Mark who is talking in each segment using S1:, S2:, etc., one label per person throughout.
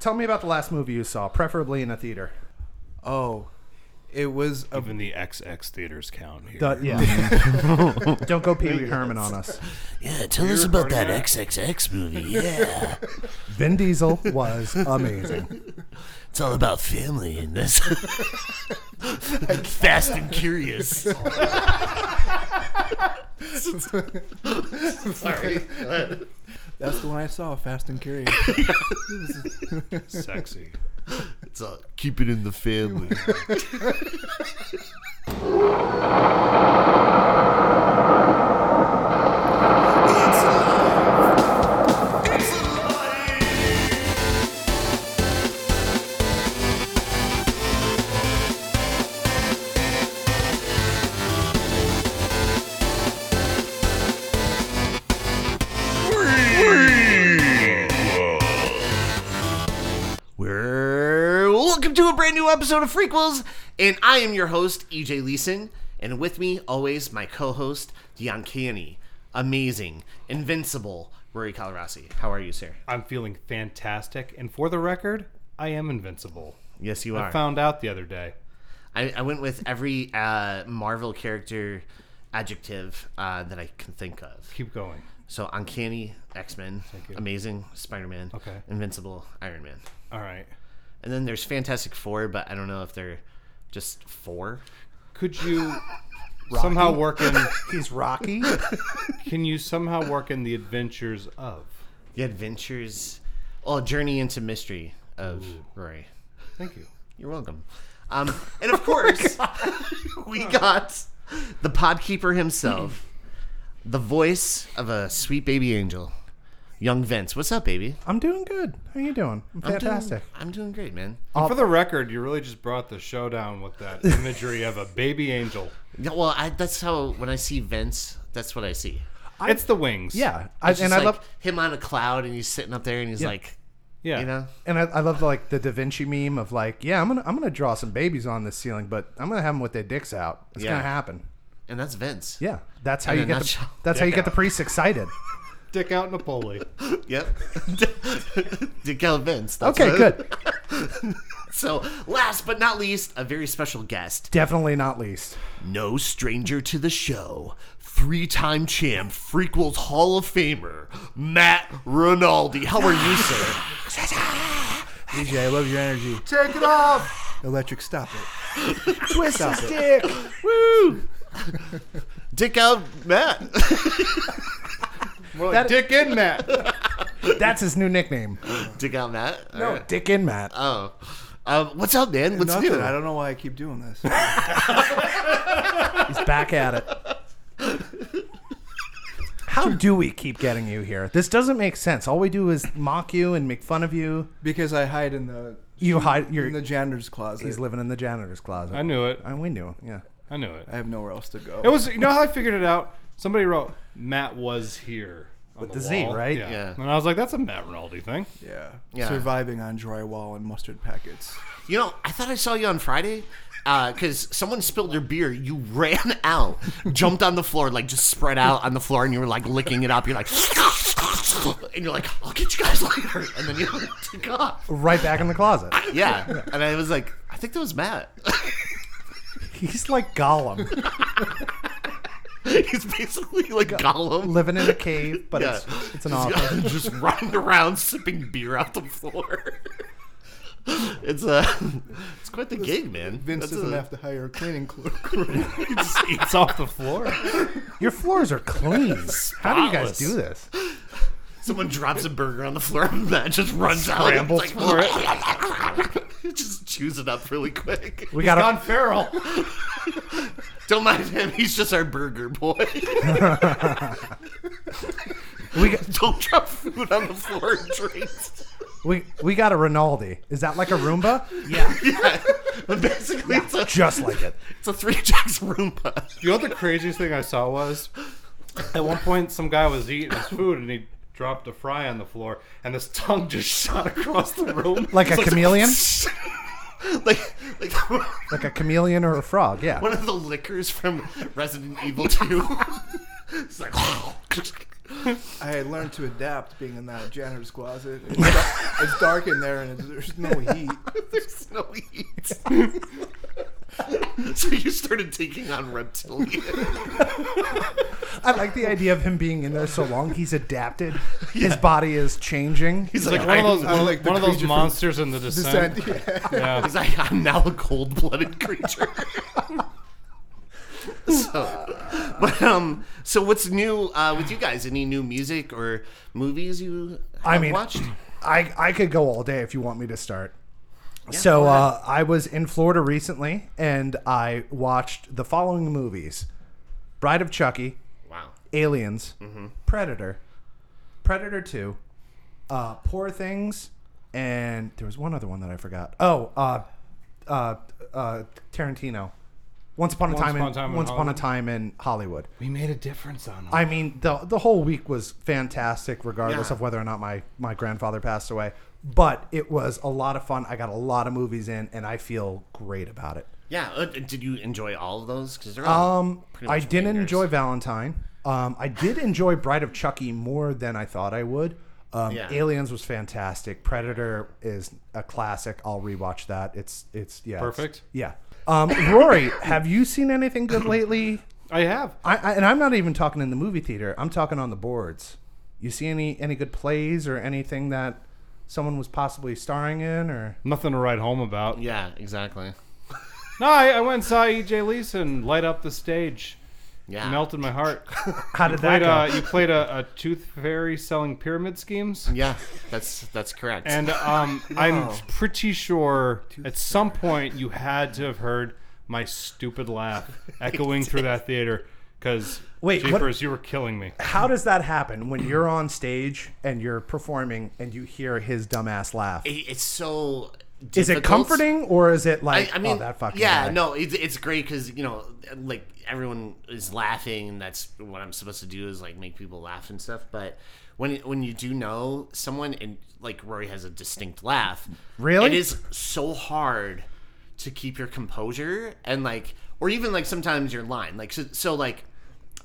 S1: Tell me about the last movie you saw, preferably in a theater.
S2: Oh, it was a
S3: Even the XX theaters count here.
S1: The- yeah. Don't go Pee Wee Herman on us.
S4: Yeah, tell us about that XXX movie. Yeah,
S1: Vin Diesel was amazing.
S4: it's all about family and this. Fast and Curious. Sorry.
S2: that's the one I saw. Fast and Curious.
S3: Sexy.
S4: It's all, keep it in the family. We're welcome to a brand new episode of Frequels, and I am your host EJ Leeson, and with me always my co-host the uncanny, amazing, invincible Rory Calarasi. How are you, sir?
S3: I'm feeling fantastic, and for the record, I am invincible.
S4: Yes, you
S3: I
S4: are.
S3: found out the other day.
S4: I, I went with every uh, Marvel character adjective uh, that I can think of.
S3: Keep going.
S4: So uncanny X Men,
S3: you.
S4: amazing Spider Man,
S3: Okay.
S4: invincible Iron Man,
S3: All right.
S4: and then there's Fantastic Four, but I don't know if they're just four.
S3: Could you somehow work in?
S1: He's Rocky.
S3: Can you somehow work in the adventures of?
S4: The Adventures, oh, Journey into Mystery of Rory.
S3: Thank you.
S4: You're welcome. Um, and of course,
S3: Oh
S4: we got the podkeeper himself, the voice of a sweet baby angel, young Vince. What's up, baby?
S1: I'm doing good. How you doing? I'm
S4: I'm doing-
S1: fantastic.
S4: I'm doing great, man.
S3: And for the record, you really just brought the show down with that imagery of a baby angel.
S4: Yeah, well, I, that's how when I see Vince, that's what I see.
S3: it's the wings.
S1: yeah, I,
S4: It's
S1: and I
S4: just like
S1: love
S4: him on a cloud, and he's sitting up there, and he's like,
S3: Yeah.
S4: you know,
S1: and I, I love like the Da Vinci meme of like, yeah, I'm gonna I'm gonna draw some babies on this ceiling, but I'm gonna have them with their dicks out. It's
S4: Yeah.
S1: gonna happen.
S4: and that's Vince.
S1: Yeah, that's how
S4: In
S1: you
S4: a
S1: get the,
S4: nutshell.
S1: that's how you get
S3: Dick
S1: the priests excited.
S3: Dick out Napoli.
S4: Yep. Dick Cal Vince. That's
S1: Okay,
S4: what-
S1: good.
S4: So, last but not least, a very special guest.
S1: Definitely not least.
S4: No stranger to the show, three time champ, Frequels Hall of Famer, Matt Rinaldi. How are you, sir?
S2: DJ, I love your energy.
S1: Take it off.
S2: Electric, stop it.
S1: Twist his dick.
S4: Woo! Dick out, Matt.
S3: More like Dick in Matt.
S1: That's his new nickname.
S4: Dick out, Matt. All
S1: No,
S4: right.
S1: Dick and Matt.
S4: Oh. Um, what's up, man? What's
S2: Nothing.
S4: new?
S2: I don't know why I keep doing this.
S1: He's back at it. How do we keep getting you here? This doesn't make sense. All we do is mock you and make fun of you.
S2: Because I hide in the
S1: You hide.
S2: in the
S1: You're,
S2: janitor's closet.
S1: he's living in the janitor's closet.
S3: I knew it.
S1: and we knew. Yeah.
S3: I knew it.
S2: I have nowhere else to go.
S3: It was you know how I figured it out? Somebody wrote Matt was here. on
S1: With the Z,
S3: wall.
S1: right?
S3: Yeah.
S4: Yeah.
S3: And I was like, that's a Matt Rinaldi thing.
S2: yeah.
S4: Yeah.
S2: Surviving on drywall and mustard packets.
S4: You know, I thought I saw you on Friday because someone spilled their beer. You ran out, jumped on the floor, like just spread out on the floor, and you were like licking it up. You're like, and you're like, I'll get you guys later. And then you took off.
S1: Right back in the closet.
S4: Yeah. And I was like, I think that was Matt.
S1: He's like Gollum,
S4: He's basically like Gollum.
S1: living in a cave, but
S4: Yeah.
S1: it's, it's an
S4: He's
S1: office.
S4: got- just running around sipping beer out the floor. It's uh, it's quite the gig, man.
S2: Vince
S4: That's
S2: doesn't
S4: a-
S2: have to hire a cleaning crew.
S3: Just eats off the floor.
S1: Your floors are clean. How do you guys
S4: Spotless.
S1: do this?
S4: Someone drops a burger on the floor and Matt just runs
S3: Scrambles
S4: out. and it's like, just chews it up really quick.
S1: We got
S3: John
S1: a,
S3: Farrell.
S4: Don't mind him. He's just our burger boy.
S1: we got
S4: Don't drop food on the floor and drinks.
S1: we we got a Rinaldi. Is that like a Roomba?
S4: Yeah. But basically, it's, a,
S1: Just like it.
S4: it's a three jacks Roomba.
S3: You know what the craziest thing I saw was? At one point, some guy was eating his food and he dropped a fry on the floor, and his tongue just shot across the room.
S1: Like a chameleon.
S4: Like, like
S1: Like a chameleon or a frog. Yeah.
S4: one of the liquors from Resident Evil 2. it's like,
S2: I had learned to adapt being in that janitor's closet. It's dark, it's dark in there and it's, there's no heat.
S4: There's no heat. so you started taking on reptilian.
S1: I like the idea of him being in there so long. He's adapted. His body is changing.
S4: He's
S3: It's
S4: like,
S3: like one of those,
S2: I
S3: one,
S2: like the
S3: one of those
S2: creature from
S3: monsters in the descent.
S2: Descent, yeah.
S3: Yeah.
S4: He's like, I'm now a cold blooded creature. so, but, um, so what's new uh, with you guys? Any new music or movies you
S1: I
S4: have
S1: mean,
S4: watched?
S1: I I could go all day if you want me to start. so uh, I was in Florida recently, and I watched the following movies: Bride of Chucky,
S4: Wow.
S1: Aliens, Predator, Predator Two, uh, Poor Things, and there was one other one that I forgot. Oh, uh, uh, uh, Tarantino. Once upon a
S3: Once
S1: time,
S3: Upon
S1: in,
S3: a Time in
S1: Once upon a
S3: Hollywood.
S1: time in Hollywood.
S3: We made a difference on them.
S1: I mean, the the whole week was fantastic, regardless
S4: Yeah.
S1: of whether or not my my grandfather passed away. But it was a lot of fun. I got a lot of movies in, and I feel great about it.
S4: Yeah. Uh, did you enjoy all of those? Because they're all
S1: Um,
S4: pretty
S1: I
S4: much
S1: didn't
S4: bangers.
S1: enjoy Valentine. Um, I did enjoy Bride of Chucky more than I thought I would. Um,
S4: Yeah.
S1: Aliens was fantastic. Predator is a classic. I'll rewatch that. It's it's yeah. it's-
S3: Perfect.
S1: yeah. Um, Rory, have you seen anything good lately?
S3: I have.
S1: I, I and I'm not even talking in the movie theater. I'm talking on the boards. You see any any good plays or anything that someone was possibly starring in or
S3: Nothing to write home about.
S4: Yeah, exactly.
S3: No, I, I went and saw E EJ Leeson light up the stage.
S4: Yeah.
S3: Melted my heart.
S1: how did that
S3: Played,
S1: go?
S3: uh, you played a, a tooth fairy selling pyramid schemes.
S4: Yeah, that's that's correct.
S3: And um, I'm pretty sure at some point you had to have heard my stupid laugh echoing through that theater because
S1: Wait, what-
S3: Jeepers, you were killing me.
S1: how does that happen when you're on stage and you're performing and you hear his dumbass laugh?
S4: It- it's so.
S1: Is it
S4: difficult.
S1: comforting or is it
S4: I,
S1: like
S4: I mean,
S1: oh that fucking
S4: yeah,
S1: guy?
S4: no, it's, it's great because you know, like everyone is laughing, and that's what I'm supposed to do is like make people laugh and stuff. But when when you do know someone, and like Rory has a distinct laugh,
S1: Really?
S4: it is so hard to keep your composure and like, or even like sometimes your line, like so, so like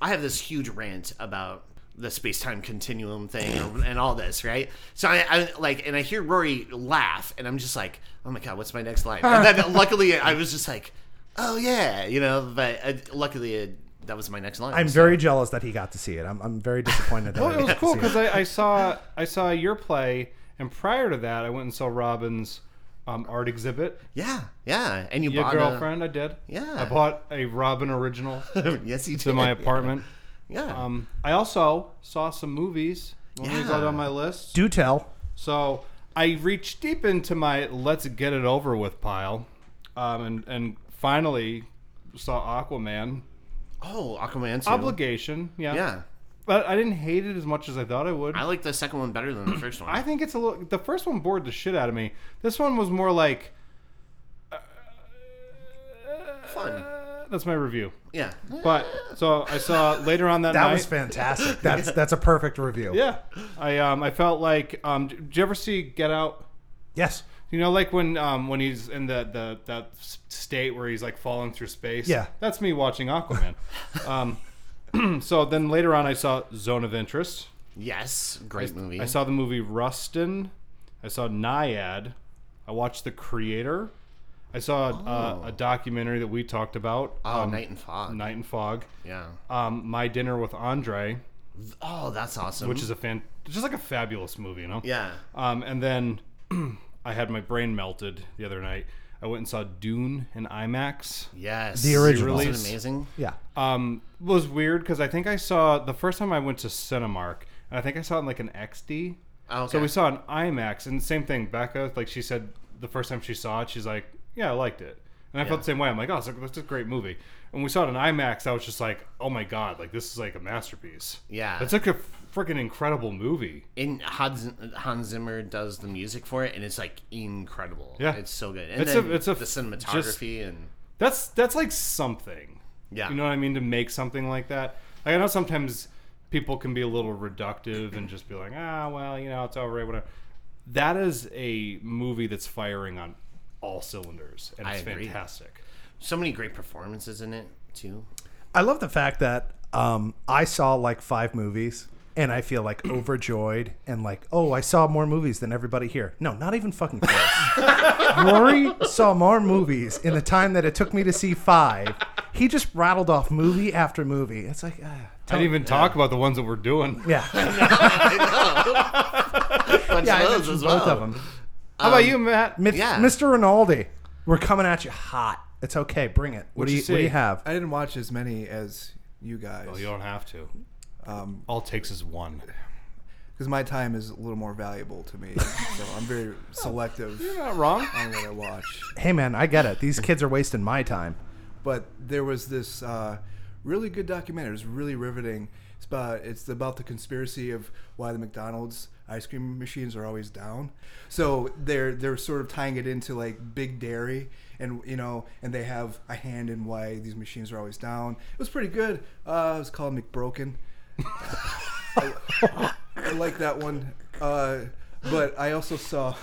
S4: I have this huge rant about the space time continuum thing or- and all this, right? So I, I like, and I hear Rory laugh, and I'm just like, oh my god, what's my next line? And then luckily, I was just like, oh yeah, you know. But uh, luckily, uh, that was my next line.
S1: I'm
S4: so-
S1: very jealous that he got to see it. I'm, I'm very disappointed that
S3: Well,
S1: I
S3: it was
S1: got
S3: cool
S1: to see
S3: because I, I saw I saw your play, and prior to that, I went and saw Robin's um, art exhibit.
S4: yeah, yeah. And you
S3: Your
S4: bought a-
S3: girlfriend, I did.
S4: Yeah.
S3: I bought a Robin original
S4: yes, you did.
S3: to my apartment.
S4: Yeah.
S3: Um, I also saw some movies. Movies out
S4: Yeah.
S3: on my list.
S1: Do tell.
S3: So I reached deep into my let's get it over with pile, um, and and finally saw Aquaman
S4: oh, Aquaman. Too.
S3: obligation. Yeah.
S4: yeah,
S3: But I didn't hate it as much as I thought I would.
S4: I
S3: I,
S4: like the second one better than the first one.
S3: think it's a little. The first one bored the shit out of me. This one was more like
S4: Fun.
S3: uh, that's my review.
S4: Yeah.
S3: But so I saw later on that,
S1: That
S3: night.
S1: was fantastic. That's that's a perfect review.
S3: yeah. I um I felt like um. d- Did you ever see Get Out?
S1: Yes.
S3: You know, like when um when he's in the the that s- state where he's like falling through space.
S1: Yeah.
S3: that's me watching Aquaman. um, so then later on, I saw Zone of Interest.
S4: Yes, great movie.
S3: I saw the movie Rustin. I saw Naiad. I watched The Creator. I saw uh, a documentary that we talked about.
S4: Oh,
S3: um,
S4: Night and Fog.
S3: Night and Fog.
S4: yeah.
S3: Um, My Dinner with Andre,
S4: Oh, that's awesome.
S3: which is a fan, just like a fabulous movie, you know.
S4: yeah.
S3: Um, and then I had my brain melted the other night. I went and saw Dune in IMAX.
S4: Yes.
S1: The original.
S4: Isn't it
S3: Release.
S4: amazing?
S1: Yeah.
S3: Um, was weird because I think I saw the first time I went to Cinemark, and I think I saw it in like an XD.
S4: Oh, okay.
S3: So we saw an IMAX, and same thing. Becca, like she said, the first time she saw it, she's like, "Yeah, I liked it," and I felt the same way. I'm like, "Oh, it's like, that's a great movie." And we saw it in IMAX. I was just like, "Oh my god, like this is like a masterpiece."
S4: Yeah.
S3: it's like a freaking incredible movie.
S4: in Hans, Hans Zimmer does the music for it, and it's like incredible.
S3: Yeah.
S4: it's so good. And
S3: It's a-
S4: then
S3: it's a-
S4: the cinematography and
S3: That's that's like something.
S4: Yeah.
S3: you know what I mean to make something like that. Like I know sometimes people can be a little reductive and just be like, "Ah, well, you know, it's overrated." Whatever. That is a movie that's firing on all cylinders, and
S4: I
S3: it's
S4: agree.
S3: fantastic.
S4: so many great performances in it too.
S1: I love the fact that um, I saw like five movies and I feel like overjoyed and like, oh, I saw more movies than everybody here. No, not even fucking close. Rory saw more movies in the time that it took me to see five. He just rattled off movie after movie. It's like, ah,
S3: I
S1: tell-
S3: didn't even talk about the ones that we're doing.
S1: yeah,
S4: Bunch
S1: yeah, I
S4: of those
S1: mentioned
S4: as
S1: both
S4: well.
S1: of them.
S3: How about you, Matt?
S1: Mith-
S4: Yeah.
S1: Mr. Rinaldi, we're coming at you hot. It's okay. Bring it. What
S3: What'd
S1: do you,
S3: you
S1: What do you
S3: see?
S1: have?
S2: I didn't watch as many as you guys
S3: you don't have to.
S2: Um,
S3: All it takes is one.
S2: because my time is a little more valuable to me. so I'm very selective
S3: You're not wrong.
S2: on what I watch.
S1: Hey, man, I get it. These kids are wasting my time.
S2: but there was this uh, really good documentary. It was really riveting. It's about it's about the conspiracy of why the McDonald's ice cream machines are always down. So they're they're sort of tying it into like big dairy, and you know, and they have a hand in why these machines are always down. It was pretty good. Uh, it was called McBroken. I like that one. Uh, but I also saw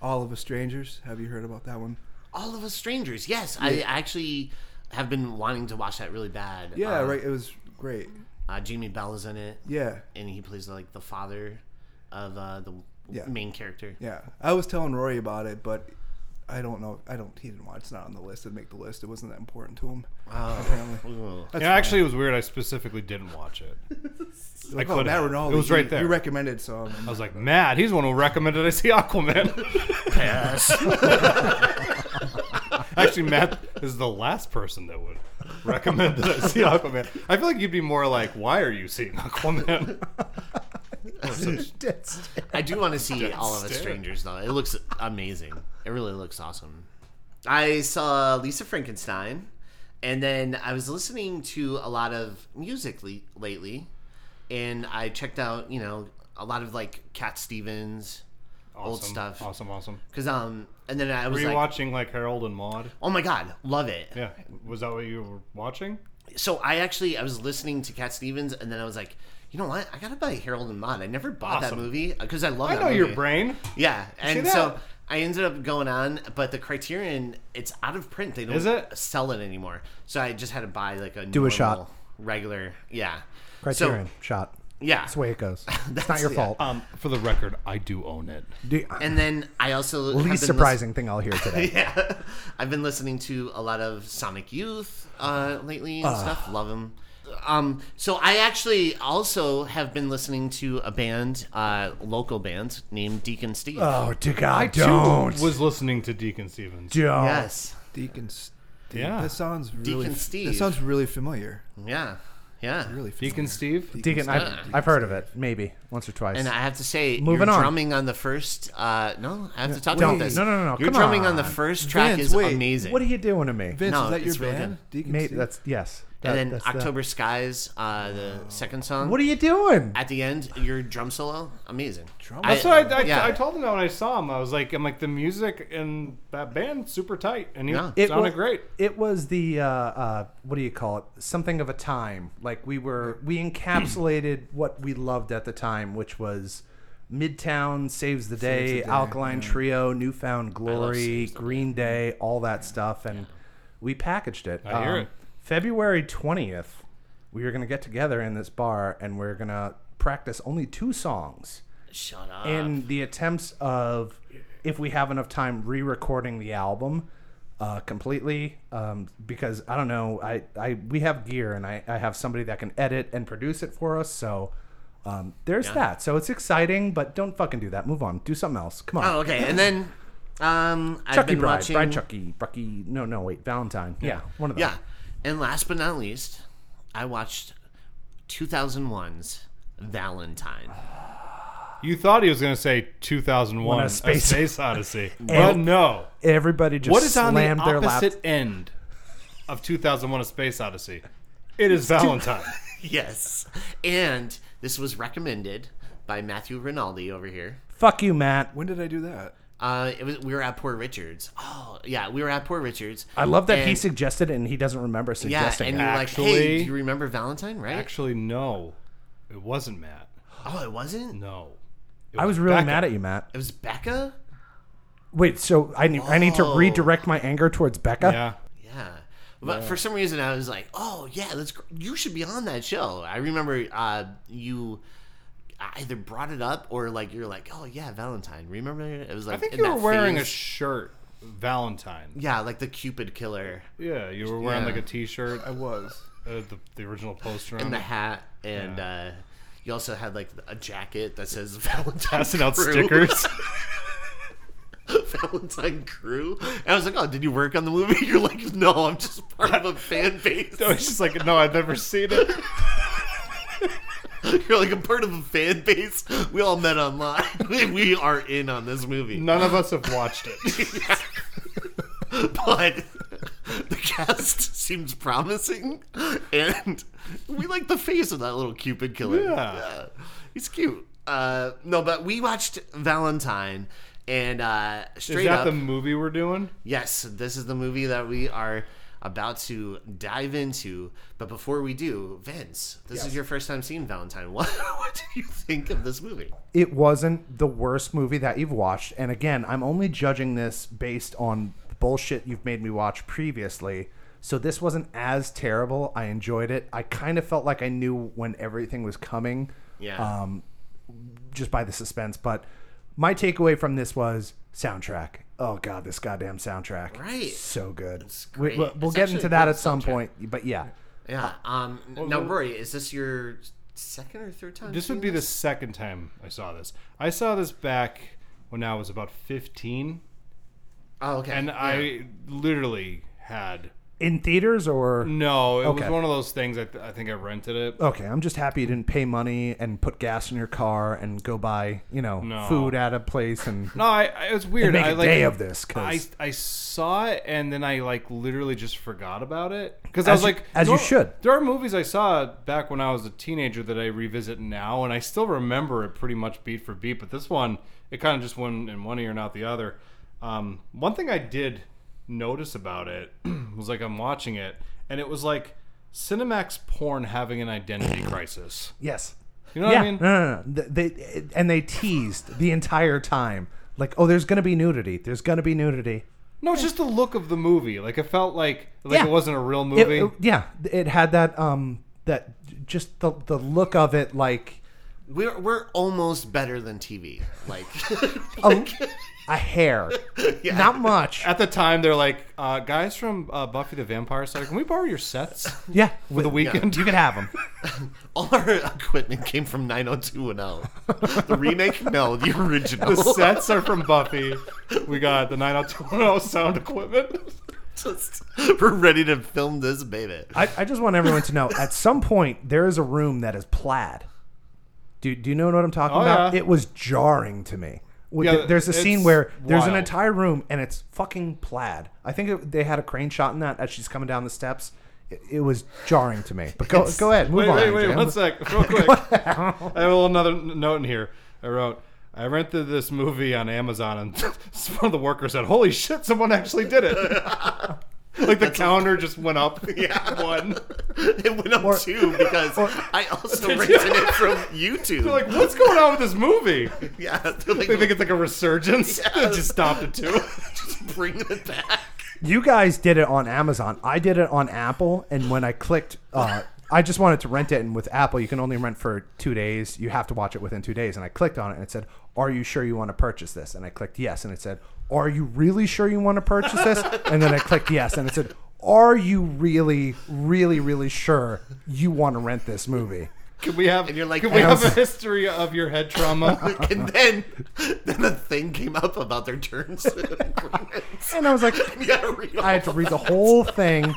S2: All of Us Strangers. Have you heard about that one?
S4: All of us strangers. Yes, I actually have been wanting to watch that really bad.
S2: Yeah,
S4: Uh,
S2: right. It was great.
S4: Uh, Jamie Bell is in it.
S2: Yeah.
S4: and he plays like the father of uh, the
S2: Yeah.
S4: main character.
S2: Yeah, I was telling Rory about it, but I don't know. I don't. He didn't watch. It's not on the list. Didn't make the list. It wasn't that important to him.
S3: Uh,
S2: Apparently,
S4: Ugh.
S3: Yeah, actually, it was weird. I specifically didn't watch it. I
S2: Like, oh,
S3: could
S2: Matt
S3: have.
S2: Rinaldi,
S3: It was right
S2: you-
S3: there.
S2: You recommended so.
S3: I was like, Matt, he's the one who recommended I see Aquaman.
S4: Pass.
S3: Actually, Matt is the last person that would recommend that I see Aquaman. I feel like you'd be more like, why are you seeing Aquaman?
S4: I do want to see all of us
S3: stare.
S4: strangers though. It looks amazing. It really looks awesome. I saw Lisa Frankenstein, and then I was listening to a lot of music le- lately, and I checked out you know a lot of like Cat Stevens, old
S3: Awesome,
S4: stuff.
S3: Awesome, awesome.
S4: Cause um, and then I
S3: Were
S4: was
S3: you
S4: like,
S3: watching like Harold and Maude?
S4: oh my god, love it.
S3: Yeah. Was that what you were watching?
S4: So I actually I was listening to Cat Stevens, and then I was like. You know what? I gotta buy Harold and Maude. I never bought that
S3: Awesome.
S4: movie because I love.
S3: I
S4: that
S3: know your
S4: movie.
S3: brain.
S4: Yeah, and
S3: that?
S4: so I ended up going on, but the Criterion it's out of print. They don't
S3: Is it?
S4: sell it anymore. So I just had to buy like a
S1: Do a shot.
S4: normal, regular. Yeah, So-
S1: Criterion shot.
S4: yeah,
S1: That's the way it goes. It's not your fault.
S3: Um, for the record, I do own it.
S1: Do you-
S4: and then I also have
S1: least
S4: been lis-
S1: surprising thing I'll hear today.
S4: yeah, I've been listening to a lot of Sonic Youth uh, lately and stuff. Love them. Um, so I actually also have been listening to a band, uh, local band named Deacon Steve.
S1: oh, dear God,
S3: I
S1: don't.
S3: too was listening to Deacon Stevens.
S1: don't.
S4: yes,
S2: Deacon. Steve.
S3: Yeah.
S2: That sounds really.
S4: Deacon
S2: That
S4: Steve.
S2: sounds really familiar.
S4: yeah, yeah.
S2: Really familiar.
S3: Deacon Steve.
S1: Deacon,
S4: Steve.
S1: I've, I've heard of it maybe once or twice.
S4: And I have to say,
S1: Moving
S4: you're
S1: on.
S4: drumming on the first. Uh, no, I have to talk
S1: Don't.
S4: about this.
S1: No, no, no, no.
S4: Your
S1: Come
S4: drumming on.
S1: on.
S4: the first track
S2: Vince,
S4: is
S2: wait.
S4: amazing.
S1: what are you doing to me?
S2: Vince,
S4: No,
S2: is that your
S4: it's really
S2: band? Deacon
S1: Mate,
S2: Steve.
S1: that's yes. That-
S4: and then
S1: that's the-
S4: October Skies, uh, the second song.
S1: what are you doing?
S4: at the end, your drum solo, amazing.
S2: Drum
S4: I-
S3: That's what I, I,
S4: yeah.
S3: I told him that when I saw him. I was like, I'm like the music and that band super tight, and he
S4: Yeah.
S1: It
S3: sounded
S1: was-
S3: great.
S1: It was the uh, uh, what do you call it? Something of a time. Like we were, we encapsulated what we loved at the time, which was Midtown, Saves the Day,
S2: Day,
S1: Alkaline Trio, Newfound Glory,
S4: Saves the
S1: Green Day, all that stuff, and we packaged it. Um,
S3: I hear it.
S1: February twentieth, we were gonna get together in this bar, and we are gonna practice only two songs
S4: Shut up.
S1: in the attempts of if we have enough time re-recording the album uh, completely um, because i don't know I, I we have gear and I, I have somebody that can edit and produce it for us so um, there's that so it's exciting but don't fucking do that move on do something else come on
S4: oh, okay. And then um, I've
S1: chucky
S4: been
S1: bride
S4: watching.
S1: bride chucky Bucky. no no wait valentine yeah, one of them
S4: Yeah, and last but not least, I watched 2001's Valentine.
S3: You thought he was going to say 2001,
S1: When a
S3: a
S1: space-
S3: space, Odyssey, but no.
S1: everybody just
S3: What is on the
S1: slammed their lap
S3: opposite end of 2001: A Space Odyssey? It is Valentine.
S4: yes, and this was recommended by Matthew Rinaldi over here.
S1: fuck you matt
S2: when did I do that?
S4: Uh, it was we were at Poor Richards. Oh yeah, we were at Poor Richards.
S1: i love that he
S4: and-
S1: suggested it and he doesn't remember
S4: Yeah,
S1: suggesting
S4: and
S1: it.
S4: you're like, hey,
S3: Actually-
S4: do you remember Valentine? Right?
S3: Actually, no, it wasn't Matt.
S4: oh, it wasn't.
S3: No, It
S1: i was really
S3: Becca.
S1: mad at you matt
S4: It was Becca.
S1: Wait, so I need I need to
S4: Whoa.
S1: redirect my anger towards Becca.
S3: Yeah,
S4: Yeah. But for some reason, I was like, "Oh yeah, that's gr- you should be on that show." I remember uh, you either brought it up or like you're like, oh yeah, Valentine. Remember it was like
S3: I think
S4: in
S3: you
S4: that
S3: were wearing a
S4: phase.
S3: shirt, Valentine.
S4: yeah, like the Cupid killer
S3: Yeah, you were wearing
S4: Yeah.
S3: like a T-shirt,
S2: I
S3: uh,
S2: was.
S3: the, the original poster on
S4: and the
S3: it.
S4: hat, and uh, you also had like a jacket that says Valentine.
S3: passing out
S4: Crew.
S3: stickers.
S4: Valentine Crew. And I was like, oh, did you work on the movie? You're like, no, I'm just part of a fan base.
S3: I was just like, no, I've never seen it.
S4: You're like, I'm part of a fan base. We all met online. we are in on this movie.
S3: None of us have watched it.
S4: but the cast seems promising, and we like the face of that little Cupid killer.
S3: Yeah.
S4: he's cute. Uh, no, but we watched Valentine, and uh, straight
S3: Is that
S4: up,
S3: the movie we're doing?
S4: yes, this is the movie that we are about to dive into. But before we do, Vince, this is your first time seeing Valentine. What, what do you think of this movie?
S1: it wasn't the worst movie that you've watched. And again, I'm only judging this based on bullshit you've made me watch previously. So this wasn't as terrible. I enjoyed it. I kind of felt like I knew when everything was coming.
S4: Yeah.
S1: Um, just by the suspense. But my takeaway from this was soundtrack. Oh god, this goddamn soundtrack.
S4: Right.
S1: So good.
S4: great.
S1: We, will we'll
S4: It's
S1: get
S4: actually
S1: into
S4: a
S1: that
S4: great
S1: at some
S4: soundtrack.
S1: point. But yeah.
S4: Yeah.
S3: Uh,
S4: Um, now, Rory, is this your second or third time?
S3: This would
S4: seeing
S3: be the second time I saw this. I saw this back when I was about 15,
S4: Oh, okay.
S3: and
S4: Yeah.
S3: I literally had
S1: In theaters or
S3: no. It
S1: Okay.
S3: was one of those things. I, th- I think I rented it.
S1: okay, I'm just happy you didn't pay money and put gas in your car and go buy, you know,
S3: No.
S1: food at a place and
S3: No, I, I it was weird.
S1: make
S3: I
S1: a
S3: like,
S1: day of this,
S3: I
S1: 'cause-
S3: I saw it and then I like literally just forgot about it because I was
S1: As you-
S3: like,
S1: as you
S3: "Nor-
S1: should."
S3: There are movies I saw back when I was a teenager that I revisit now, and I still remember it pretty much beat for beat. But this one, it kind of just went in one ear and out the other. Um, one thing I did notice about it was like I'm watching it, and it was like Cinemax porn having an identity crisis.
S1: yes.
S3: You know what I
S1: yeah,
S3: mean?
S1: No, no, no. Th- They and they teased the entire time, like, oh, there's gonna be nudity. There's gonna be nudity.
S3: No, it's just the look of the movie. Like it felt like like
S1: Yeah.
S3: it wasn't a real
S1: It-
S3: movie.
S1: it- yeah, it had that um that just the the look of it, like
S4: We're we're almost better than TV. Like,
S1: a, oh, a hair, not much.
S3: at the time they're like uh, guys from uh, buffy the vampire slayer can we borrow your sets
S1: Yeah,
S3: for the weekend
S1: you can have them.
S4: all our equipment came from 90210. The remake? No, the original.
S3: the sets are from buffy we got the 90210 sound equipment
S4: Just- we're ready to film this baby.
S1: I, I just want everyone to know at some point there is a room that is plaid. Do, do you know what I'm talking
S3: Oh,
S1: about?
S3: yeah.
S1: It was jarring to me. With-
S3: Yeah,
S1: there's a scene
S3: it's
S1: where there's an
S3: wild.
S1: entire room and it's fucking plaid. I think it, they had a crane shot in that as she's coming down the steps. It, it was jarring to me. But go go ahead, move
S3: wait
S1: on.
S3: wait wait
S1: Jim.
S3: one sec real quick i have a little another n- note in here i wrote I rented this movie on Amazon, and one of the workers said, "Holy shit, someone actually did it!" like the counter just went up one.
S4: It went up
S1: Or-
S4: too because I also rented
S3: you-
S4: it from YouTube.
S3: They're like, "What's going on with this movie?"
S4: yeah, they're like,
S3: They think it's like a resurgence. It just stopped at two.
S4: just bring it back.
S1: You guys did it on Amazon. I did it on Apple, and when I clicked, uh, I just wanted to rent it. And with Apple, you can only rent for two days. You have to watch it within two days. And I clicked on it, and it said, "Are you sure you want to purchase this?" And I clicked yes, and it said, "Are you really sure you want to purchase this?" And then I clicked yes, and it said, "Are you really, really, really sure you want to rent this movie?"
S3: Can we have?
S4: And you're like,
S3: can we
S4: I
S3: have a
S1: was-
S3: history of your head trauma?
S4: And then, then a thing came up about their terms. and agreements.
S1: And I was like,
S4: You gotta read
S1: I had to
S4: all
S1: read the whole thing.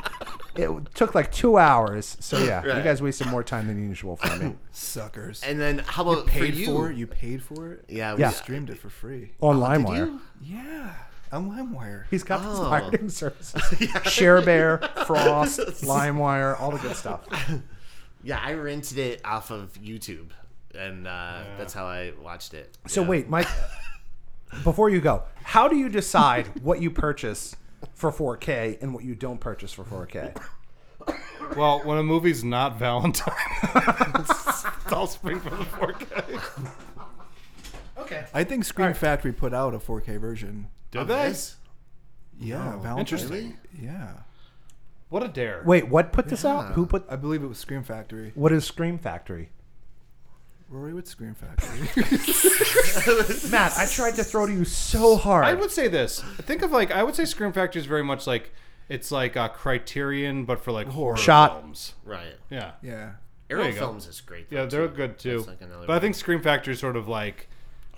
S1: It took like two hours. So yeah, you
S4: Right.
S1: guys wasted more time than usual for me
S2: Suckers.
S4: And then how about
S2: paid
S4: for you?
S2: for it. You paid for it.
S4: Yeah, we
S2: We
S1: Yeah.
S2: streamed it for free.
S3: Oh.
S1: on LimeWire.
S2: Yeah, on LimeWire.
S1: He's got these
S4: Oh.
S1: pirating services. ShareBear, Frost, LimeWire, all the good stuff.
S4: Yeah, I rented it off of YouTube, and uh, that's how I watched it.
S1: So
S4: Yeah.
S1: wait, Mike, before you go, how do you decide what you purchase for 4K and what you don't purchase for 4K?
S3: well, when a movie's not Valentine, it's all spring from the 4K.
S1: Okay.
S2: I think Screen Factory put out a 4K version.
S3: Did
S4: Of
S3: they?
S4: this?
S2: Yeah, Valentine's-
S3: Interesting.
S2: Yeah,
S3: What a dare!
S1: Wait, what put this out? Who put
S2: I believe it was Screen Factory.
S1: What is Scream Factory?
S2: Rory with Scream Factory.
S5: Matt, I tried to throw to you so hard.
S3: I would say this. Think of like I would say Scream Factory is very much like it's like a Criterion, but for like horror
S5: Shot.
S3: films.
S4: Right.
S3: Yeah,
S2: yeah.
S4: Arrow
S3: you go.
S4: Films is great.
S3: yeah,
S4: though,
S3: they're
S4: too.
S3: good too.
S4: That's like another
S3: but I think Scream Factory is sort of like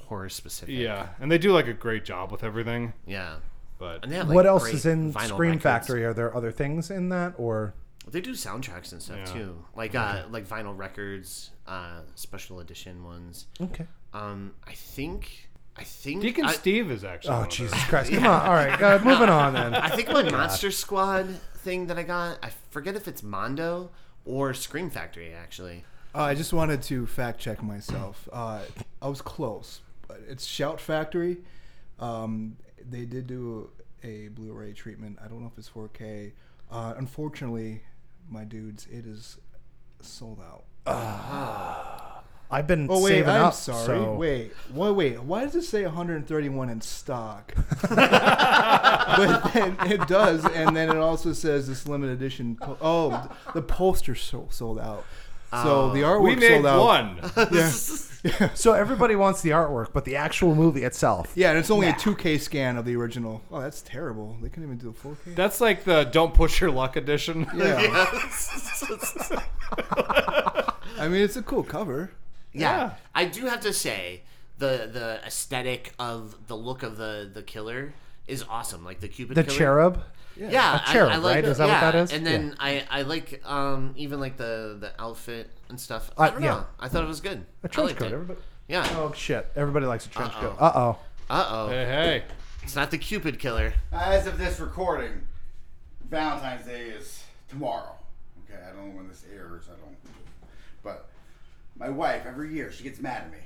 S4: horror specific.
S3: yeah, and they do like a great job with everything.
S4: Yeah.
S3: But
S4: And they have, like,
S5: what else
S4: great
S5: is in
S4: vinyl
S5: Scream
S4: records.
S5: Factory? Are there other things in that, or
S4: They do soundtracks and stuff
S3: Yeah.
S4: too, like uh, like vinyl records, uh, special edition ones.
S5: okay?
S4: Um, I think, I think
S3: Deacon
S4: I,
S3: Steve is actually.
S5: Oh
S3: one of
S5: Jesus
S3: those.
S5: Christ! Come on, all right, uh, moving on then.
S4: I think my Monster Squad thing that I got, I forget if it's Mondo or Scream Factory actually.
S2: Uh, I just wanted to fact check myself. Uh, I was close, but it's Shout Factory. Um, they did do a Blu-ray treatment. I don't know if it's 4K. Uh, unfortunately, my dudes, it is sold out.
S5: I've been
S2: Oh wait,
S5: saving
S2: I'm
S5: up.
S2: sorry.
S5: so-
S2: Wait, wait, wait. Why does it say 131 in stock? but then it does, and then it also says this limited edition. Po- oh, the poster so- sold out. So the artwork
S3: We made
S2: sold out.
S3: one.
S5: So everybody wants the artwork, but the actual movie itself.
S2: Yeah, and it's only a 2K scan of the original. Oh, that's terrible. They couldn't even do a 4K.
S3: That's like the "Don't Push Your Luck" edition.
S2: yeah. I mean, it's a cool cover.
S4: Yeah.
S3: Yeah.
S4: I do have to say the the aesthetic of the look of the the killer is awesome. Like the Cupid
S5: The
S4: killer.
S5: cherub.
S4: Yeah,
S5: A cherub,
S4: I, I like,
S5: right? Is that what
S4: yeah,
S5: that is?
S4: And then I, I like um even like the the outfit and stuff.
S5: Uh,
S4: I don't know.
S5: yeah.
S4: I thought it was good.
S5: A
S4: I
S5: trench
S4: liked
S5: coat.
S4: it.
S5: Everybody.
S4: Yeah.
S5: Oh shit! Everybody likes a trench coat.
S4: Uh-oh.
S5: Uh oh.
S4: Uh oh.
S3: Hey, hey.
S4: It's not the Cupid killer.
S6: As of this recording, Valentine's Day is tomorrow. Okay, I don't know when this airs. I don't. But my wife, every year, she gets mad at me.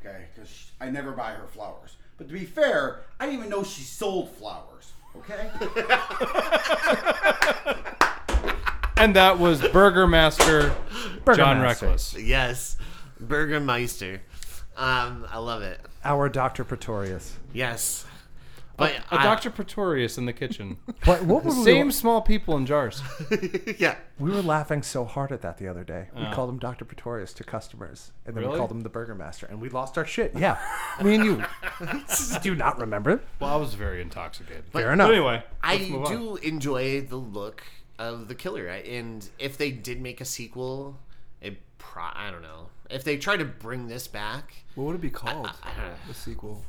S6: Okay, because I never buy her flowers. But to be fair, I didn't even know she sold flowers. Okay?
S3: And that was Burgermaster John
S5: Master.
S3: Reckless.
S4: Yes, Burgermeister. Um, I love it.
S5: Our Doctor Pretorius.
S4: Yes, but
S3: A
S4: I-
S3: Dr. Pretorius in the kitchen.
S5: What, what were we?
S3: Same small people in jars.
S4: yeah,
S5: We were laughing so hard at that the other day. We called him Doctor Pretorius to customers, and then we
S3: Oh. Really?
S5: called him the Burger Master, and we lost our shit. Yeah,
S3: Me and you.
S5: do you not remember.
S3: Well, I was very intoxicated.
S5: Fair
S3: But
S5: enough.
S3: anyway,
S4: I
S3: let's move on.
S4: do enjoy the look of the killer, I- and if they did make a sequel, it pro- I don't know if they try to bring this back,
S2: What would it be called?
S4: uh,
S2: The sequel.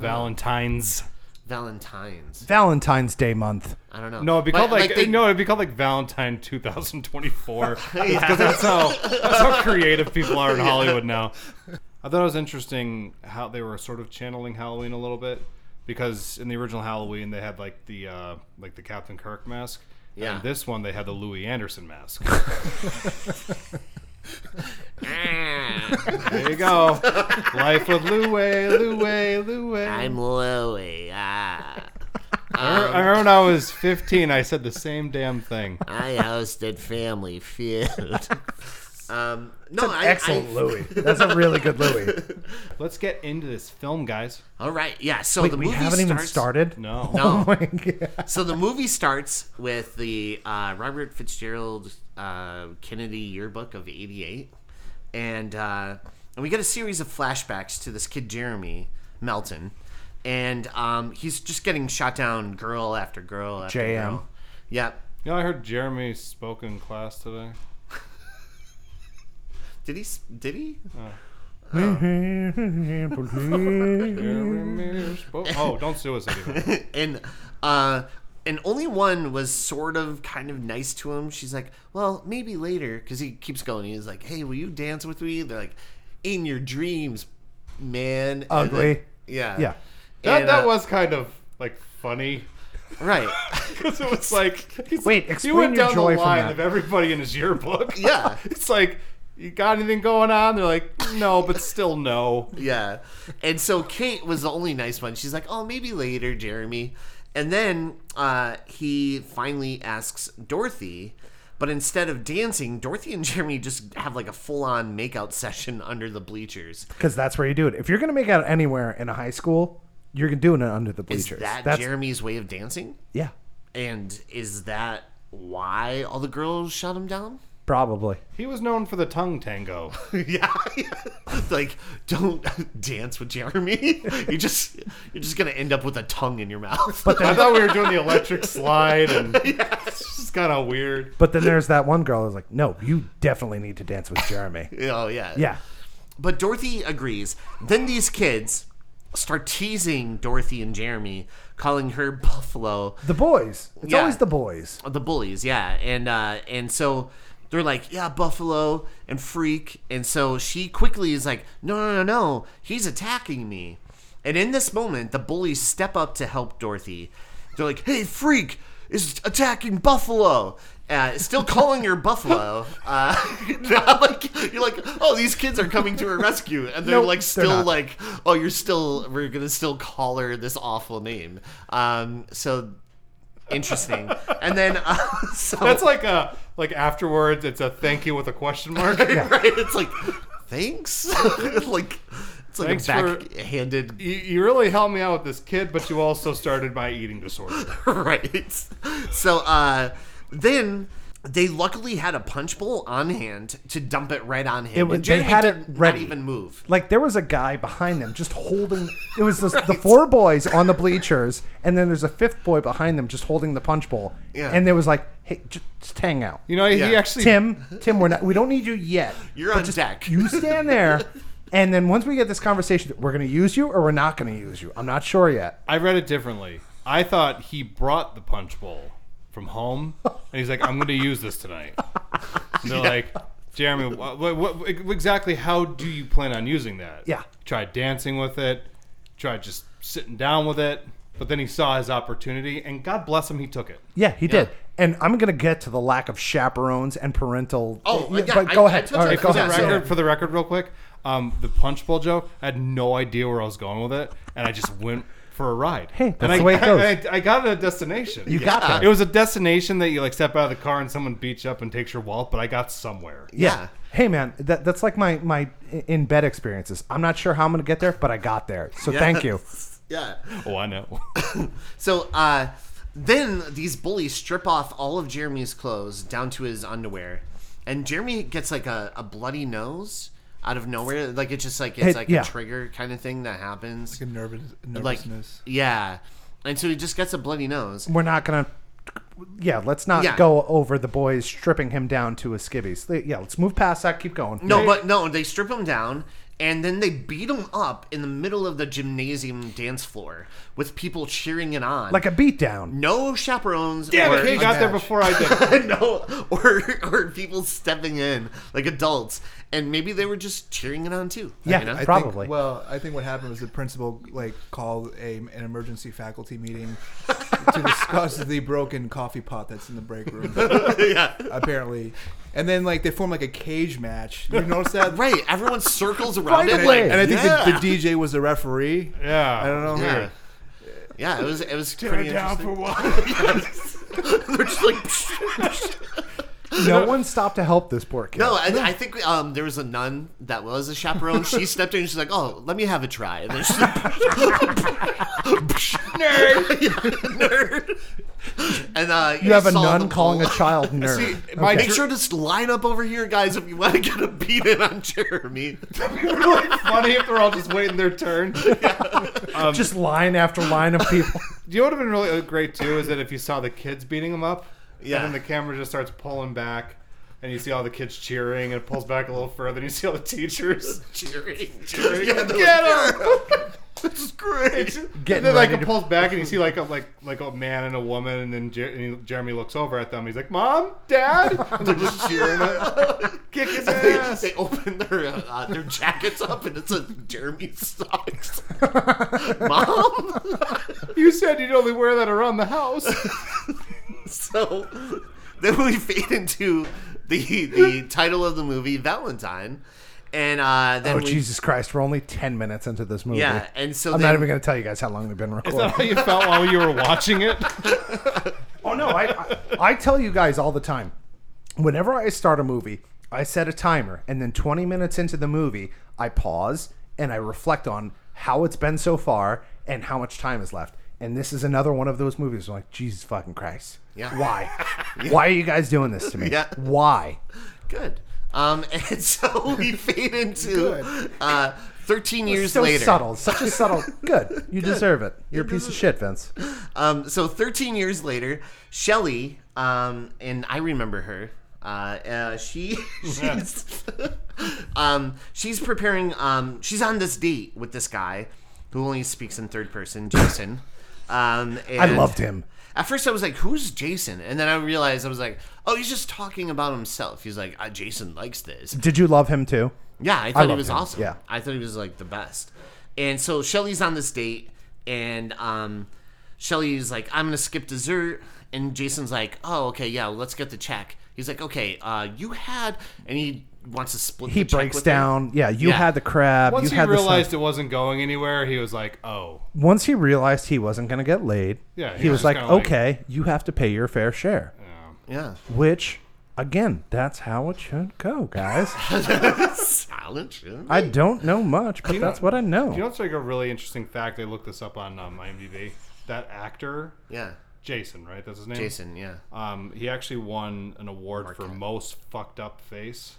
S3: Valentine's.
S4: Valentine's.
S5: Valentine's Day month.
S4: I don't know.
S3: No, it'd be
S4: But,
S3: called like,
S4: they-
S3: no, it'd be called like Valentine 2024. Because that's how that's how creative people are in Hollywood now. I thought it was interesting how they were sort of channeling Halloween a little bit because in the original Halloween they had like the uh, like the Captain Kirk mask.
S4: Yeah.
S3: And this one they had the Louis Anderson mask.
S4: Ah,
S3: There you go. Life with Louie, Louie, Louie.
S4: I'm Louie. Ah.
S3: I remember when I was 15, I said the same damn thing.
S4: I hosted Family Feud. um, no, I,
S5: Excellent
S4: I,
S5: Louis. That's a really good Louis.
S3: Let's get into this film, guys.
S4: All right, yeah. So the
S5: we
S4: movie
S5: haven't
S4: starts,
S5: even started.
S3: No.
S5: Oh
S4: No.
S5: my god.
S4: so the movie starts with the uh, Robert Fitzgerald uh, Kennedy yearbook of '88, and uh, and we get a series of flashbacks to this kid Jeremy Melton, and um, he's just getting shot down, girl after girl after
S5: JM.
S4: girl. Yep.
S3: You know, I heard Jeremy spoke in class today.
S4: Did he? s- Did he?
S5: Mm-hmm.
S3: Jeremy spoke. Oh, don't sue us anymore.
S4: and uh and only one was sort of kind of nice to him she's like well maybe later because he keeps going he's like hey will you dance with me they're like in your dreams man And
S5: Ugly.
S4: then- yeah
S5: Yeah.
S3: That,
S4: And,
S3: that
S4: uh,
S3: was kind of like funny.
S4: right
S3: Because it was like. he's-
S5: Wait,
S3: He
S5: explain
S3: went
S5: your
S3: down
S5: joy
S3: the
S5: from
S3: line
S5: that.
S3: of everybody in his yearbook.
S4: Yeah.
S3: it's like, you got anything going on? They're like, no, but still no.
S4: yeah and so kate was the only nice one she's like oh maybe later jeremy and then uh he finally asks dorothy but instead of dancing dorothy and jeremy just have like a full-on makeout session under the bleachers
S5: Because that's where you do it. If you're gonna make out anywhere in a high school, you're doing it under the
S4: Is
S5: bleachers.
S4: that
S5: That's
S4: Jeremy's way of dancing?
S5: yeah.
S4: And is that why all the girls shut him down?
S1: Probably.
S3: He was known for the tongue tango.
S4: yeah, like don't dance with Jeremy. You just you're just gonna end up with a tongue in your mouth. But
S3: I thought we were doing the electric slide, and it's just kind of weird.
S1: But then there's that one girl who's like, no, you definitely need to dance with Jeremy.
S4: oh yeah,
S1: yeah.
S4: But Dorothy agrees. Then these kids start teasing Dorothy and Jeremy, calling her Buffalo.
S1: The boys. It's
S4: Yeah.
S1: always the boys.
S4: the bullies, yeah, and uh, and so they're like, yeah, Buffalo and Freak, and so she quickly is like, no, no, no, no, he's attacking me, and in this moment, the bullies step up to help Dorothy. They're like, hey, Freak is attacking Buffalo. Uh, still calling her Buffalo. Uh, like you're like, oh, these kids are coming to her rescue, and they're
S1: Nope,
S4: like
S1: they're
S4: still
S1: not.
S4: like, oh, you're still we're gonna still call her this awful name. Um, so interesting. And then uh, so
S5: Oh.
S3: That's like a like afterwards. It's a thank you with a question mark.
S4: right. It's like thanks. like it's like
S3: Thanks
S4: a
S3: for-
S4: backhanded
S3: You, you really helped me out with this kid, but you also started my eating disorder.
S4: right. So uh, then they luckily had a punch bowl on hand to dump it right on him.
S1: It was-
S4: And
S1: they
S4: Jeremy
S1: had it
S4: did
S1: ready.
S4: Not even move.
S1: Like there was a guy behind them just holding. It was the, the four boys on the bleachers, and then there's a fifth boy behind them just holding the punch bowl.
S4: Yeah.
S1: And there was like, hey, ju- just hang out.
S3: You know, he
S4: Yeah.
S3: actually
S1: Tim, Tim, we're not. We don't need you yet.
S4: You're
S1: But
S4: on deck.
S1: You stand there, and then once we get this conversation, we're going to use you or we're not going to use you. I'm not sure yet.
S3: I read it differently. I thought he brought the punch bowl from home, and he's like, "I'm going to use this tonight." And they're like, "Jeremy, what, what, exactly how do you plan on using that?"
S1: Yeah.
S3: Tried dancing with it. Tried just sitting down with it. But then he saw his opportunity, and God bless him, he took it.
S1: Yeah, he did. And I'm going to get to the lack of chaperones and parental.
S4: Oh, yeah,
S1: but
S4: I-
S1: go
S4: I
S1: ahead.
S4: took
S1: All right,
S4: it.
S1: go
S4: It was
S1: ahead.
S4: a
S1: So-
S3: Record, for the record, real quick, um, the punch bowl joke. I had no idea where I was going with it, and I just went for a ride.
S1: Hey,
S3: and
S1: that's
S3: I,
S1: the way it goes.
S3: I, I got it at a destination.
S1: You got Yeah. that.
S3: It was a destination that you like step out of the car and someone beats you up and takes your wallet. But I got somewhere.
S1: Yeah.
S4: Yeah.
S1: Hey man, that, that's like my my in bed experiences. I'm not sure how I'm gonna get there, but I got there. So thank you.
S4: Yeah.
S3: Oh, I know.
S4: So uh, then these bullies strip off all of Jeremy's clothes down to his underwear, and Jeremy gets like a, a bloody nose out of nowhere. Like it's just like it's
S1: It-
S4: like
S1: yeah.
S4: a trigger kind of thing that happens.
S2: Good nervous,
S4: Like
S2: nervousness.
S4: yeah, and so he just gets a bloody nose.
S1: We're not gonna. Yeah, let's not
S4: Yeah.
S1: go over the boys stripping him down to his skivvies. Le- Yeah, let's move past that. Keep going.
S4: No, but no, they strip him down. And then they beat him up in the middle of the gymnasium dance floor with people cheering it on.
S1: like a beatdown.
S4: no chaperones.
S3: Damn
S4: or-
S3: it, he got there before I did.
S4: no, or or people stepping in like adults, and maybe they were just cheering it on too.
S1: Yeah,
S4: you know?
S1: I-
S2: I
S1: Probably.
S2: Think, well, I think what happened was the principal like called a, an emergency faculty meeting to discuss the broken coffee pot that's in the break room. Apparently, and then like they formed like a cage match. You notice that?
S4: right. Everyone circles around
S1: Right
S4: it,
S1: away.
S4: like,
S2: And I think
S4: yeah.
S2: the, the DJ was the referee.
S3: Yeah.
S2: I don't know.
S4: yeah. Yeah, it was it was pretty interesting.
S3: what?
S4: They're just like,
S1: No one stopped to help this poor kid.
S4: no, I, I think um, there was a nun that was a chaperone. She stepped in. and She's like, "Oh, let me have a try." And then she's like, nerd, nerd. And uh,
S1: you have a
S4: saw the
S1: nun calling a
S4: bull-
S1: child nerd.
S3: my
S1: Okay.
S4: Make sure to s- line up over here, guys, if you want to get a beat in on Jeremy.
S3: Funny if they're all just waiting their turn.
S1: Just line after line of people.
S3: You know what would have been really great too is that if you saw the kids beating him up,
S4: Yeah.
S3: and then the camera just starts pulling back, and you see all the kids cheering, and it pulls back a little further, and you see all the teachers.
S4: cheering, cheering.
S3: Get him!
S4: This is great.
S1: Getting
S3: and then like
S1: ready
S3: it
S1: to-
S3: pulls back, and you see like a like like a man and a woman, and then Jer- and Jeremy looks over at them. He's like, "Mom, Dad," and they're just cheering. it. Kick his ass.
S4: They open their uh, uh, their jackets up and it's a Jeremy socks. Mom.
S3: You said you'd only wear that around the house.
S4: so then we fade into the the title of the movie Valentine, and uh, then
S1: Oh
S4: we,
S1: Jesus Christ! We're only ten minutes into this movie.
S4: yeah, and so
S1: I'm
S4: then,
S1: not even gonna tell you guys how long they've been
S3: Is that
S1: recording.
S3: how you felt while you were watching it?
S1: Oh no, I, I I tell you guys all the time. Whenever I start a movie, I set a timer, and then 20 minutes into the movie, I pause and I reflect on how it's been so far and how much time is left. And this is another one of those movies. I'm like, Jesus fucking Christ.
S4: Yeah.
S1: Why? Why are you guys doing this to me?
S4: Yeah.
S1: Why?
S4: Good. Um, and so we fade into uh, 13 years
S1: so
S4: later.
S1: subtle. Such a subtle. Good. You deserve it. You're a piece of shit, Vince.
S4: Um, so 13 years later, Shelley, um, and I remember her. Uh, uh, she she's um, she's preparing. Um, she's on this date with this guy who only speaks in third person, Jason. Um, and
S1: I loved him.
S4: At first, I was like, "Who's Jason?" And then I realized I was like, "Oh, he's just talking about himself." He's like, uh, "Jason likes this."
S1: Did you love him too?
S4: Yeah, I thought he
S1: love
S4: was
S1: him.
S4: awesome.
S1: Yeah.
S4: I thought he was like the best. And so Shelly's on this date, and um, Shelly's like, "I'm gonna skip dessert," and Jason's like, "Oh, okay, yeah, let's get the check." He's like, "Okay, uh, you had," and he wants to split.
S1: He
S4: the check
S1: breaks
S4: with her.
S1: down. Yeah, you
S4: Yeah.
S1: had the crab.
S3: Once
S1: you
S3: he
S1: had
S3: realized
S1: the
S3: it wasn't going anywhere, he was like, "Oh,
S1: sun- once he realized he wasn't going to get laid.
S3: Yeah, he
S1: he was
S3: was just
S1: like,
S3: kinda like-
S1: okay, you have to pay your fair share.
S4: Yeah,
S1: Which, again, that's how it should go, guys.
S4: silent. shit.
S1: I don't know much, but that's what I know.
S3: you know what's like a really interesting fact? I looked this up on um, IMDb. That actor,
S4: yeah,
S3: Jason, right? That's his name.
S4: Jason. Yeah,
S3: Um, he actually won an award for most fucked up face.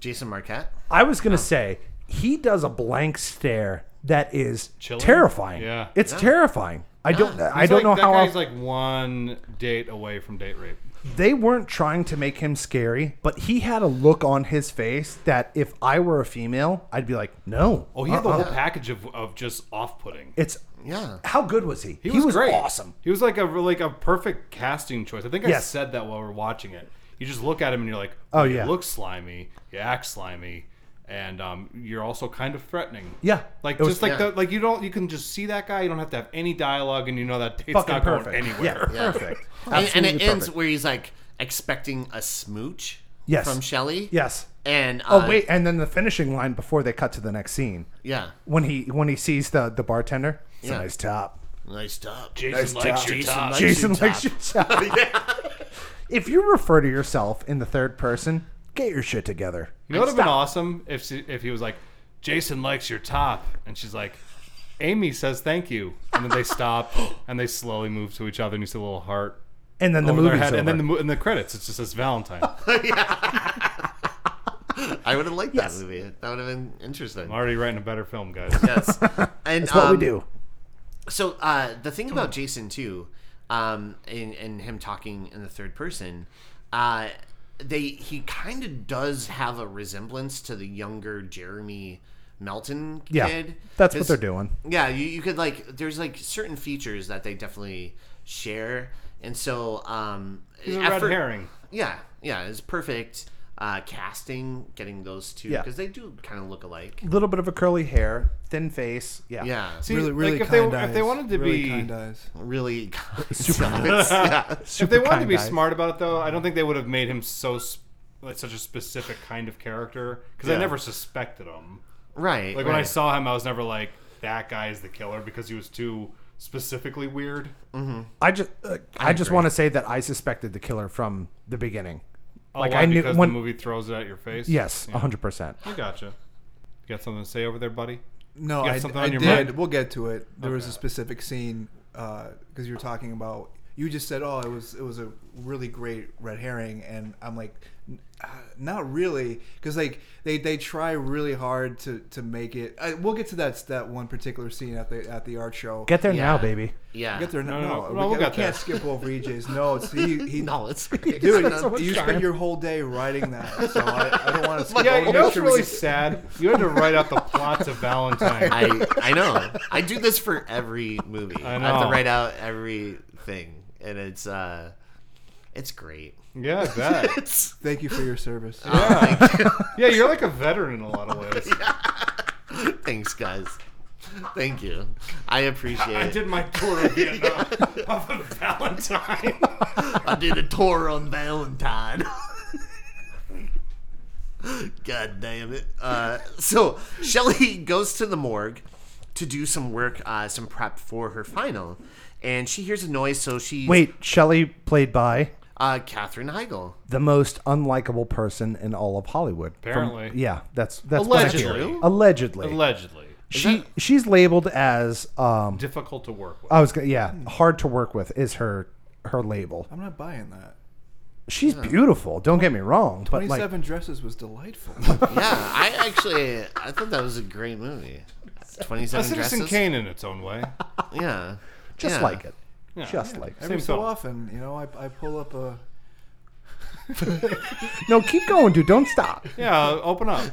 S4: Jason Marquette.
S1: I was gonna say he does a blank stare that is
S3: Chilling?
S1: terrifying.
S3: Yeah.
S1: it's terrifying. I don't. I
S3: He's
S1: don't
S3: like-
S1: know
S3: that
S1: how.
S3: guy's
S1: I'll-
S3: like one date away from date rape.
S1: they weren't trying to make him scary, but he had a look on his face that if I were a female, I'd be like, no. Uh-uh.
S3: Oh, he had the whole package of, of just off putting.
S1: It's
S4: Yeah.
S1: How good was he?
S3: He was, great.
S1: awesome.
S3: He was like a like a perfect casting choice. I think I
S1: Yes.
S3: said that while we are watching it. You just look at him and you're like,
S1: Oh,
S3: you
S1: yeah.
S3: look slimy. You act slimy, and um, you're also kind of threatening.
S1: Yeah.
S3: like
S1: It was-
S3: just like
S4: yeah.
S3: the, like you don't you can just see that guy. You don't have to have any dialogue, and you know that date's
S1: Fucking
S3: not
S1: perfect.
S3: going anywhere.
S1: Yeah, perfect.
S4: And, and it
S1: Absolutely
S4: ends
S1: perfect.
S4: where he's like expecting a smooch.
S1: Yes.
S4: From Shelly.
S1: Yes.
S4: And uh,
S1: Oh wait, and then the finishing line before they cut to the next scene
S4: Yeah.
S1: when he when he sees the the bartender. It's
S4: Yeah.
S1: a nice top.
S4: Nice top.
S3: Jason likes your
S4: Jason
S3: top.
S4: likes
S1: Jason
S4: your
S1: likes
S4: top.
S1: your job. If you refer to yourself in the third person, get your shit together.
S3: You know what would have been awesome if she, if he was like, Jason likes your top, and she's like, Amy says thank you, and then they stop and they slowly move to each other, and you see a little heart
S1: And then the
S3: over their
S1: movie's
S3: head,
S1: over.
S3: and then the mo- in the credits, it just says Valentine. I'm
S4: I would have liked that movie. That would have been interesting.
S3: already writing a better film, guys.
S4: yes. And
S1: That's what we
S4: um,
S1: do.
S4: So uh, the thing about Jason too, um, and, and him talking in the third person, uh, they he kind of does have a resemblance to the younger Jeremy Melton kid.
S1: Yeah, that's what
S4: His-
S1: they're doing.
S4: Yeah, you, you could like there's like certain features that they definitely share, and so um,
S3: He's a
S4: at
S3: red
S4: fir-
S3: herring.
S4: Yeah, yeah, it's perfect. Uh, casting, getting those two
S1: Yeah.
S4: because they do kind of look alike.
S1: A little bit of a curly hair, thin face. Yeah.
S4: Yeah,
S3: See,
S2: really, really
S3: like if
S2: kind
S3: they
S2: eyes.
S3: if they wanted to
S2: really
S3: be
S2: kind eyes.
S4: really
S1: Super
S4: yeah.
S1: Super
S3: if they wanted to
S1: kind
S3: be
S1: guy.
S3: smart about it though, I don't think they would have made him so sp- like such a specific kind of character because I never suspected him.
S4: right.
S3: Like when I
S4: right.
S3: saw him, I was never like that guy is the killer because he was too specifically weird.
S1: Mm-hmm. I just, uh, I, just want to say that I suspected the killer from the beginning.
S3: Oh,
S1: Like,
S3: why?
S1: I knew
S3: because
S1: when-
S3: the movie throws it at your face.
S1: Yes,
S3: Yeah.
S1: hundred percent.
S3: I gotcha. You got something to say over there, buddy?
S2: No,
S3: You got
S2: I,
S3: something
S2: I
S3: on your
S2: did.
S3: mind?
S2: We'll get to it. There was a specific scene because you were talking about. You just said, "Oh, it was it was a really great red herring," and I'm like, "N- uh, "Not really," because like they, they try really hard to, to make it. I, we'll get to that that one particular scene at the at the art show.
S1: Get there now,
S4: Yeah.
S1: baby.
S4: Yeah.
S2: Get there no,
S3: no,
S2: no,
S3: no,
S2: we,
S3: we'll
S2: we
S3: get
S2: can't
S3: there.
S2: skip over EJ's notes. He, he
S4: No, it's
S2: dude,
S4: it's not-
S2: you spent your whole day writing that, so I, I don't want to skip.
S3: Yeah,
S2: over
S3: Oh,
S2: E
S3: you know
S2: it.
S3: what's
S2: Should we
S3: really
S2: get-
S3: sad? You had to write out the plots of Valentine.
S4: I I know. I do this for every movie. I, have
S3: know.
S4: to write out everything, and it's uh, it's great.
S3: Yeah, I bet.
S4: It's
S2: Thank you for your service.
S3: Yeah, you're like a veteran in a lot of ways.
S4: thanks, guys. Thank you. I appreciate
S3: I
S4: it.
S3: did my tour of Vietnam of a Valentine.
S4: I did a tour on Valentine. God damn it. Uh, so Shelly goes to the morgue to do some work, uh, some prep for her final. And she hears a noise, so she
S1: Wait, Shelley played by
S4: uh, Catherine Heigl.
S1: the most unlikable person in all of Hollywood. From-
S3: Apparently.
S1: yeah, that's that's what I hear.
S3: Allegedly.
S1: Allegedly.
S3: Allegedly.
S1: she she's labeled as um
S3: Difficult to work with.
S1: I was gonna, yeah hard to work with is her her label.
S2: I'm not buying that.
S1: She's beautiful. Don't get me wrong, but like
S2: 27 Dresses was delightful.
S4: Yeah, I actually I thought that was a great movie. Twenty
S3: a
S4: Seven
S3: Citizen
S4: Dresses.
S3: Kane in its own way.
S4: Yeah,
S1: just
S4: yeah.
S1: like it, just
S3: yeah.
S1: like it.
S2: Every
S3: Same
S2: so
S3: film.
S2: often, you know, I, I pull up a.
S1: No, keep going, dude. Don't stop.
S3: Yeah, open up.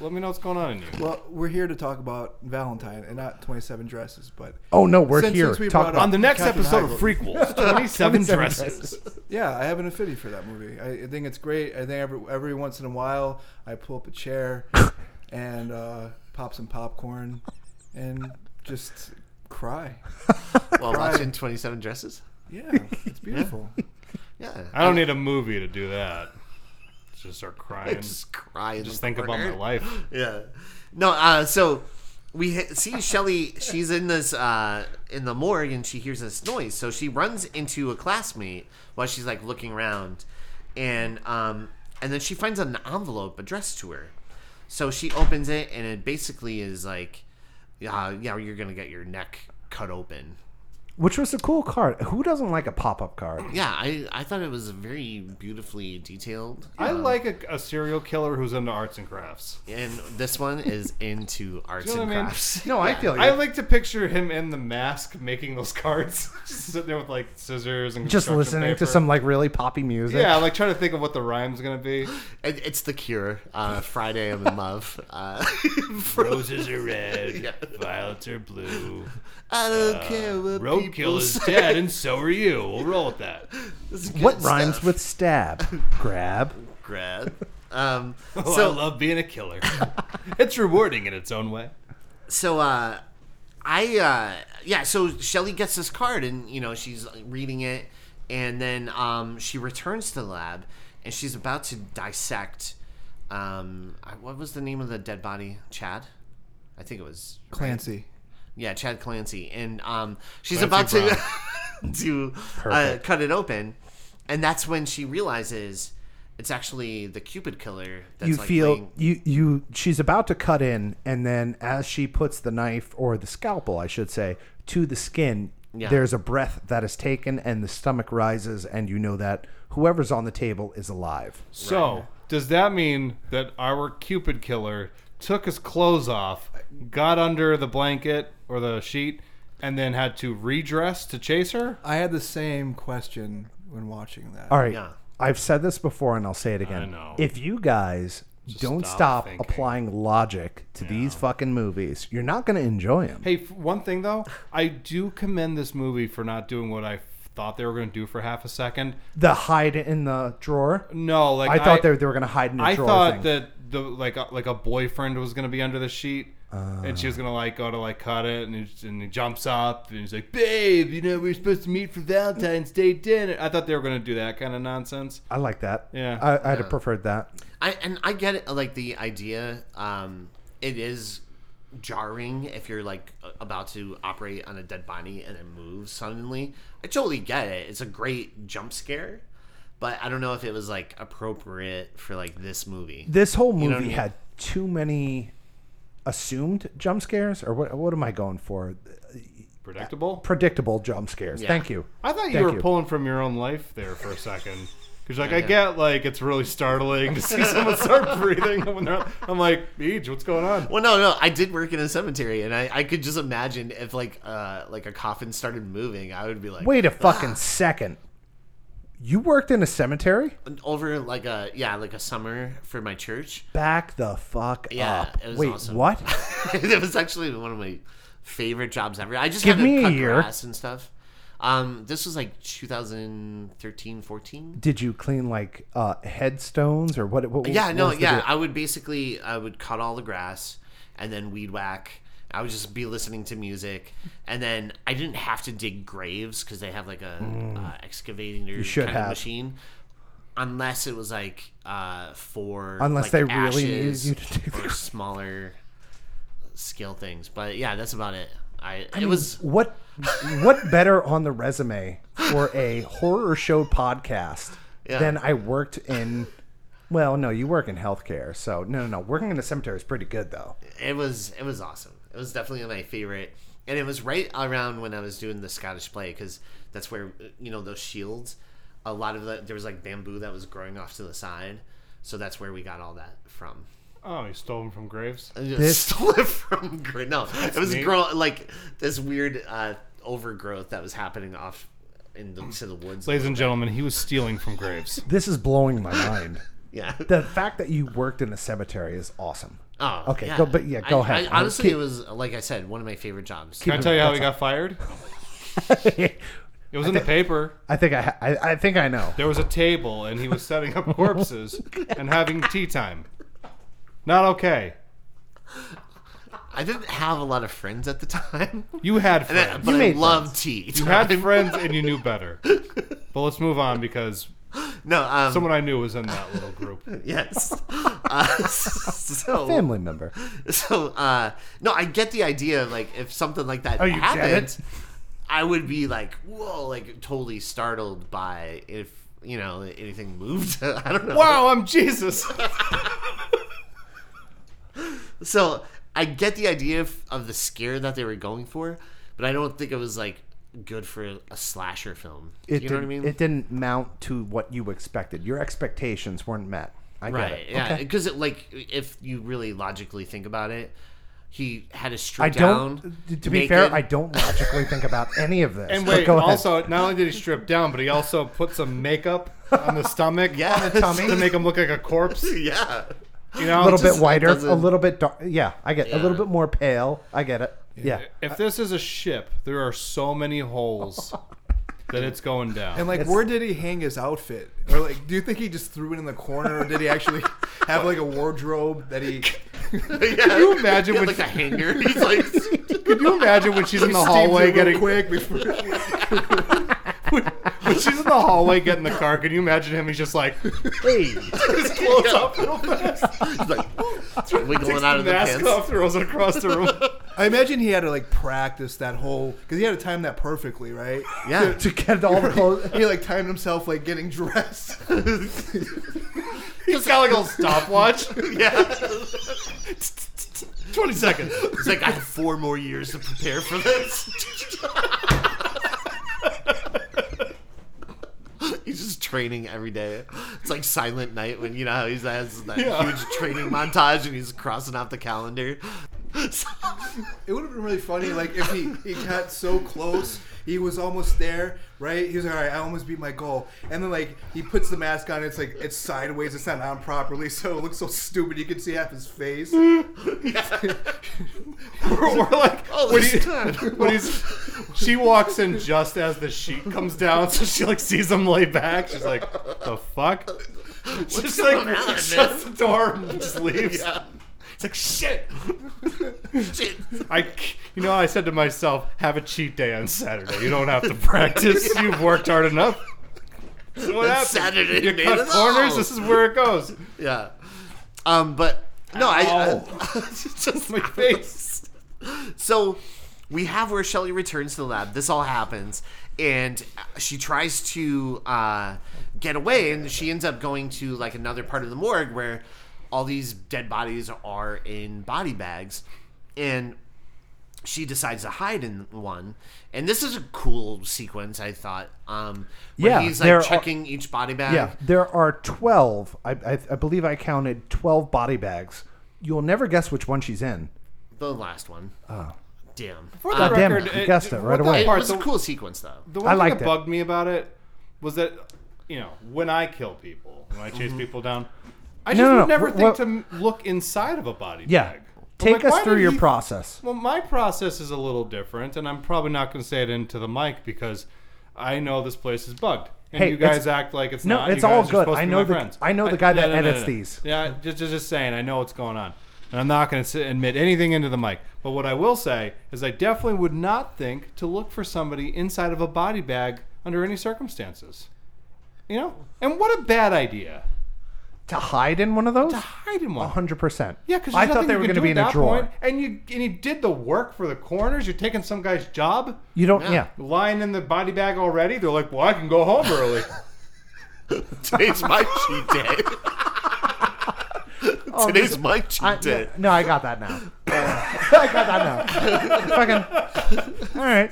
S3: Let me know what's going on in you.
S2: Well, we're here to talk about Valentine and not 27 Dresses, but
S1: Oh no, we're
S2: Since-
S1: here.
S2: since we
S1: Talk
S2: brought
S1: about
S3: On the next
S2: Captain
S3: episode of
S2: Hyde.
S3: Frequels, 27 dresses.
S2: yeah, I have an affinity for that movie. I, I think it's great. I think every, every once in a while, I pull up a chair and uh, pop some popcorn and just cry.
S4: Well, watching Twenty Seven Dresses.
S2: Yeah, it's beautiful.
S4: Yeah,
S3: I don't need a movie to do that. Just start crying.
S4: just cry. in
S3: Just
S4: the
S3: think about
S4: corner.
S3: my life.
S4: Yeah. No, uh, so we ha- see Shelly, she's in this, uh, in the morgue and she hears this noise. So she runs into a classmate while she's like looking around. And, um, and then she finds an envelope addressed to her. So she opens it and it basically is like, uh, yeah, you're going to get your neck cut open.
S1: Which was a cool card. Who doesn't like a pop up card?
S4: Yeah, I, I thought it was very beautifully detailed. Um,
S3: I like a, a serial killer who's into arts and crafts.
S4: And this one is into arts
S3: You know
S4: and
S3: what I mean?
S4: crafts.
S1: No, Oh, I feel you.
S3: I like to picture him in the mask making those cards, just sitting there with like scissors and
S1: just
S3: construction
S1: listening to
S3: paper.
S1: some like really poppy music.
S3: Yeah, like trying to think of what the rhyme's gonna be.
S4: It, it's the cure. Uh, Friday, I'm in love. Uh,
S3: Roses are red, violets are blue.
S4: I don't care
S3: Uh,
S4: what people
S3: Roadkill is
S4: say.
S3: dead, and so are you. We'll roll with that.
S4: This is good
S1: What rhymes
S4: stuff.
S1: with stab? Grab.
S4: grad? Um,
S3: Oh,
S4: so,
S3: I love being a killer. it's rewarding in its own way.
S4: so uh, I uh, yeah. So Shelly gets this card, and you know she's reading it, and then um, she returns to the lab, and she's about to dissect. Um, I- what was the name of the dead body? Chad, I think it was
S2: Clancy.
S4: Yeah, Chad Clancy, and um, she's
S3: Clancy
S4: about to to uh, cut it open, and that's when she realizes it's actually the Cupid killer. That's
S1: you
S4: like
S1: feel
S4: laying-
S1: you you. She's about to cut in, and then as she puts the knife or the scalpel, I should say, to the skin,
S4: Yeah.
S1: there's a breath that is taken, and the stomach rises, and you know that whoever's on the table is alive.
S3: So, does that mean that our Cupid killer took his clothes off, got under the blanket or the sheet, and then had to redress to chase her?
S2: I had the same question when watching that.
S1: All right.
S4: Yeah.
S1: I've said this before and I'll say it again.
S3: know.
S1: If you guys don't
S3: stop
S1: stop,
S3: thinking.
S1: applying logic to these fucking movies, you're not going to enjoy them.
S3: Hey, f- one thing though, I do commend this movie for not doing what I f- thought they were going to do for half a second.
S1: The hide it in the drawer.
S3: No, like
S1: I thought they, were- they were going to hide in the
S3: I
S1: drawer.
S3: thought
S1: thing.
S3: that the like a, like a boyfriend was gonna be under the sheet, and she was gonna like go to like cut it, and he, and he jumps up and he's like, "Babe, you know we're supposed to meet for Valentine's Day dinner." I thought they were gonna do that kind of nonsense.
S1: I like that.
S3: Yeah.
S1: I, I'd have preferred that.
S4: I and I get it, like the idea. Um, it is jarring if you're like a- about to operate on a dead body and it moves suddenly. I totally get it. It's a great jump scare, but I don't know if it was like appropriate for like this movie.
S1: This whole
S4: know
S1: movie
S4: what I mean?
S1: had too many assumed jump scares, or what, what am I going for?
S3: Predictable.
S1: Predictable jump scares.
S4: Yeah.
S1: Thank you.
S3: I thought you
S1: Thank
S3: were
S1: you.
S3: pulling from your own life there for a second. Because like I get like it's really startling to see someone start breathing when they're. I'm like, Beach, what's going on?
S4: Well, no, no. I did work in a cemetery, and I, I could just imagine if like uh like a coffin started moving, I would be like
S1: Wait a fucking second. You worked in a cemetery?
S4: over like a yeah like a summer for my church.
S1: Back the fuck
S4: Yeah,
S1: up.
S4: it was
S1: Wait,
S4: awesome.
S1: what?
S4: it was actually one of my favorite jobs ever. I just
S1: Give
S4: had
S1: me
S4: to
S1: a
S4: cut
S1: year.
S4: grass and stuff. Um, this was like 2013, 14.
S1: Did you clean like uh, headstones or what? what, what
S4: Yeah,
S1: what
S4: no,
S1: was the
S4: yeah.
S1: deal?
S4: I would basically I would cut all the grass and then weed whack. I would just be listening to music, and then I didn't have to dig graves because they have like a uh, excavating you
S1: Mm. should
S4: kind of
S1: have.
S4: machine. Unless it was like uh, for
S1: Unless
S4: like,
S1: they really needed
S4: ashes
S1: you to do the
S4: or smaller scale things, but yeah, that's about it. I, it was
S1: What? What better on the resume for a horror show podcast
S4: Yeah.
S1: than I worked in
S5: Well, no, you work in healthcare, so no, no, no. Working in the cemetery is pretty good, though.
S4: it was it was awesome. It was definitely my favorite, and it was right around when I was doing the Scottish play because that's where you know those shields. A lot of the there was like bamboo that was growing off to the side, so that's where we got all that from.
S3: Oh, you stole them from graves.
S4: I just
S5: This-
S4: stole it from Gr- no, it was
S3: neat.
S4: grow like this weird uh, overgrowth that was happening off in the, to the woods.
S3: Ladies and gentlemen, he was stealing from graves.
S5: This is blowing my mind.
S4: yeah.
S5: the fact that you worked in a cemetery is awesome.
S4: Oh,
S5: Okay, go- but yeah, go
S4: I-
S5: ahead.
S4: I, honestly,
S5: Keep-
S4: it was like I said, one of my favorite jobs.
S3: Can I tell you how he got fired? It was in the paper.
S5: I think I, ha- I, I think I know.
S3: There was a table, and he was setting up corpses and having tea time. Not okay.
S4: I didn't have a lot of friends at the time,
S3: You had
S4: and I,
S3: friends.
S4: but I
S5: made
S4: loved tea.
S3: You had friends, and you knew better. But let's move on because
S4: no, um,
S3: someone I knew was in that little group.
S4: Yes. Uh, so,
S5: Family member.
S4: so uh, no, I get the idea. of, Like, if something like that
S5: Oh, you get
S4: happened,
S5: it?
S4: I would be like, whoa, like totally startled by if you know anything moved. I don't know.
S3: Wow, I'm Jesus.
S4: So I get the idea of, of the scare that they were going for, but I don't think it was like good for a slasher film.
S5: It
S4: you know what I
S5: didn't-
S4: mean?
S5: It didn't mount to what you expected. Your expectations weren't met. I get
S4: right?
S5: it.
S4: Yeah,
S5: Okay.
S4: because it like if you really logically think about it. He had a
S5: I
S4: strip down.
S5: don't. To be fair,
S4: naked.
S5: I don't logically think about any of this.
S3: And
S5: but
S3: wait,
S5: go ahead.
S3: also, not only did he strip down, but he also put some makeup on the stomach,
S4: Yeah.
S3: on the tummy, to make him look like a corpse.
S4: yeah.
S3: You know,
S5: a little
S4: just
S5: bit whiter, a
S4: doesn't-
S5: little bit dark. Yeah, I get a
S4: Yeah.
S5: little bit more pale. I get it. Yeah,
S3: If this is a ship, there are so many holes that it's going down.
S2: And like, where did he hang his outfit? Or like, do you think he just threw it in the corner, or did he actually have like a wardrobe that he?
S4: Can
S3: you imagine when-
S4: like a hanger? He's like,
S3: Could you imagine when she's in the hallway
S2: steamed it
S3: getting
S2: real quick before.
S3: when she's in the hallway getting the car? Can you imagine him? He's just like
S4: hey,
S3: his clothes up real fast,
S4: He's like wiggling out of the
S3: mask
S4: pants.
S3: off, throws it across the room.
S2: I imagine he had to like practice that whole because he had to time that perfectly, right?
S4: Yeah,
S5: to get all the clothes.
S2: He like timed himself like getting dressed.
S3: He's got like a little stopwatch.
S4: yeah.
S3: Twenty seconds.
S4: He's like, I have four more years to prepare for this. He's just training every day. It's like Silent Night when you know how he has that
S3: Yeah.
S4: huge training montage and he's crossing off the calendar. So-
S2: It would have been really funny, like if he, he got so close, he was almost there, right? He was like, "All right, I almost beat my goal," and then like he puts the mask on, it's like it's sideways, it's not on properly, so it looks so stupid. You can see half his face.
S3: We're, we're like
S4: Oh,
S3: when,
S4: this
S3: he-
S4: time.
S3: when he's she walks in just as the sheet comes down, so she like sees him lay back. She's like, the fuck? She just like
S4: going on,
S3: shuts the door and just leaves.
S4: yeah. It's like shit. shit.
S3: I, c- you know, I said to myself, have a cheat day on Saturday. You don't have to practice. You've worked hard enough. So what
S4: That's
S3: happened?
S4: Saturday
S3: You
S4: made
S3: cut
S4: us
S3: corners.
S4: all.
S3: This is where it goes.
S4: Yeah. Um, but no, I, I
S3: Ow.
S4: just
S3: My face.
S4: So we have where Shelly returns to the lab. This all happens, and uh, she tries to uh, get away, and she ends up going to like another part of the morgue where all these dead bodies are in body bags, and she decides to hide in one. And this is a cool sequence, I thought. Um, where
S5: Yeah,
S4: he's
S5: there are-
S4: like checking each body bag.
S5: Yeah, there are twelve. I, I, I believe I counted twelve body bags. You'll never guess which one she's in.
S4: The last one. Oh. Damn.
S3: For
S4: Uh,
S3: the
S5: damn
S3: record,
S5: it, you guessed it right
S3: what the
S5: away.
S4: it
S3: part-
S4: was a
S3: the-
S4: cool sequence, though.
S3: The one
S5: I
S3: thing
S5: liked
S3: that
S5: it.
S3: bugged me about it was that, you know, when I kill people, when I chase people down, I just
S5: no,
S3: would
S5: no.
S3: never
S5: Wh-
S3: think
S5: what-
S3: to m- look inside of a body
S5: Yeah,
S3: bag. I'm
S5: take
S3: like,
S5: us
S3: why
S5: through
S3: did
S5: your
S3: he-
S5: process.
S3: Well, my process is a little different, and I'm probably not going to say it into the mic because I know this place is bugged. And
S5: Hey,
S3: you guys
S5: it's-
S3: act like it's
S5: No,
S3: not.
S5: it's
S3: You guys
S5: all
S3: are
S5: good.
S3: supposed to
S5: I
S3: be
S5: know
S3: my
S5: the-
S3: friends.
S5: I know the guy that
S3: no, no, no,
S5: edits
S3: no.
S5: these.
S3: Yeah, just, just just saying. I know what's going on, and I'm not going to admit anything into the mic. But what I will say is, I definitely would not think to look for somebody inside of a body bag under any circumstances. You know, and what a bad idea
S5: To hide in one of those,
S3: to hide in one.
S5: hundred percent.
S3: Yeah, because
S5: I thought they were gonna
S3: going to
S5: be in a drawer.
S3: and you and you did the work for the coroners. You're taking some guy's job,
S5: You don't.
S4: Yeah.
S5: Yeah.
S3: lying in the body bag already. They're like, "Well, I can go home early."
S4: Today's my cheat day.
S1: Oh,
S4: Today's
S1: this-
S4: my cheat
S1: I,
S4: day.
S1: No, I got that now. I got that now. Fucking. All right.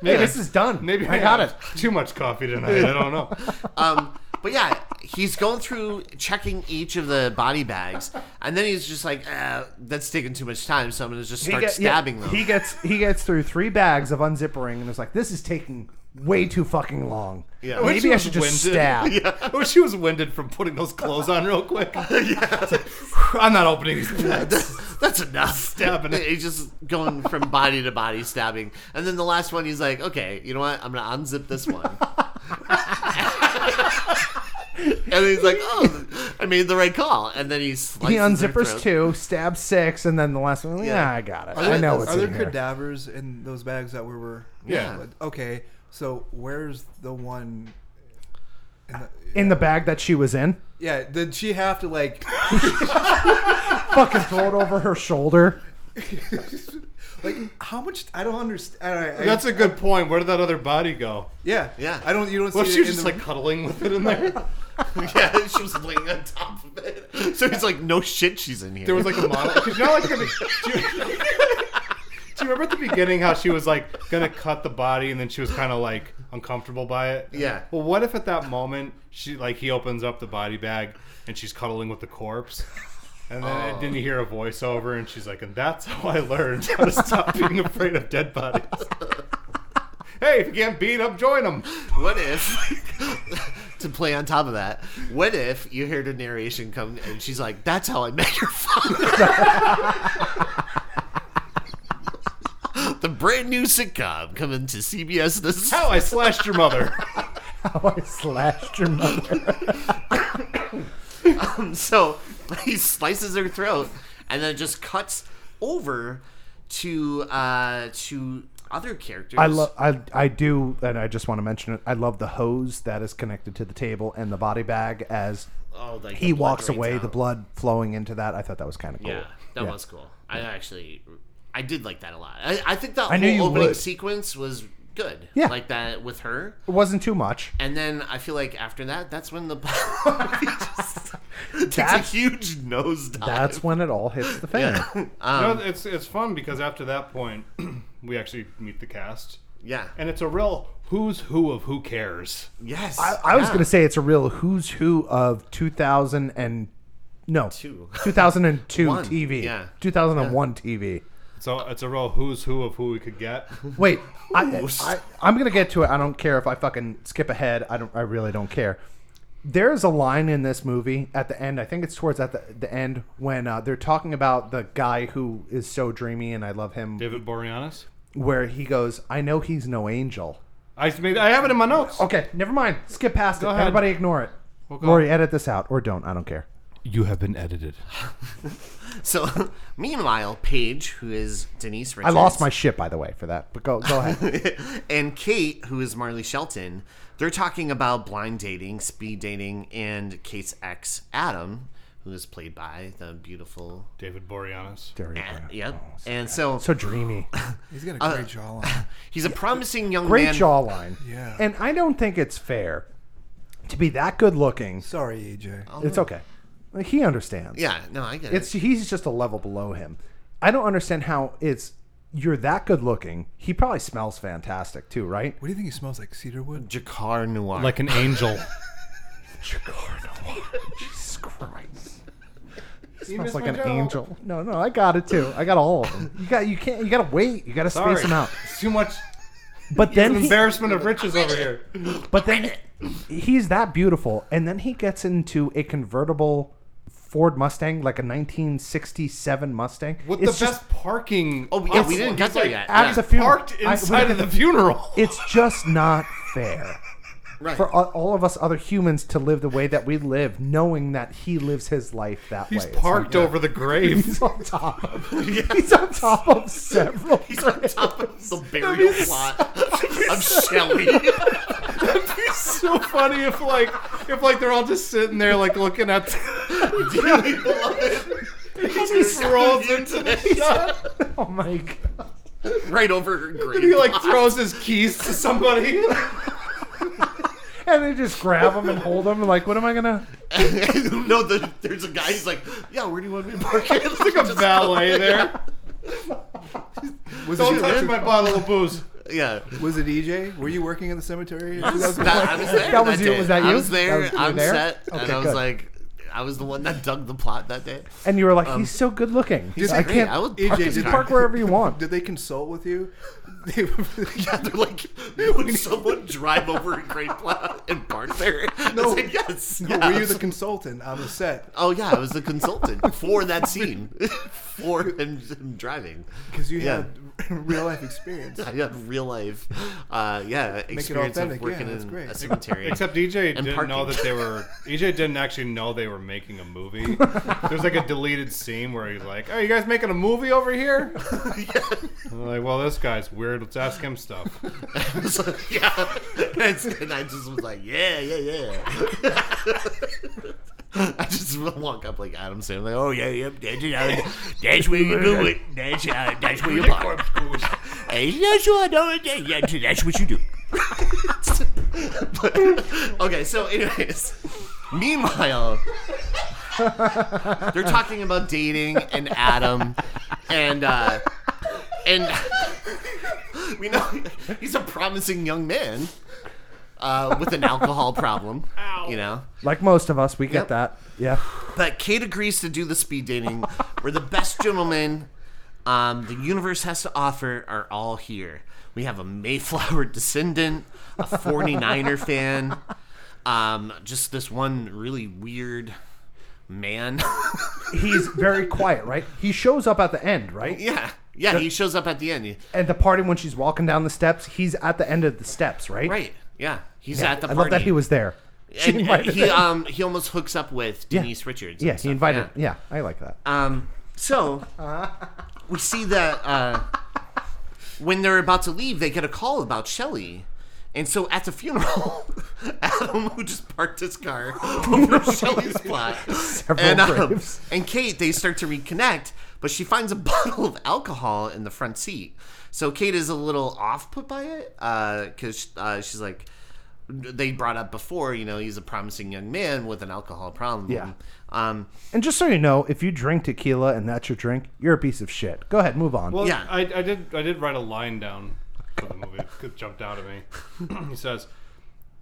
S1: Hey, this is done.
S3: Maybe
S1: I got it.
S3: had Too much coffee tonight. I don't know.
S4: Um, but yeah, he's going through checking each of the body bags, and then he's just like, eh, "That's taking too much time, so I'm gonna just start
S1: get- yeah,
S4: stabbing them."
S1: He gets he gets through three bags of unzippering and is like, "This is taking way too fucking long.
S4: Yeah.
S3: When she
S1: Maybe I
S3: was
S1: should just
S3: winded-
S1: stab."
S3: Yeah, or she was winded from putting those clothes on real quick. It's like, I'm not opening these.
S4: That's, that's enough.
S3: Stabbing it.
S4: He's just going from body to body, stabbing. And then the last one, he's like, okay, you know what? I'm going to unzip this one. and he's like, oh, I made the right call. And then he slices
S1: He
S4: her
S1: unzippers
S4: throat.
S1: two, stabs six, and then the last one. Yeah,
S4: Yeah.
S1: I got it.
S2: Are
S1: I
S2: there-
S1: know what's
S2: Are there
S1: in here.
S2: cadavers in those bags that we were?
S3: Yeah.
S2: Okay, so where's the one? In the,
S1: in the bag that she was in.
S2: yeah. Did she have to like,
S1: Fucking throw it over her shoulder.
S2: like how much? I don't understand. I, I,
S3: That's a good point. Where did that other body go?
S2: yeah.
S4: Yeah.
S2: I don't. You don't
S3: Well,
S2: see.
S3: she was
S2: it in
S3: just
S2: the,
S3: like cuddling with it in there.
S4: yeah, she was laying on top of it. So he's like, no shit, she's in here.
S3: There was like a model. Cause you know, like, at the- do, you, do you remember at the beginning how she was like gonna cut the body and then she was kind of like uncomfortable by it?
S4: Yeah.
S3: Well, what if at that moment she like he opens up the body bag and she's cuddling with the corpse? And then I didn't hear a voiceover, and she's like, "And that's how I learned how to stop being afraid of dead bodies." hey, if you can't beat them, join them.
S4: What if, to play on top of that, what if you heard a narration come and she's like, that's how I met your father? the brand new sitcom coming to CBS this.
S3: How I slashed your mother.
S1: How I slashed your mother.
S4: So he slices her throat and then just cuts over to uh, to other characters.
S1: I love. I I do, and I just want to mention it. I love the hose that is connected to the table and the body bag as
S4: Oh, like the
S1: he
S4: blood
S1: walks
S4: drains
S1: away. The
S4: out.
S1: blood flowing into that. I thought that was kind of cool.
S4: Yeah, that was cool. I actually, I did like that a lot. I, I think that
S1: I knew
S4: whole
S1: you
S4: opening
S1: would.
S4: sequence was good.
S1: Yeah.
S4: like that with her,
S1: It wasn't too much.
S4: and then I feel like after that, that's when the he just takes a
S1: That's-
S4: huge nosedive.
S1: That's when it all hits the fan.
S3: no, it's it's fun because after that point, we actually meet the cast,
S4: yeah.
S3: and it's a real who's who of who cares.
S4: yes,
S1: I, I was
S4: yeah.
S1: going to say it's a real who's who of 2000 and no
S4: Two.
S1: 2002
S4: One,
S1: TV.
S4: yeah.
S1: 2001 TV.
S3: So it's a real who's who of who we could get.
S1: Wait, I, I, I'm going to get to it. I don't care if I fucking skip ahead. I don't. I really don't care. There's a line in this movie at the end. I think it's towards at the, the end when uh, they're talking about the guy who is so dreamy and I love him.
S3: David Boreanaz.
S1: Where he goes, I know he's no angel.
S3: I made, I have it in my notes.
S1: Okay, never mind. Skip past it.
S3: ahead.
S1: Everybody ignore it.
S3: We'll go.
S1: Rory, edit this out or don't. I don't care.
S3: You have been edited.
S4: So meanwhile, Paige, who is Denise
S1: I
S4: Richards,
S1: lost my shit, by the way, for that. But go go ahead.
S4: and Kate, who is Marley Shelton, they're talking about blind dating, speed dating, and Kate's ex, Adam, who is played by the beautiful.
S3: David Boreanaz.
S1: There we go.
S4: Yep. and so,
S1: Oh, So dreamy,
S2: He's got
S3: uh,
S2: a great jawline.
S4: he's a promising young
S1: great
S4: man.
S1: jawline.
S2: Yeah.
S1: And I don't think it's fair to be that good looking.
S2: Sorry, AJ.
S1: It's okay. He understands.
S4: Yeah, no, I get
S1: It's
S4: it.
S1: he's just a level below him. I don't understand how it's you're that good looking. He probably smells fantastic too, right?
S2: What do you think he smells like? Cedarwood.
S4: Jacquard Noir.
S3: Like an angel.
S1: Jesus Christ. Smells like an angel. No, no, I got it too. I got all of them. You got, you can't, you gotta wait. You gotta space
S3: Sorry.
S1: them out.
S3: It's too much
S1: But then he,
S3: embarrassment of riches over here.
S1: But then he's that beautiful, and then he gets into a convertible Ford Mustang, like a 1967 Mustang.
S3: With
S1: It's
S3: the
S1: just-
S3: best parking.
S4: Oh, yeah, we
S3: possible.
S4: didn't get
S3: He's,
S4: there
S3: like,
S4: yet.
S1: at
S4: Yeah.
S1: the funeral.
S3: Parked
S1: I-
S3: inside of the funeral.
S1: It's just not fair
S4: right.
S1: for all- all of us other humans to live the way that we live, knowing that he lives his life that
S3: He's
S1: way. It's
S3: parked over the grave.
S1: He's on top. Of, He's on top of several.
S4: he's on top of the burial plot of Shelley.
S3: It's so funny if like if like they're all just sitting there like looking at.
S4: Dearly beloved.
S3: he just rolls into the shop.
S1: Oh my god!
S4: Right over her grave.
S3: He like throws his keys to somebody.
S1: And they just grab him and hold him. Like, what am I gonna?
S4: no, the, there's a guy. He's like, yeah, where do you want me to park it?
S3: It's like a valet there.
S2: Was
S3: Don't
S2: it,
S3: touch
S2: EJ?
S3: my bottle of booze.
S4: yeah.
S2: was it EJ? Were you working in the cemetery? in
S4: That, I was there.
S1: That was you-
S4: day.
S1: was that
S4: I
S1: you?
S4: was there.
S1: That was- you were
S4: I'm
S1: there?
S4: set. and
S1: Okay,
S4: I was
S1: good.
S4: like, I was the one that dug the plot that day.
S1: And you were
S3: Um,
S1: like, he's so good looking. He's, I
S4: Hey,
S1: can't.
S4: I would
S2: EJ
S4: park
S2: did
S4: his
S2: not-
S4: car.
S1: park wherever you want.
S2: Did they consult with you?
S4: Yeah, they're like, would someone drive over in Great Platte and park there? No. I said, yes.
S2: No,
S4: yeah."
S2: were you the consultant on the set?
S4: oh, yeah, I was the consultant for that scene, for him, him driving.
S2: Because you
S4: Yeah.
S2: had real life experience.
S4: I had real life, uh, yeah, experience of
S2: authentic,
S4: working
S2: yeah, that's
S4: in
S2: great.
S4: a cemetery.
S3: Except EJ didn't
S4: parking.
S3: know that they were. EJ didn't actually know they were making a movie. There's like a deleted scene where he's like, "Oh, you guys making a movie over here?" I'm like, well, this guy's weird. Let's ask him stuff.
S4: I was like, yeah. It's- and I just was like, yeah, yeah, yeah. I just walk up like Adam Sandler, like, oh yeah, yep, that's it, uh, that's where you do it, that's uh, that's where you park, Hey, that's what I do, it, yeah, that's- that's what you do. But- okay, so anyways, meanwhile, they're talking about dating and Adam, and uh, and we know he's a promising young man uh, with an alcohol problem. You know,
S1: Like most of us, we
S4: Yep.
S1: get that. Yeah.
S4: but Kate agrees to do the speed dating. We're the best gentlemen um, the universe has to offer are all here. We have a Mayflower descendant, a 49er fan, um, just this one really weird man.
S1: He's very quiet, right? He shows up at the end, right?
S4: yeah. Yeah, he shows up at the end. He-
S1: And the party when she's walking down the steps, he's at the end of the steps, right?
S4: Right. Yeah. He's at the
S1: I
S4: party.
S1: love that he was there. She
S4: And, and
S1: invited
S4: he
S1: him.
S4: um he almost hooks up with
S1: Yeah.
S4: Denise Richards. and
S1: yeah, he
S4: stuff,
S1: invited.
S4: yeah.
S1: Yeah. I like that.
S4: Um, so
S1: Uh-huh.
S4: we see that uh, when they're about to leave, they get a call about Shelly. And so at the funeral, Adam, who just parked his car over Shelly's plot, and, um,
S1: graves.
S4: and Kate, they start to reconnect, but she finds a bottle of alcohol in the front seat. So Kate is a little off put by it because uh, she's like, they brought up before, you know, he's a promising young man with an alcohol problem.
S1: Yeah.
S4: Um,
S1: And just so you know, if you drink tequila and that's your drink, you're a piece of shit. Go ahead, move on.
S3: Well,
S4: Yeah.
S3: I, I did. I did write a line down for the movie. It jumped out at me. he says,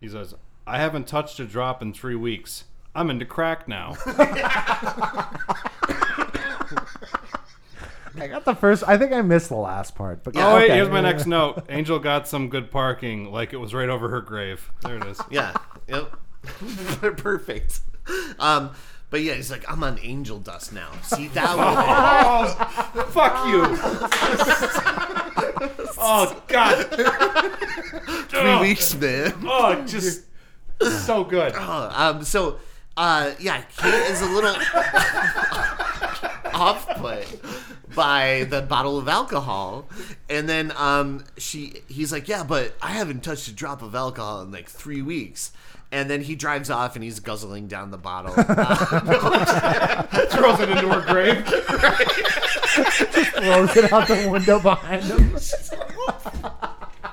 S3: "He says I haven't touched a drop in three weeks. I'm into crack now."
S1: I got the first. I think I missed the last part. But
S4: Yeah.
S3: Oh, wait,
S1: okay.
S3: here's my next note. Angel got some good parking, like it was right over her grave. There it is.
S4: Yeah. Yep. Perfect. Um, but yeah, he's like, I'm on angel dust now. See that one?
S3: Oh, fuck you. oh, God.
S4: Three weeks, man.
S3: Oh, just so good.
S4: Oh, um, so, uh, yeah, Kate is a little off put by the bottle of alcohol, and then um, she he's like, yeah, but I haven't touched a drop of alcohol in like three weeks. And then he drives off and he's guzzling down the bottle.
S3: Throws it into her grave.
S1: Throws it out the window behind him.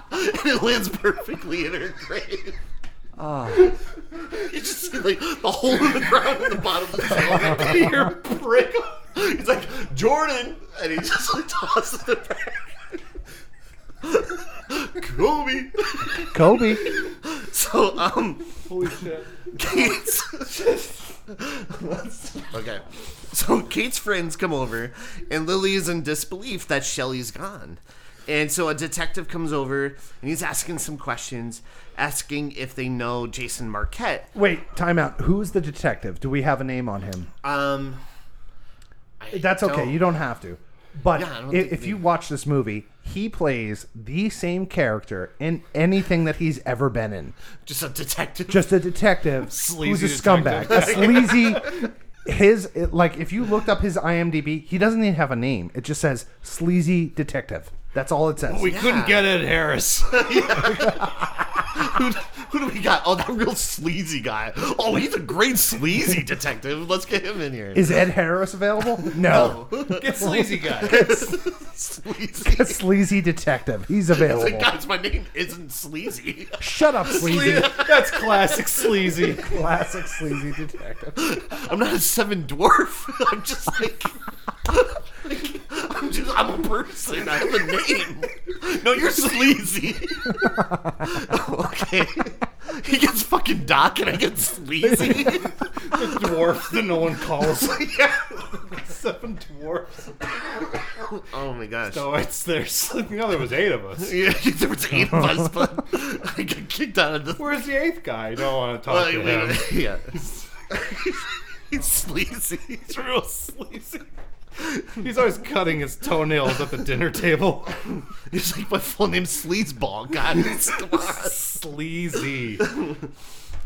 S4: and it lands perfectly in her grave. You just see like the hole in the ground at the bottom of the hill. And you hear prick. He's like Jordan, and he just like, tosses it back. Kobe.
S1: Kobe.
S4: So um,
S3: Holy shit.
S4: Kate's. okay, so Kate's friends come over, and Lily is in disbelief that Shelly's gone. And so a detective comes over and he's asking some questions, asking if they know Jason Marquette,
S1: Wait, time out. Who's the detective? Do we have a name on him?
S4: Um, I
S1: That's okay. You don't have to. But
S4: Yeah, I don't
S1: i-
S4: think
S1: if
S4: we-
S1: you watch this movie, he plays the same character in anything that he's ever been in.
S4: just a detective.
S1: Just a detective
S3: Sleazy
S1: who's a scumbag, a sleazy. His it- like, if you looked up his IMDb, he doesn't even have a name. It just says sleazy detective. That's all it says.
S3: We couldn't get Ed Harris.
S4: who, Who do we got? Oh, that real sleazy guy. Oh, he's a great sleazy detective. Let's get him in here.
S1: Is Ed Harris available? No.
S3: Get sleazy guy.
S4: sleazy.
S1: A sleazy detective. He's available.
S4: Like, guys, my name isn't sleazy.
S1: Shut up, sleazy.
S3: That's classic sleazy.
S1: Classic sleazy detective.
S4: I'm not a seven dwarf. I'm just like. like, I'm just. I'm a person. I have a name. No, you're sleazy. okay. He gets fucking Doc, and I get sleazy.
S3: Dwarf that no one calls.
S4: yeah.
S3: Seven dwarfs.
S4: Oh my gosh.
S3: No, it's there's. No, there was eight of us.
S4: Yeah, there was eight of us, but I got kicked out of the.
S3: Where's the eighth guy? I don't want to talk
S4: Well,
S3: to
S4: wait,
S3: him.
S4: wait, yeah. He's sleazy. He's real sleazy.
S3: He's always cutting his toenails at the dinner table.
S4: He's like my full name, Sleazeball. God, it's- come on.
S3: Sleazy.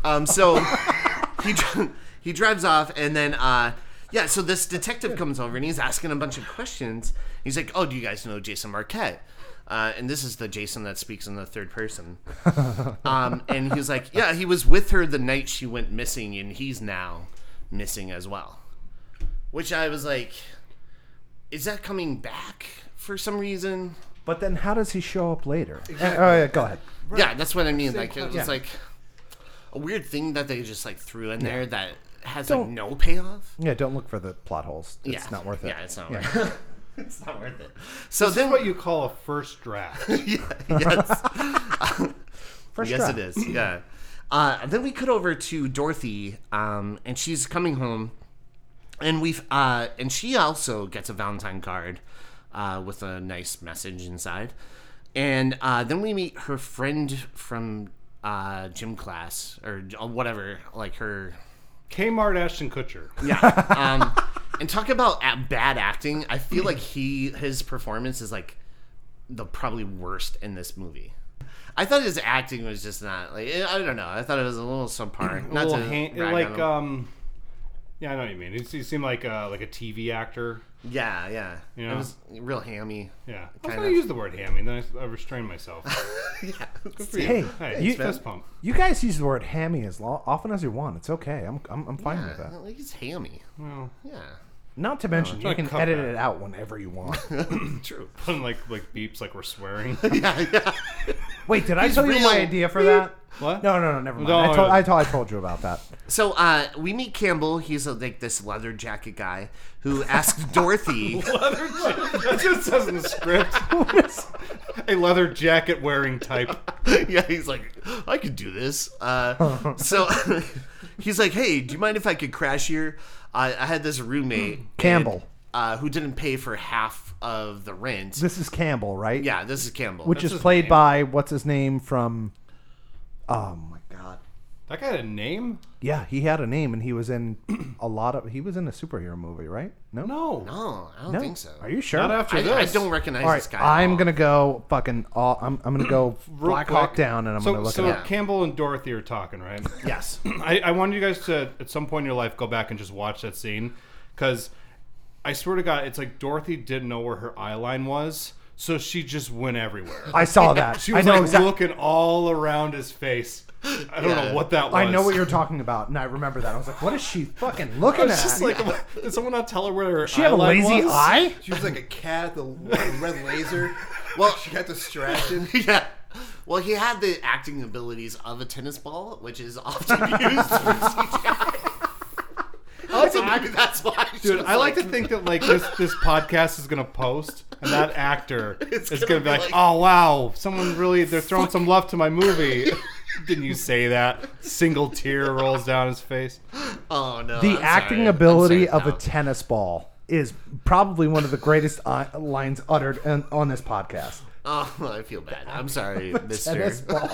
S4: Um, so he dri- he drives off, and then uh, yeah, so this detective comes over and he's asking a bunch of questions. He's like, "Oh, do you guys know Jason Marquette?" Uh, and this is the Jason that speaks in the third person. Um, and he's like, "Yeah, he was with her the night she went missing, and he's now missing as well." Which I was like, "Is that coming back for some reason?"
S1: But then how does he show up later? Uh, oh, yeah, go ahead.
S4: Yeah, that's what I mean. like it was like a weird thing that they just like threw in there that has like
S1: Don't-
S4: no payoff.
S1: Yeah, don't look for the plot holes. It's
S4: yeah,
S1: not worth it.
S4: Yeah, it's not worth it. it's not worth it. So
S3: This
S4: then,
S3: is what you call a first draft.
S4: yeah, yes,
S1: First
S4: yes,
S1: try.
S4: it is. Yeah. Uh, then we cut over to Dorothy, um, and she's coming home, and we've uh, and she also gets a Valentine card uh, with a nice message inside, and uh, then we meet her friend from uh, gym class or j- whatever, like her
S3: Kmart Ashton Kutcher.
S4: Um, and talk about at bad acting. I feel like he his performance is like the probably worst in this movie. I thought his acting was just not like eh, I don't know. I thought it was a little subpar. Not
S3: Little
S4: to
S3: hand-
S4: rag on
S3: like
S4: him.
S3: um, yeah, I know what you mean. He, he seemed like uh, like a TV actor.
S4: yeah, yeah,
S3: Yeah.
S4: It was real hammy.
S3: Yeah, I was
S4: Kind
S3: gonna
S4: of.
S3: use the word hammy, then I, s- I restrained myself. Good for you.
S1: Hey,
S3: hey,
S1: you-
S3: fist pump.
S1: You guys use the word hammy as lo- often as you want. It's okay. I'm, I'm, I'm fine with
S4: Yeah,
S1: that.
S4: like he's hammy.
S3: Well,
S4: Yeah,
S1: Not to mention, you
S3: Try to
S1: can
S3: cut
S1: edit
S3: that.
S1: it out whenever you want.
S4: true.
S3: putting like like beeps like we're swearing.
S4: yeah, yeah.
S1: Wait, did I tell you my
S4: real.
S1: idea for that?
S3: What?
S1: No, no, no, never mind.
S3: No,
S1: I, told,
S3: no.
S1: I, told, I told you about that.
S4: So uh, we meet Campbell. He's a, like this leather jacket guy who asked Dorothy.
S3: That's what it says in the script. a leather jacket wearing type.
S4: yeah, he's like, I could do this. Uh, so he's like, hey, do you mind if I could crash here? I, I had this roommate,
S1: Campbell.
S4: uh, who didn't pay for half of the rent.
S1: This is Campbell, right?
S4: yeah, this is Campbell.
S1: Which is
S3: his
S1: played
S3: name.
S1: by what's his name from? Oh my god.
S3: That guy had a name?
S1: Yeah, he had a name, and he was in a lot of. He was in a superhero movie, right? No,
S3: No,
S4: oh, I don't think so.
S1: Are you sure?
S3: not after
S4: I,
S3: this.
S4: I don't recognize
S1: All
S4: this
S1: right,
S4: guy. at
S1: I'm
S4: all.
S1: gonna go fucking. All, I'm I'm gonna go
S3: Real
S1: Black Hawk
S3: quick.
S1: Down, and I'm
S3: so,
S1: gonna look
S3: so
S1: it up.
S3: Campbell and Dorothy are talking, right?
S1: Yes.
S3: I, I wanted you guys to, at some point in your life, go back and just watch that scene because I swear to God, it's like Dorothy didn't know where her eye line was, so she just went everywhere.
S1: I saw that.
S3: She
S1: I
S3: was
S1: know
S3: like
S1: exactly.
S3: looking all around his face. I don't
S4: Yeah.
S3: know what that was.
S1: I know what you're talking about, and I remember that. I was like, "What is she fucking looking
S3: It's
S1: at?"
S3: just like, did someone not tell her where her
S1: she have a lazy eye.
S2: She was like a cat at the the red laser.
S4: Well-
S2: she got distracted.
S4: yeah. Well, he had the acting abilities of a tennis ball, which is often used for CGI. Also, maybe that's why. she
S3: Dude,
S4: was
S3: I like to think that like this this podcast is gonna post, and that actor
S4: It's
S3: is gonna,
S4: gonna be
S3: be like,
S4: like-
S3: "Oh wow, someone really they're throwing some love to my movie." Didn't you say that? Single tear rolls down his face.
S4: Oh no!
S1: The
S4: I'm
S1: acting
S4: sorry. I'm
S1: ability
S4: sorry.
S1: of a
S4: No.
S1: tennis ball is probably one of the greatest i- lines uttered in, on this podcast.
S4: Oh, I feel bad. I'm sorry, Mister
S1: Tennis ball.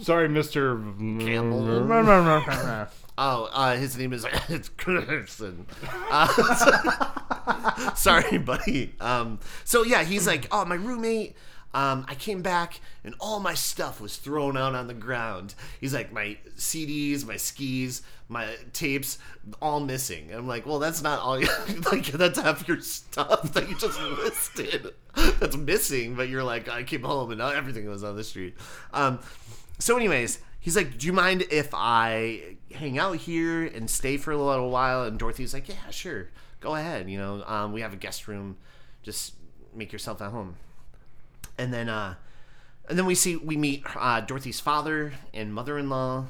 S3: Sorry, Mister.
S4: Campbell. Oh, uh, his name is it's Kirsten. Uh, so- sorry, buddy. Um, so yeah, he's like, oh, my roommate. Um, I came back and all my stuff was thrown out on the ground. He's like, my CDs, my skis, my tapes, all missing. And I'm like, well, that's not all. like, that's half your stuff that you just listed. That's missing. But you're like, I came home and everything was on the street. Um, so, anyways, He's like, "Do you mind if I hang out here and stay for a little while?" And Dorothy's like, "Yeah, sure, go ahead. You know, um, we have a guest room. Just make yourself at home." And then, uh, and then we see we meet uh, Dorothy's father and mother-in-law,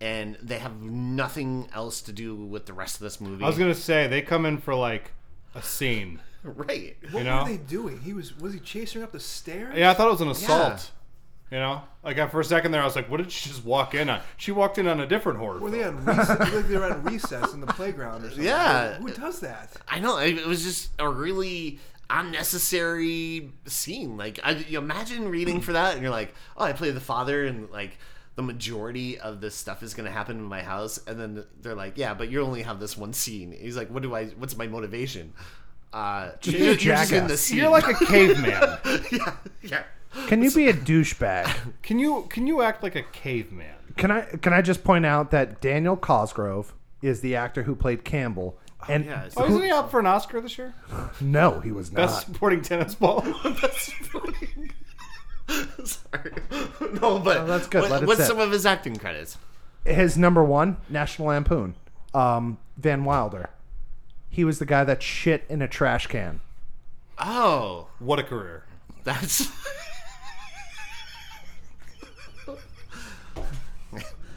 S4: and they have nothing else to do with the rest of this movie.
S3: I was gonna say they come in for like a scene.
S4: right.
S3: you
S2: What
S3: know?
S2: were they doing? He was was he chasing her up the stairs?
S3: Yeah, I thought it was an assault. You know, like uh, for a second there, I was like, "What did she just walk in on?" She walked in on a different horror. film.
S2: Were they on recess? like they were on recess in the playground or something?
S4: Yeah.
S2: Who does that?
S4: I know it it was just a really unnecessary scene. Like, I, you imagine reading for that, and you're like, "Oh, I play the father," and like the majority of this stuff is going to happen in my house. And then they're like, "Yeah, but you only have this one scene." He's like, "What do I? What's my motivation?" Uh,
S1: Just
S4: you're,
S1: be a
S4: you're just in
S1: jackass.
S4: the scene.
S3: You're like a caveman.
S4: yeah, yeah.
S1: Can you be a douchebag?
S3: can you can you act like a caveman?
S1: Can I can I just point out that Daniel Cosgrove is the actor who played Campbell? And
S4: yeah, it's-
S3: Oh, isn't he up for an Oscar this year?
S1: no, he was
S3: Best
S1: not.
S3: supporting tennis ball.
S4: That's funny. Sorry. No, but
S1: Oh, that's good.
S4: what-
S1: Let it
S4: what's
S1: sit.
S4: some of his acting credits?
S1: His number one, National Lampoon, um, Van Wilder. He was the guy that shit in a trash can.
S4: Oh,
S3: what a career!
S4: That's.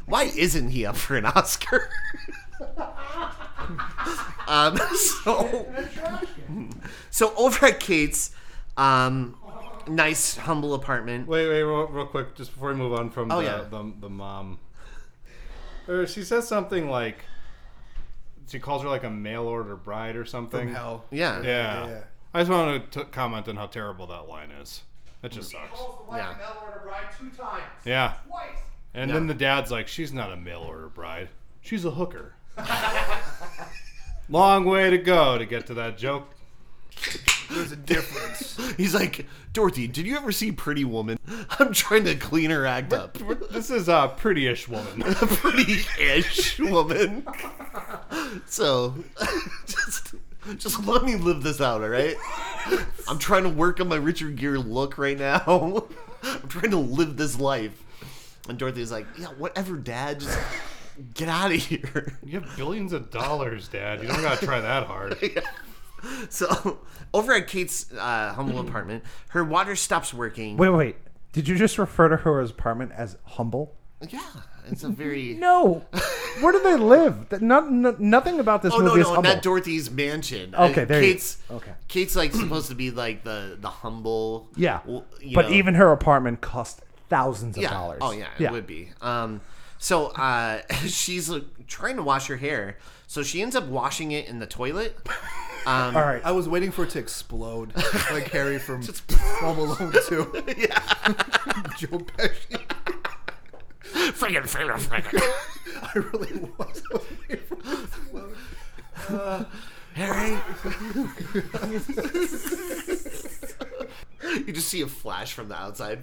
S4: Why isn't he up for an Oscar? um, so, so over at Kate's, um, nice humble apartment.
S3: Wait, wait, real, real quick, just before we move on from
S4: Oh,
S3: the,
S4: yeah.
S3: the the mom. Or she says something like, she calls her like a mail order bride or something.
S2: Hell.
S4: Yeah,
S3: Mm. Yeah.
S2: Yeah.
S3: I just wanted to t- comment on how terrible that line is. That just sucks.
S4: Yeah.
S3: Yeah. And then the dad's like, she's not a mail order bride. She's a hooker. Long way to go to get to that joke.
S2: There's a difference.
S4: He's like, Dorothy, did you ever see Pretty Woman? I'm trying to clean her act up.
S3: This is a prettyish woman.
S4: a pretty-ish woman. So, just just let me live this out, all right? I'm trying to work on my Richard Gere look right now. I'm trying to live this life. And Dorothy's like, yeah, whatever, Dad. Just get out of here.
S3: You have billions of dollars, Dad. You don't gotta try that hard.
S4: So, over at Kate's uh, humble apartment, her water stops working.
S1: Wait, wait. Did you just refer to her apartment as humble?
S4: Yeah, it's a very
S1: No. Where do they live? That- Not, no- nothing about this
S4: Oh
S1: movie
S4: no,
S1: is
S4: no,
S1: humble.
S4: not Dorothy's mansion.
S1: Okay, there you-
S4: Kate's,
S1: okay.
S4: Kate's like supposed to be like the the humble.
S1: yeah.
S4: w- you
S1: But
S4: know.
S1: even her apartment cost thousands of
S4: yeah.
S1: dollars.
S4: Oh yeah,
S1: Yeah.
S4: it would be. Um, so uh, she's like, trying to wash her hair, so she ends up washing it in the toilet. Um,
S1: All right.
S2: I was waiting for it to explode, like Harry from Home Alone 2. Joe Pesci.
S4: friggin' friggin' friggin'.
S2: I really was waiting for it to explode.
S4: Harry. you just see a flash from the outside.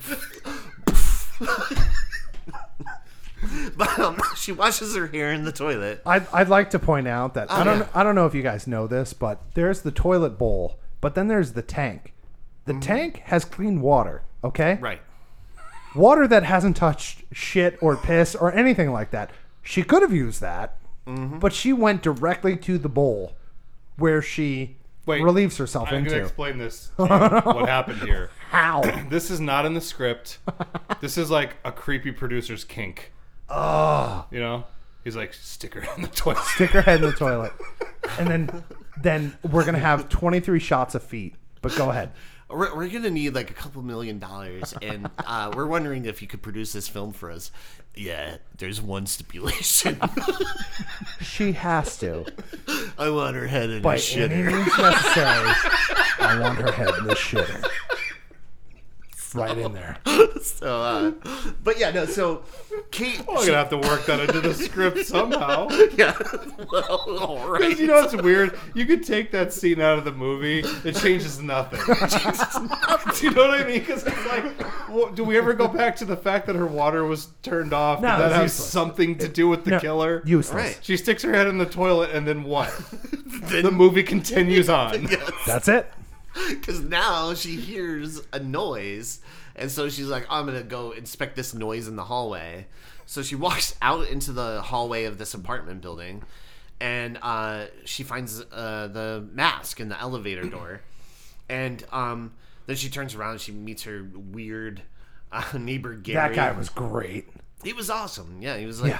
S4: but um, she washes her hair in the toilet.
S1: I'd, I'd like to point out
S3: Oh,
S1: that I don't
S4: yeah.
S1: I don't know if you guys know this, but there's the toilet bowl, but then there's the tank.
S3: Mm-hmm.
S1: The tank has clean water, okay?
S4: Right.
S1: Water that hasn't touched shit or piss or anything like that. She could have used that,
S3: Mm-hmm.
S1: but she went directly to the bowl where she
S3: Wait,
S1: relieves herself
S3: I'm
S1: into.
S3: gonna explain this. to you, what happened here?
S1: How?
S3: This is not in the script. This is like a creepy producer's kink. Oh. You know, he's like stick her in the toilet.
S1: Stick her head in the toilet. And then then we're going to have 23 shots of feet. But go ahead.
S4: We're, we're gonna need like a couple million dollars, and uh, we're wondering if you could produce this film for us. Yeah, there's one stipulation.
S1: She has to.
S4: I want her head in
S1: by
S4: a
S1: any
S4: shitter.
S1: means necessary. I want her head in the shitter. Right in there.
S4: So, uh, but yeah, no. So Kate,
S1: Oh
S3: I'm gonna have to work that into the script somehow.
S4: yeah, well, all right.
S3: You know what's weird? You could take that scene out of the movie. It changes nothing. Do you know what I mean? Because it's like, well, do we ever go back to the fact that her water was turned off?
S1: No,
S3: Did that
S1: it's
S3: have
S1: useless.
S3: something to do with the
S1: No,
S3: killer?
S1: Useless.
S4: Right.
S3: She sticks her head in the toilet, and then what?
S4: Then-
S3: the movie continues on.
S1: That's it.
S4: Because now she hears a noise, and so she's like, "I'm gonna go inspect this noise in the hallway." So she walks out into the hallway of this apartment building, and uh, she finds uh, the mask in the elevator door, and um, then she turns around and she meets her weird uh, neighbor Gary.
S1: That guy was great.
S4: He was awesome. Yeah, he was like.
S1: Yeah.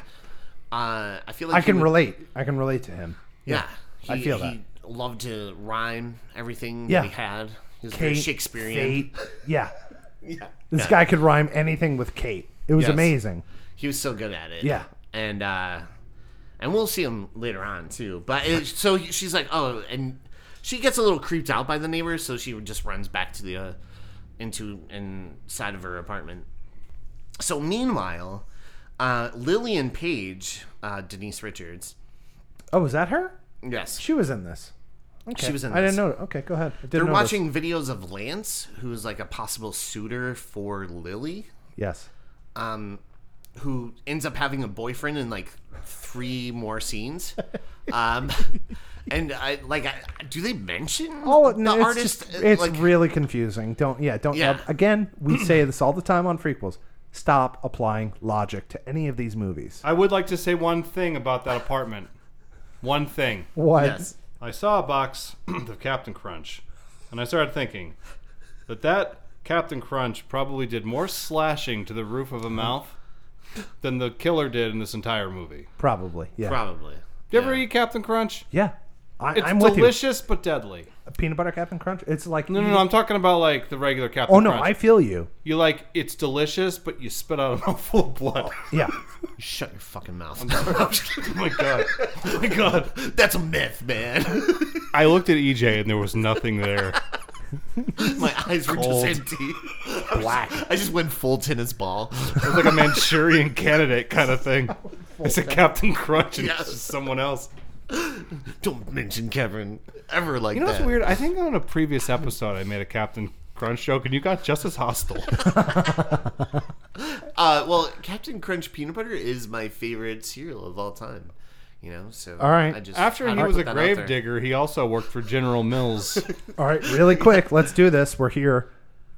S4: Uh, I feel like
S1: I
S4: he
S1: can
S4: would-
S1: relate. I can relate to him.
S4: Yeah,
S1: I feel that.
S4: He loved to rhyme everything
S1: Yeah.
S4: that he had. He was very
S1: Kate,
S4: Shakespearean.
S1: Fate. Yeah.
S4: Yeah.
S1: This guy could rhyme anything with Kate. It was
S4: Yes.
S1: amazing.
S4: he was so good at it.
S1: Yeah.
S4: and uh, and we'll see him later on too. But it, so she's like, oh, and she gets a little creeped out by the neighbors, so she just runs back to the uh, into inside of her apartment. So meanwhile, uh, Lillian Page, uh, Denise Richards,
S1: Oh, was that her?
S4: yes,
S1: She was in this. Okay.
S4: was in
S1: I
S4: this.
S1: didn't know. Okay, go ahead. I didn't
S4: they're
S1: notice.
S4: watching videos of Lance, who's like a possible suitor for Lily.
S1: Yes.
S4: um, who ends up having a boyfriend in like three more scenes. Um, and I like, I, do they mention
S1: Oh,
S4: the
S1: no, it's
S4: artist?
S1: just-
S4: Uh,
S1: it's
S4: like,
S1: really confusing. Don't yeah, don't uh,
S4: Yeah.
S1: again, we say this all the time on prequels. Stop applying logic to any of these movies.
S3: I would like to say one thing about that apartment. One thing.
S1: What?
S4: yes,
S3: I saw a box of Captain Crunch, and I started thinking that that Captain Crunch probably did more slashing to the roof of a mouth than the killer did in this entire movie.
S1: Probably. Yeah.
S4: probably.
S3: You ever eat Captain Crunch?
S1: Yeah. I,
S3: It's
S1: I'm with you.
S3: delicious but deadly.
S1: Peanut butter Captain Crunch. It's like
S3: No, no, no. I'm talking about like the regular Captain
S1: Oh no,
S3: Crunch.
S1: I feel you.
S3: You like it's delicious, but you spit out a mouthful of blood.
S1: Yeah.
S4: You shut your fucking mouth.
S3: oh my god! Oh my god!
S4: That's a myth, man.
S3: I looked at EJ and there was nothing there.
S4: My eyes were
S3: Cold.
S4: just empty. Black. I just went full tennis ball.
S3: It was like a Manchurian candidate kind of thing. It's a Captain Crunch and
S4: Yes.
S3: it's just someone else.
S4: Don't mention Kevin ever like
S3: You know
S4: that.
S3: what's weird? I think on a previous episode I made a Captain Crunch joke and you got just as hostile.
S4: Uh, well, Captain Crunch peanut butter is my favorite cereal of all time. You know, so all
S1: right.
S4: I just
S3: After
S4: had
S3: he
S4: to
S3: was
S4: put
S3: a
S4: that out there.
S3: gravedigger, he also worked for General Mills.
S1: All right, really quick, let's do this. We're here.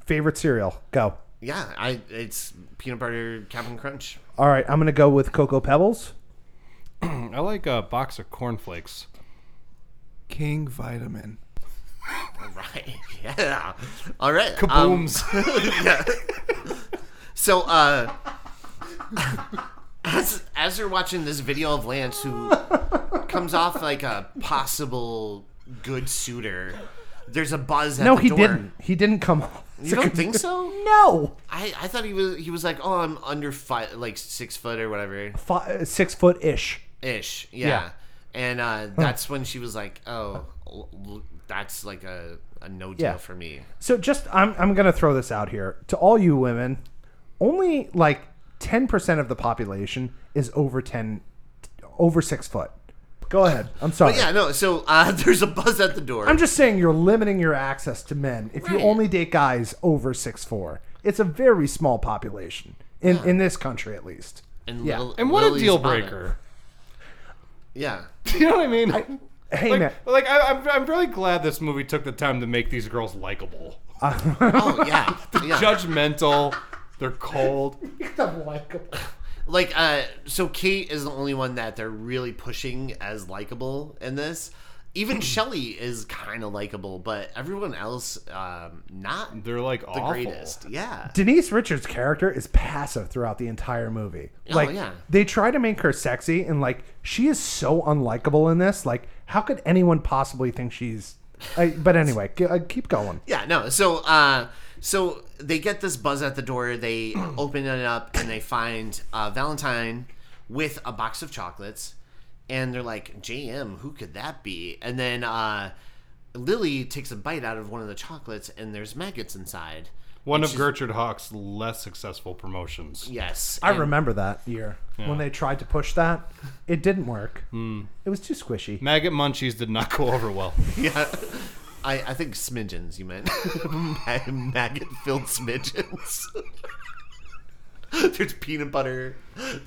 S1: Favorite cereal. Go.
S4: Yeah, I it's peanut butter Captain Crunch.
S1: All right, I'm going to go with Cocoa Pebbles.
S3: I like a box of cornflakes.
S2: King Vitamin.
S4: All right. Yeah. All right. um,
S3: Kabooms.
S4: yeah. So uh as as you're watching this video of Lance who comes off like a possible good suitor, there's a buzz at
S1: No,
S4: the
S1: he
S4: door.
S1: didn't. He didn't come off.
S4: You don't think so?
S1: No.
S4: I, I thought he was he was like, oh, I'm under five, like six foot or whatever
S1: Fi uh, 6 foot ish.
S4: ish. Yeah. And uh, that's when she was like, oh, l- l- that's like a, a no deal
S1: Yeah.
S4: for me.
S1: So just I'm I'm gonna throw this out here to all you women. Only like ten percent of the population is over ten, over six foot. Go ahead. I'm sorry.
S4: Yeah, no. So uh, there's a buzz at the door.
S1: I'm just saying you're limiting your access to men if you
S4: Right.
S1: only date guys over six four. It's a very small population in in this country at least.
S4: and,
S1: yeah.
S4: Lil-
S3: and what
S4: Lily's
S3: a deal
S4: on it.
S3: breaker.
S4: Yeah.
S3: You know what I mean?
S1: Hey
S3: like,
S1: man,
S3: like I, I'm, I'm really glad this movie took the time to make these girls likable.
S4: Oh yeah. yeah.
S3: Judgmental. They're cold.
S4: like uh so kate is the only one that they're really pushing as likable in this even shelly is kind of likable but everyone else um not the
S3: They're like awful.
S4: greatest yeah
S1: Denise Richards' character is passive throughout the entire movie.
S4: Oh,
S1: like
S4: yeah.
S1: they try to make her sexy and like she is so unlikable in this. Like how could anyone possibly think she's I, but anyway, g- uh, keep going.
S4: yeah no so uh so they get this buzz at the door they open it up and they find uh valentine with a box of chocolates and they're like jm who could that be and then uh lily takes a bite out of one of the chocolates and there's maggots inside
S3: One of Gertrude Hawk's less successful promotions.
S4: yes
S1: I
S4: and-
S1: remember that year when they tried to push that. It didn't work.
S4: Hmm.
S1: It was too squishy.
S3: Maggot munchies did not go over well.
S4: Yeah. I, I think smidgens, you meant. Mag- Maggot filled smidgens. there's peanut butter.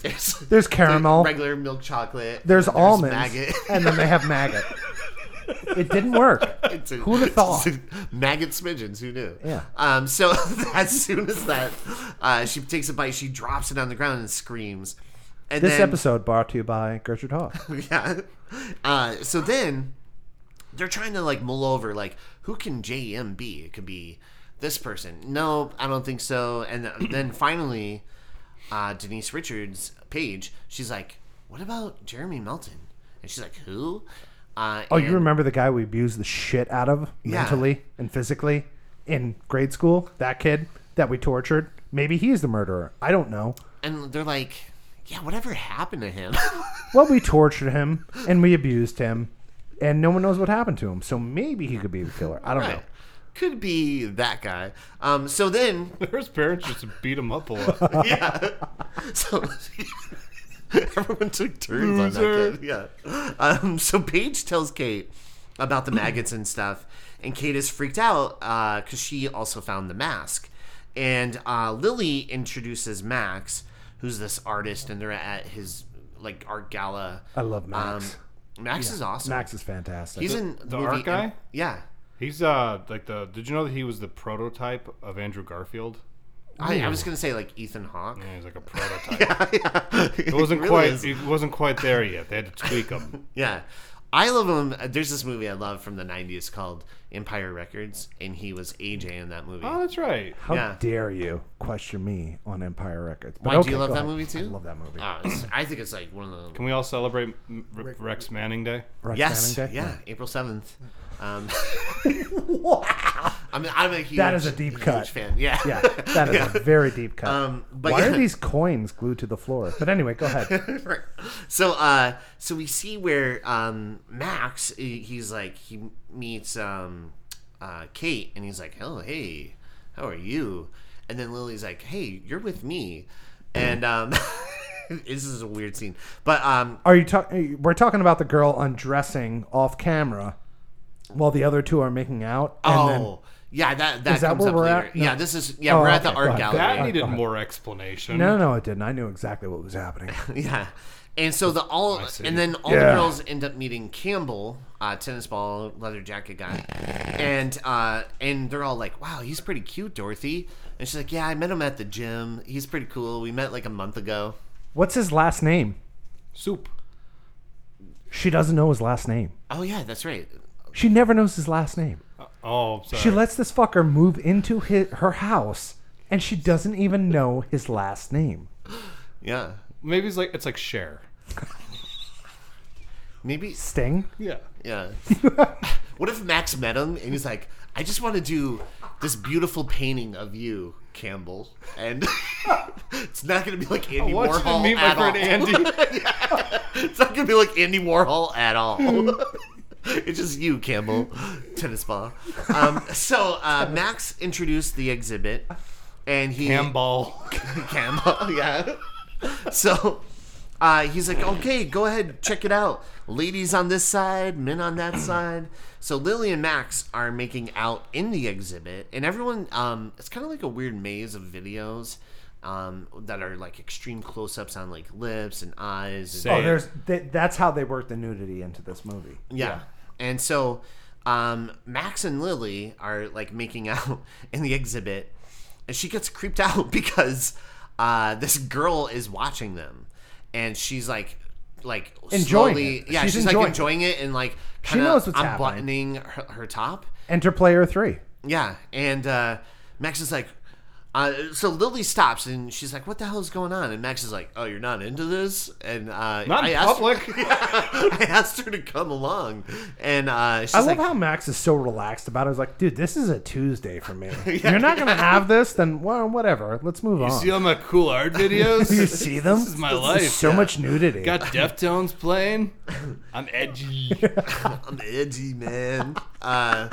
S4: There's,
S1: There's caramel.
S4: regular milk chocolate.
S1: There's,
S4: and
S1: almonds
S4: Maggot.
S1: and then they have maggot. It didn't work.
S4: It's a-
S1: Who'd have thought?
S4: it's a- Maggot smidgens, who knew?
S1: Yeah.
S4: Um, so as soon as that, uh, she takes a bite, she drops it on the ground and screams. And
S1: This
S4: then,
S1: episode brought to you by Gertrude Hawk.
S4: yeah. Uh, so then they're trying to like mull over like who can JM be? It could be this person. No, I don't think so. And then finally, uh, Denise Richards Page, she's like, "What about Jeremy Melton?" And she's like, "Who?" Uh,
S1: Oh, you remember the guy we abused the shit out of
S4: Yeah.
S1: mentally and physically in grade school? That kid that we tortured? Maybe he's the murderer. I don't know.
S4: And they're like, "Yeah, whatever happened to him?"
S1: Well, we tortured him and we abused him, and no one knows what happened to him. So maybe he could be the killer. I don't know.
S4: Right. Could be that guy. Um, so then
S3: His parents just beat him up a lot.
S4: yeah. So everyone took turns on that. Kid. Yeah. Um, so Paige tells Kate about the maggots and stuff, and Kate is freaked out because she also found the mask. And uh, Lily introduces Max, who's this artist, and they're at his like art gala.
S1: I love Max.
S4: Um, Max is awesome.
S1: Max is fantastic.
S4: he's in
S3: the
S4: movie
S3: art
S4: and-
S3: guy?
S4: yeah.
S3: He's uh like the. Did you know that he was the prototype of Andrew Garfield?
S4: I, I was gonna say like Ethan Hawke.
S3: Yeah, he's like a prototype.
S4: it
S3: It wasn't quite. It wasn't quite there yet. They had to tweak him.
S4: Yeah. I love him. uh, There's this movie I love from the 90s called Empire Records, and he was AJ in that movie.
S3: Oh, that's right.
S1: How
S4: yeah.
S1: dare you question me on Empire Records? But
S4: Why do
S1: okay,
S4: you love
S1: go
S4: that
S1: ahead.
S4: movie too?
S1: I love that movie.
S4: Uh, it's- I think it's like one of the
S3: Can we all celebrate M- R- Rex Manning Day?
S1: Rex
S4: yes,
S1: Manning Day?
S4: yeah, April seventh. Um, I mean, I'm a huge
S1: That is a deep
S4: huge
S1: cut.
S4: fan. Yeah,
S1: Yeah, that is a very deep cut.
S4: Um, but
S1: Why
S4: yeah.
S1: are these coins glued to the floor? But anyway, go ahead.
S4: Right. so uh so we see where um max he- he's like he meets um uh kate and he's like oh hey how are you and then lily's like hey you're with me and um this is a weird scene but um
S1: Are you talking? We're talking about the girl undressing off camera, while the other two are making out. And
S4: oh
S1: then,
S4: yeah that that
S1: Is that
S4: comes
S1: where
S4: up
S1: we're
S4: later
S1: at? No.
S4: yeah this is yeah
S1: Oh,
S4: we're at the
S1: okay,
S4: art
S1: go ahead.
S4: gallery
S3: That needed more explanation.
S1: no, no, no, it didn't. I knew exactly what was happening.
S4: Yeah. And so the all
S3: see.
S4: and then all the
S1: Yeah.
S4: girls end up meeting Campbell, uh, tennis ball leather jacket guy, and uh, and they're all like, "Wow, he's pretty cute, Dorothy." And she's like, "Yeah, I met him at the gym. He's pretty cool. We met like a month ago."
S1: What's his last name?
S3: Soup.
S1: She doesn't know his last name.
S4: Oh yeah, that's right.
S1: She never knows his last name.
S3: Oh, sorry.
S1: She lets this fucker move into his, her house, and she doesn't even know his last name.
S4: Yeah,
S3: Maybe it's like it's like Cher.
S4: maybe.
S1: Sting.
S3: Yeah.
S4: Yeah. what if Max met him and he's like, "I just want to do this beautiful painting of you, Campbell," and it's not gonna be like Andy
S3: Watch
S4: Warhol
S3: you meet my
S4: at
S3: friend
S4: all.
S3: Andy.
S4: It's not gonna be like Andy Warhol at all. it's just you, Campbell, tennis ball. Um, so uh, Max introduced the exhibit, and he
S3: Handball.
S4: Campbell, yeah. So uh, he's like, okay, go ahead, check it out. Ladies on this side, men on that side. So Lily and Max are making out in the exhibit, and everyone, um, it's kind of like a weird maze of videos. Um, that are like extreme close-ups on like lips and eyes. And
S1: Oh, there's. Th- that's how they work the nudity into this movie.
S4: yeah. And so um, Max and Lily are like making out in the exhibit, and she gets creeped out because uh, this girl is watching them, and she's like, like
S1: Enjoying
S4: slowly,
S1: it.
S4: yeah, she's,
S1: She's
S4: like
S1: enjoying it.
S4: enjoying it and like
S1: She
S4: kinda
S1: knows what's
S4: unbuttoning her, her top.
S1: Enter player three.
S4: Yeah, and uh, Max is like, uh, so Lily stops and she's like, "What the hell is going on?" And Max is like, "Oh, you're not into this." And uh,
S3: Not in
S4: I asked-
S3: public.
S4: I asked her to come along, and uh, she's
S1: I love
S4: like,
S1: how Max is so relaxed about it. He's like, dude, this is a Tuesday for me. You're not gonna have this, then well, whatever. Let's move on.
S3: See all my cool art videos.
S1: you see them?
S3: This is my
S1: There's
S3: life.
S1: so much nudity.
S3: Got Deftones playing. I'm edgy.
S4: "I'm edgy, man." uh,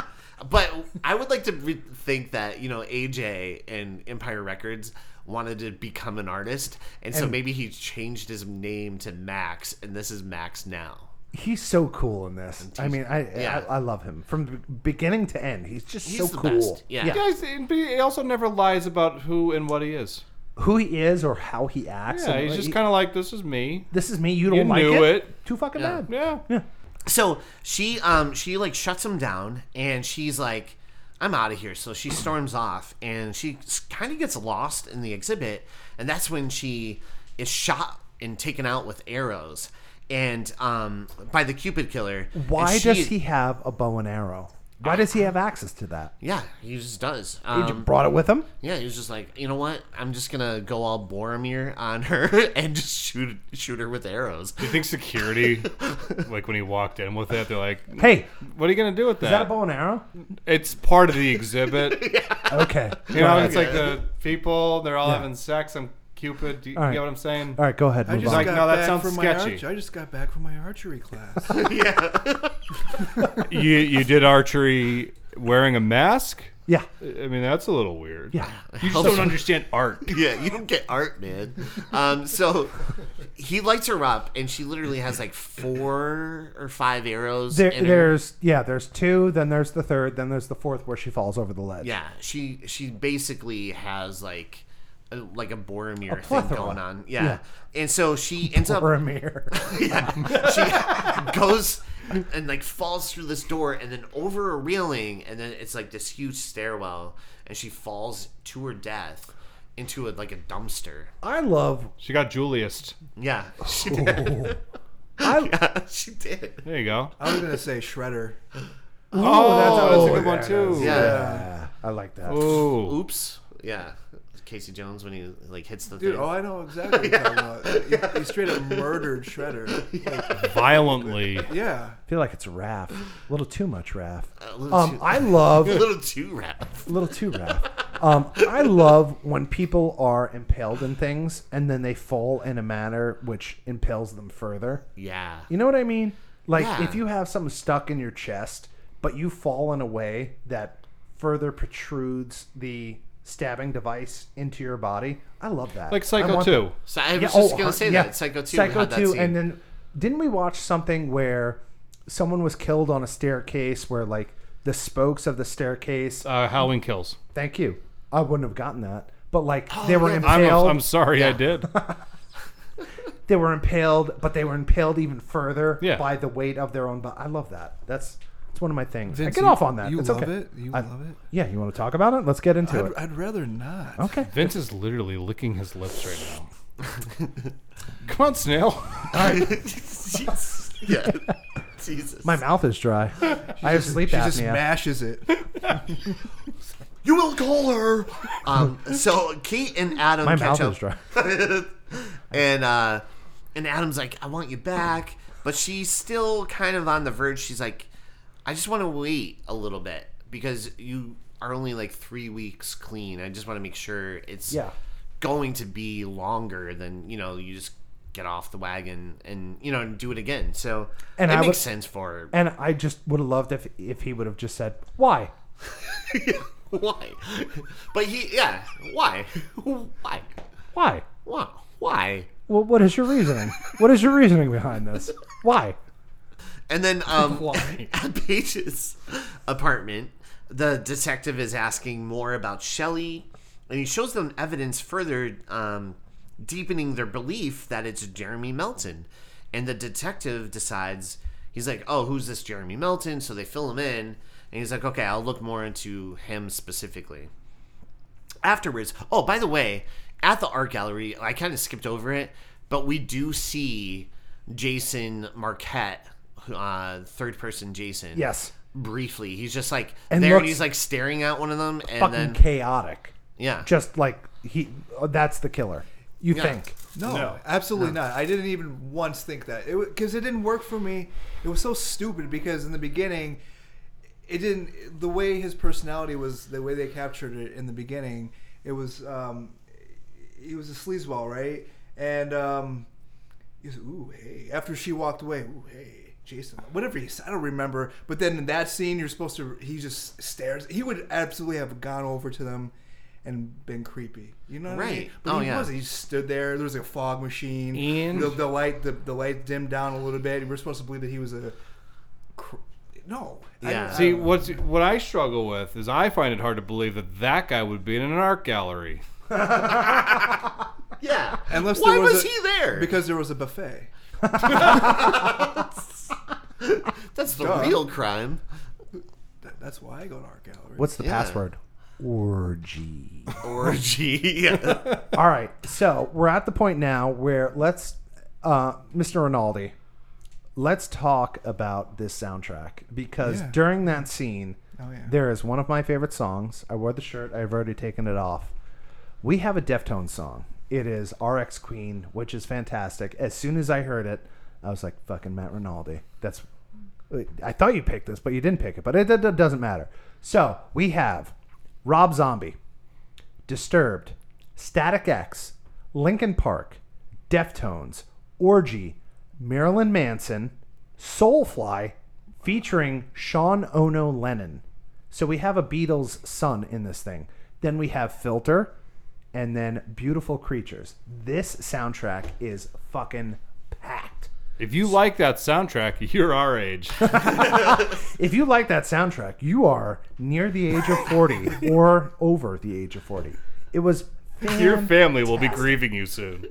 S4: but I would like to re- think that you know AJ and Empire Records wanted to become an artist, and so maybe he changed his name to Max, and this is Max now.
S1: He's so cool in this. I mean, I,
S4: Yeah.
S1: I I love him from the beginning to end. He's just
S4: He's
S1: so
S4: the
S1: cool.
S4: best. Yeah.
S3: Yeah, he's- and he also never lies about who and what he is.
S1: Who he is or how he acts.
S3: Yeah,
S1: and
S3: he's
S1: he-
S3: just kind of like, this is me.
S1: This is me. You don't
S3: You
S1: like
S3: knew
S1: it?
S3: it.
S1: Too fucking
S4: Yeah.
S1: bad.
S3: Yeah.
S4: So she um she like shuts him down and she's like I'm out of here. So she storms off and she kind of gets lost in the exhibit and that's when she is shot and taken out with arrows and um, by the Cupid killer. And
S1: Why
S4: she-
S1: does he have a bow and arrow? Why does he
S3: Um,
S1: have access to that?
S4: Yeah, he just does.
S1: He
S4: Um,
S1: just brought it with him.
S4: yeah, he was just like, you know what? I'm just gonna go all Boromir on her and just shoot shoot her with arrows.
S3: You think security, like when he walked in with it, they're like,
S1: Hey,
S3: "What are you gonna do with that?"
S1: is that a bow and arrow?
S3: It's part of the exhibit.
S1: Okay.
S3: You know, it's like the people, they're all having sex. I'm Cupid. Do you,
S1: All
S3: you
S1: right.
S3: know what I'm saying?
S1: All right, go ahead.
S2: I
S1: Move
S2: just
S1: on.
S3: like,
S2: got
S3: no, that
S2: back
S3: sounds
S2: from My
S3: sketchy.
S2: arch- I just got back from my archery class.
S3: You, you did archery wearing a mask?
S1: Yeah.
S3: I mean, that's a little weird.
S1: Yeah.
S3: You just don't understand art.
S4: yeah, you don't get art, man. Um, so he lights her up, and she literally has like four or five arrows.
S1: There,
S4: in her.
S1: there's yeah, there's two, then there's the third, then there's the fourth where she falls over the ledge.
S4: yeah, she she basically has like a, like a Boromir thing
S1: plethora.
S4: going on. Yeah. and so she ends up
S1: Or a mirror.
S4: yeah. she goes and like falls through this door and then over a railing and then it's like this huge stairwell and she falls to her death into a, like a dumpster.
S1: I love.
S3: She got Julius.
S4: Yeah, she did.
S1: I,
S4: Yeah, she did.
S3: There you go.
S2: I was gonna say Shredder.
S3: Oh,
S1: oh,
S3: that's, a good one too.
S4: Yeah.
S1: uh, I like that.
S3: Ooh.
S4: Oops. Yeah. Casey Jones when he like hits the
S2: Dude,
S4: thing.
S2: oh, I know exactly what you're talking about. He, he straight up murdered Shredder. Like,
S3: Violently.
S2: yeah.
S1: I feel like it's Raph. A little too much Raph.
S4: Oh, A little
S1: Um,
S4: too-
S1: I love
S4: a
S1: a
S4: little too rap.
S1: little too Raph. Um, I love when people are impaled in things and then they fall in a manner which impales them further.
S4: Yeah.
S1: You know what I mean? Like
S4: Yeah.
S1: if you have something stuck in your chest, but you fall in a way that further protrudes the stabbing device into your body. I love that.
S3: Like
S1: I
S3: Psycho
S1: want-
S3: 2.
S4: So I was
S1: Yeah,
S4: just
S1: oh,
S4: gonna say
S1: yeah.
S4: that Psycho Two.
S1: Psycho
S4: had that
S1: two,
S4: scene.
S1: and then didn't we watch something where someone was killed on a staircase where like the spokes of the staircase?
S3: Uh, Halloween Kills.
S1: thank you. I wouldn't have gotten that, but like they were
S4: Oh, yeah.
S3: I'm,
S1: impaled.
S3: I'm sorry I did.
S1: they were impaled, but they were impaled even further
S3: Yeah.
S1: by the weight of their own. But I love that. That's it's one of my things.
S2: Vince,
S1: I get
S2: you-
S1: off on that.
S2: You
S1: it's
S2: love
S1: okay.
S2: it. You
S1: I-
S2: love it.
S1: Yeah, you want to talk about it? Let's get into
S2: I'd,
S1: it.
S2: I'd rather not.
S1: okay.
S3: Vince is literally licking his lips right now. Come on, Snail.
S4: Jeez. yeah. Jesus.
S1: My mouth is dry. I have sleep
S2: She
S1: apnea.
S2: just mashes it.
S4: You will call her. Um, so Kate and Adam
S1: My mouth
S4: catch up,
S1: is dry.
S4: and uh, and Adam's like, "I want you back," but she's still kind of on the verge. She's like, "I just want to wait a little bit because you are only like three weeks clean. I just want to make sure it's
S1: Yeah.
S4: going to be longer than you know. You just get off the wagon and you know and do it again. So
S1: And
S4: and it
S1: I
S4: makes
S1: would-
S4: sense for her.
S1: And I just would have loved if if he would have just said, "Why?"
S4: why? But he, yeah, why? why?
S1: Why?
S4: Why? Why?
S1: Well, what is your reasoning? what is your reasoning behind this? Why?
S4: And then um,
S1: Why?
S4: at Paige's apartment, the detective is asking more about Shelley, and he shows them evidence further um, deepening their belief that it's Jeremy Melton. And the detective decides, he's like, oh, who's this Jeremy Melton? So they fill him in, and he's like, okay, I'll look more into him specifically afterwards. Oh, by the way, at the art gallery, I kind of skipped over it, but we do see Jason Marquette, who- uh, third person Jason.
S1: Yes.
S4: Briefly, he's just like
S1: And
S4: there, and
S1: looks
S4: he's like staring at one of them, and
S1: Fucking
S4: then
S1: chaotic.
S4: yeah,
S1: Just like he, oh, that's the killer. You think?
S2: No, absolutely not. I didn't even once think that it because it didn't work for me. It was so stupid because in the beginning, it didn't. The way his personality was, the way they captured it in the beginning, it was. Um, he was a sleazeball, right? And um, he was, ooh, hey. After she walked away, ooh, hey, Jason, whatever he said, I don't remember. But then in that scene, you're supposed to. He just stares. He would absolutely have gone over to them. And been creepy, you know what I mean?
S4: Right.
S2: But
S4: Oh,
S2: he
S4: yeah.
S2: wasn't. He stood there. There was like a fog machine.
S3: And-
S2: the, the light, the, the light dimmed down a little bit. We were supposed to believe that he was a. Cr- no. I
S4: Yeah.
S2: don't- I
S3: See,
S2: don't know.
S3: what's, what I struggle with is I find it hard to believe that that guy would be in an art gallery.
S4: yeah.
S2: Unless
S4: why
S2: there was,
S4: was,
S2: a-
S4: he there?
S2: Because there was a buffet.
S4: that's the
S2: Duh.
S4: real crime.
S2: That, that's why I go to art gallery.
S1: What's the
S4: Yeah.
S1: password? Orgy.
S4: Orgy. Yeah.
S1: All right, so we're at the point now where let's uh, Mr. Rinaldi, let's talk about this soundtrack because
S2: Yeah.
S1: during that scene,
S2: Oh, yeah.
S1: there is one of my favorite songs. I wore the shirt. I've already taken it off. We have a Deftones song. It is RX Queen, which is fantastic. As soon as I heard it, I was like, "Fucking Matt Rinaldi." That's. I thought you picked this, but you didn't pick it. But it, it it doesn't matter. So we have Rob Zombie, Disturbed, Static X, Linkin Park, Deftones, Orgy, Marilyn Manson, Soulfly, featuring Sean Ono Lennon. So we have a Beatles son in this thing. Then we have Filter, and then Beautiful Creatures. This soundtrack is fucking packed.
S3: If you like that soundtrack, you're our age.
S1: If you like that soundtrack, you are near the age of 40 or over the age of 40. It was
S3: Your family will be grieving you soon.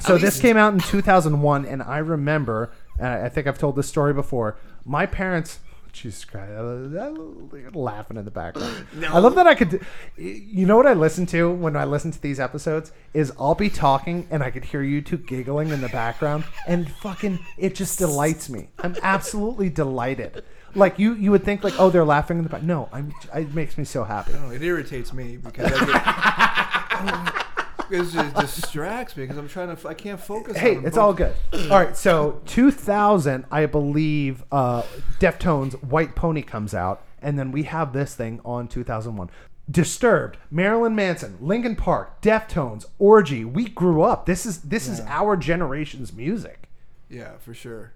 S1: So this came out in 2001, and I remember, and I I think I've told this story before. My parents, Jesus Christ, I was- I was laughing in the background. I love that I could. You know what I listen to when I listen to these episodes is I'll be talking and I could hear you two giggling in the background, and fucking, it just delights me. I'm absolutely delighted. Like you, you would think like, oh, they're laughing in the back. No, I'm. It makes me so happy.
S2: No, it irritates me because I get, it just distracts me because I'm trying to. I can't focus.
S1: Hey,
S2: on
S1: it's
S2: both-
S1: all good. All right, so 2000, I believe, uh, Deftones' White Pony comes out, and then we have this thing on 2001. Disturbed, Marilyn Manson, Linkin Park, Deftones, Orgy. We grew up. This is this is our generation's music.
S2: Yeah, for sure.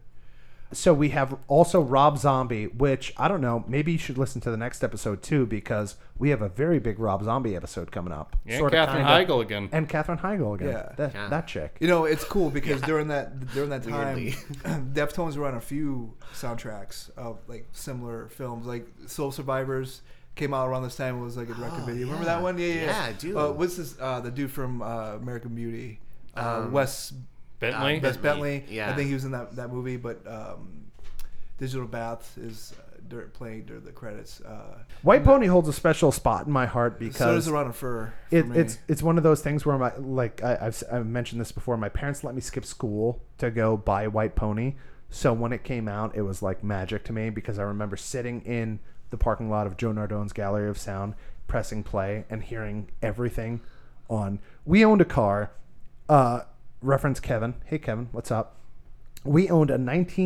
S1: So we have also Rob Zombie, which I don't know. Maybe you should listen to the next episode too, because we have a very big Rob Zombie episode coming up.
S3: Yeah,
S1: Sorta,
S3: Catherine
S1: kinda.
S3: Heigl again.
S1: and Catherine Heigl again.
S2: Yeah.
S1: That,
S4: Yeah.
S1: that chick.
S2: You know, it's cool because during that during that time,
S4: Weirdly.
S2: Deftones were on a few soundtracks of like similar films, like Soul Survivors came out around this time. It was like a record video. Remember that
S4: Oh, yeah.
S2: one? Yeah, yeah.
S4: Yeah, I do.
S2: Uh, what's this? Uh, the dude from uh, American Beauty, uh, Wes
S3: Bentley.
S4: Uh,
S2: Wes Bentley.
S4: Bentley, Um, yeah.
S2: I think he was in that, that movie, but um, Digital Bath is uh, dur- playing during the credits. Uh,
S1: White Pony holds a special spot in my heart because
S2: so does Around a Fur. for
S1: it,
S2: me.
S1: it's it's one of those things where my like I, I've, s- I've mentioned this before. My parents let me skip school to go buy White Pony, so when it came out, it was like magic to me because I remember sitting in the parking lot of Joe Nardone's Gallery of Sound, pressing play and hearing everything. On we owned a car. Uh, reference Kevin. Hey Kevin, what's up? we owned a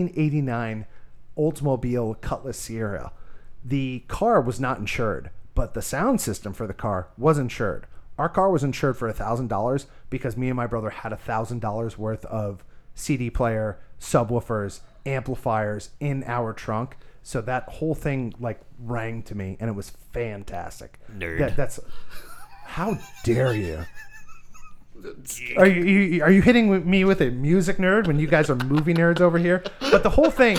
S1: 1989 Oldsmobile Cutlass Sierra. The car was not insured, but the sound system for the car was insured. Our car was insured for $1,000 because me and my brother had $1,000 worth of CD player, subwoofers, amplifiers in our trunk. So that whole thing like rang to me and it was fantastic.
S4: Nerd.
S1: That- that's how dare you? Are you, you are you hitting me with a music nerd when you guys are movie nerds over here? But the whole thing,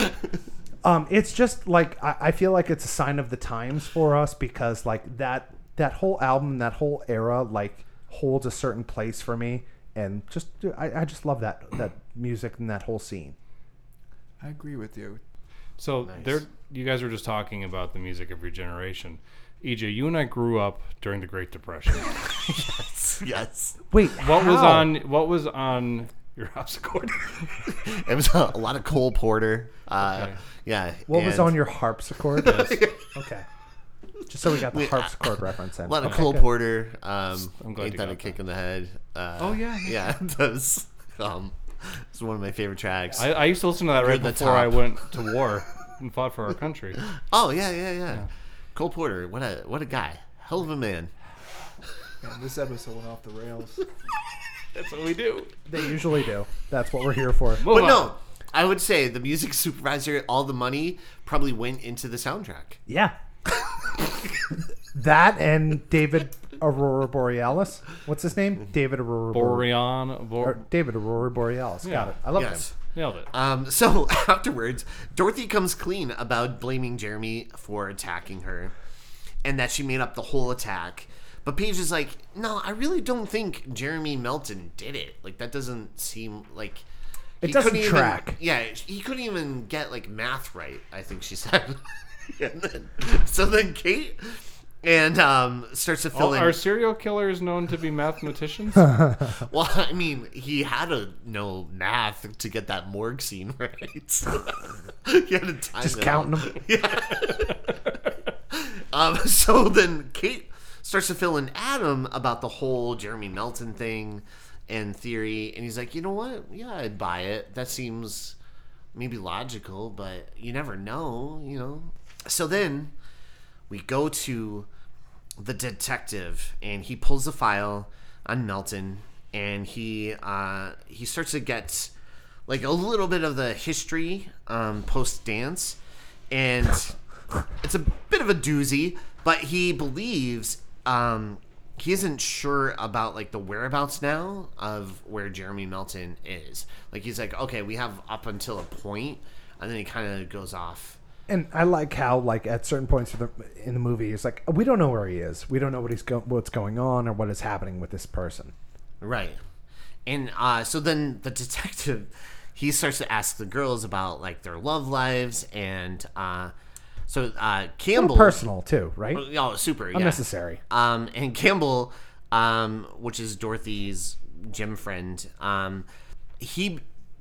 S1: um, it's just like I, I feel like it's a sign of the times for us because like that that whole album, that whole era, like holds a certain place for me, and just I, I just love that that music and that whole scene.
S2: I agree with you.
S3: So there, you guys were just talking about the music of your generation. EJ, you and I grew up during the Great Depression.
S4: Yes.
S1: Wait,
S3: What was
S1: how?
S3: on? What was on your harpsichord?
S4: It was a, a lot of Cole Porter. Uh,
S3: Okay.
S4: Yeah.
S1: What was
S4: and
S1: on your harpsichord? Okay, just so we got the harpsichord reference in.
S4: A lot of
S1: Okay,
S4: Cole
S1: good.
S4: Porter. Um,
S3: I'm glad
S4: ain't
S3: you
S4: that a
S3: got
S4: kick
S3: that.
S4: in the head? Uh,
S3: Oh, yeah, yeah.
S4: Yeah. Those. Um, it's one of my favorite tracks.
S3: I, I used to listen to that right
S4: the
S3: before I
S4: top.
S3: went to war and fought for our country.
S4: oh yeah, yeah, yeah, Cole Porter. What a what a guy. Hell of a man.
S2: Man, this episode went off the rails.
S3: That's what we do.
S1: They usually do. That's what we're here for.
S3: Move
S4: But
S3: on.
S4: no, I would say the music supervisor, all the money probably went into the soundtrack.
S1: Yeah. that and David Aurora Borealis. What's his name? David Aurora Borealis.
S3: Boreon, Bor-
S1: David Aurora Borealis. Got
S3: Yeah.
S1: it. I love
S4: Yes.
S1: him.
S3: nailed it.
S4: Um, so afterwards, Dorothy comes clean about blaming Jeremy for attacking her and that she made up the whole attack. But Paige is like, no, I really don't think Jeremy Melton did it. Like, that doesn't seem like.
S1: It
S4: he
S1: doesn't
S4: couldn't even-
S1: track.
S4: yeah, he couldn't even get, like, math right, I think she said. and then, so then Kate and um, starts to fill
S3: All-
S4: in.
S3: Are serial killers known to be mathematicians?
S4: Well, I mean, he had to know math to get that morgue scene right. he had to time
S1: Just
S4: it
S1: counting
S4: out.
S1: them.
S4: Um, so then Kate starts to fill in Adam about the whole Jeremy Melton thing and theory, and he's like, you know what? Yeah, I'd buy it. That seems maybe logical, but you never know, you know. So then we go to the detective, and he pulls the file on Melton, and he uh, he starts to get like a little bit of the history um, post dance, and it's a bit of a doozy, but he believes um, he isn't sure about like the whereabouts now of where Jeremy Melton is. Like he's like, okay, we have up until a point, and then he kind of goes off.
S1: And I like how, like, at certain points of the, in the movie, it's like we don't know where he is. We don't know what he's go- what's going on or what is happening with this person.
S4: Right. And uh, so then the detective, he starts to ask the girls about like their love lives, and uh, so uh,
S1: A
S4: Campbell,
S1: little personal too, right?
S4: oh super, yeah.
S1: Unnecessary.
S4: Um, and Campbell, um, which is Dorothy's gym friend, um, he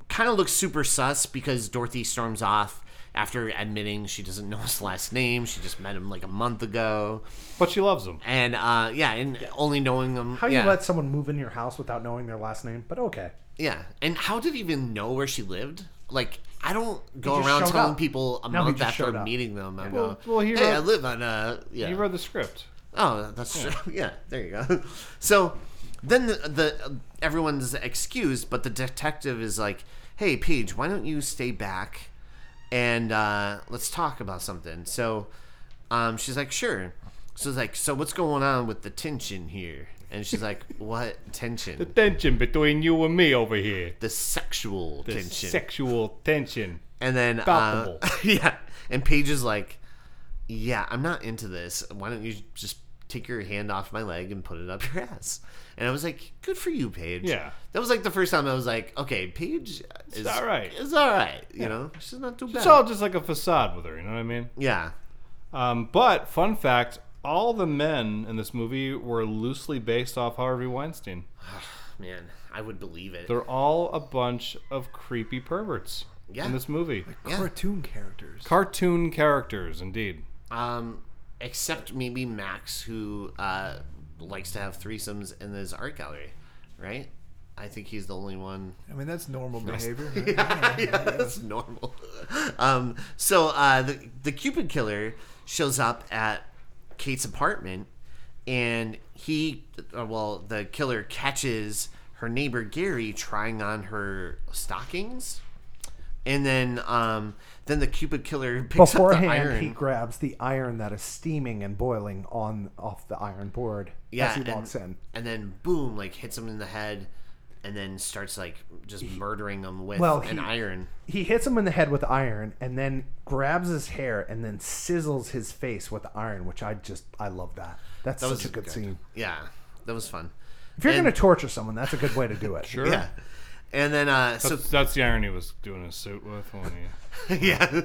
S4: kind of looks super sus because Dorothy storms off after admitting she doesn't know his last name. She just met him like a month ago,
S3: but she loves them.
S4: and uh, yeah, and only knowing him.
S1: How
S4: yeah.
S1: you let someone move in your house without knowing their last name? But okay,
S4: Yeah, and how did he even know where she lived? Like, I don't go
S1: just
S4: around
S1: showed
S4: telling
S1: up.
S4: people a
S1: No, he
S4: month
S1: just
S4: after
S1: showed up.
S4: meeting them. I
S3: Well-
S4: go,
S3: well, he
S4: hey,
S3: wrote-
S4: I live on a yeah.
S3: You read the script.
S4: oh, that's true. Yeah, there you go. So then the, the everyone's excused, but the detective is like, "Hey, Paige, why don't you stay back and uh, let's talk about something?" So um, she's like, "Sure." So it's like, "So what's going on with the tension here?" And she's like, "What
S3: The
S4: tension?
S3: tension between you and me over here.
S4: The sexual
S3: The
S4: tension."
S3: sexual tension.
S4: And then, uh,
S3: Palpable.
S4: yeah. And Paige is like, yeah, I'm not into this. Why don't you just take your hand off my leg and put it up your ass? And I was like, good for you, Paige.
S3: Yeah.
S4: That was like the first time I was like, okay, Paige is
S3: all right.
S4: It's all right. You know, she's not too bad.
S3: It's all just like a facade with her. You know what I mean?
S4: yeah.
S3: Um, but fun fact: all the men in this movie were loosely based off Harvey Weinstein.
S4: Man, I would believe it.
S3: They're all a bunch of creepy perverts
S4: Yeah.
S3: in this movie.
S4: Yeah.
S2: Cartoon characters.
S3: Cartoon characters, indeed.
S4: Um, except maybe Max, who uh, likes to have threesomes in his art gallery, right? I think he's the only one
S2: I mean, that's normal behavior. right?
S4: yeah, that's normal. Um, so uh, the the Cupid killer shows up at Kate's apartment, and he, uh, well, the killer catches her neighbor Gary trying on her stockings, and then um, then the Cupid killer picks up the iron.
S1: beforehand he grabs the iron that is steaming and boiling on off the iron board as he
S4: and-
S1: walks in.
S4: and then boom, like hits him in the head, and then starts like just murdering him with
S1: Well,
S4: an
S1: he-
S4: iron.
S1: He hits him in the head with iron and then grabs his hair and then sizzles his face with iron, which I just I love that. That's
S4: That was
S1: such a good,
S4: good.
S1: scene.
S4: Yeah, that was fun.
S1: If you're
S4: And-
S1: gonna torture someone, that's a good way to do it. sure.
S4: Yeah. And then uh so
S3: That's, that's the irony was doing a suit with when he-
S4: yeah.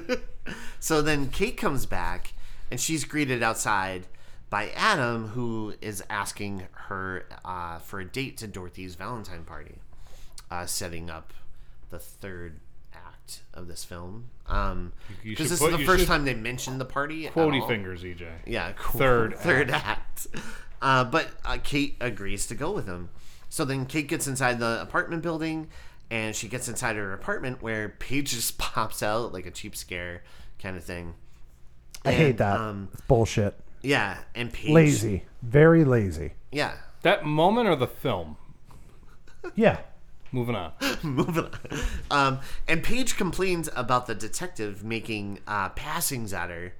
S4: so then Kate comes back and she's greeted outside by Adam who is asking her uh, for a date to Dorothy's Valentine party. Uh, setting up the third act of this film. Um
S3: you
S4: because
S3: should
S4: this
S3: put-
S4: is the
S3: you
S4: first
S3: should-
S4: time they mentioned the party. at
S3: Quotey
S4: all.
S3: fingers, E EJ.
S4: Yeah, cool.
S3: Third
S4: third act. Uh, but uh, Kate agrees to go with him. So then Kate gets inside the apartment building, and she gets inside her apartment where Paige just pops out like a cheap scare kind of thing.
S1: I hate that.
S4: um,
S1: it's bullshit.
S4: Yeah, and Paige.
S1: Lazy. Very lazy.
S4: Yeah.
S3: That moment or the film.
S1: Yeah.
S3: Moving on.
S4: Moving on. Um, and Paige complains about the detective making uh, passings at her,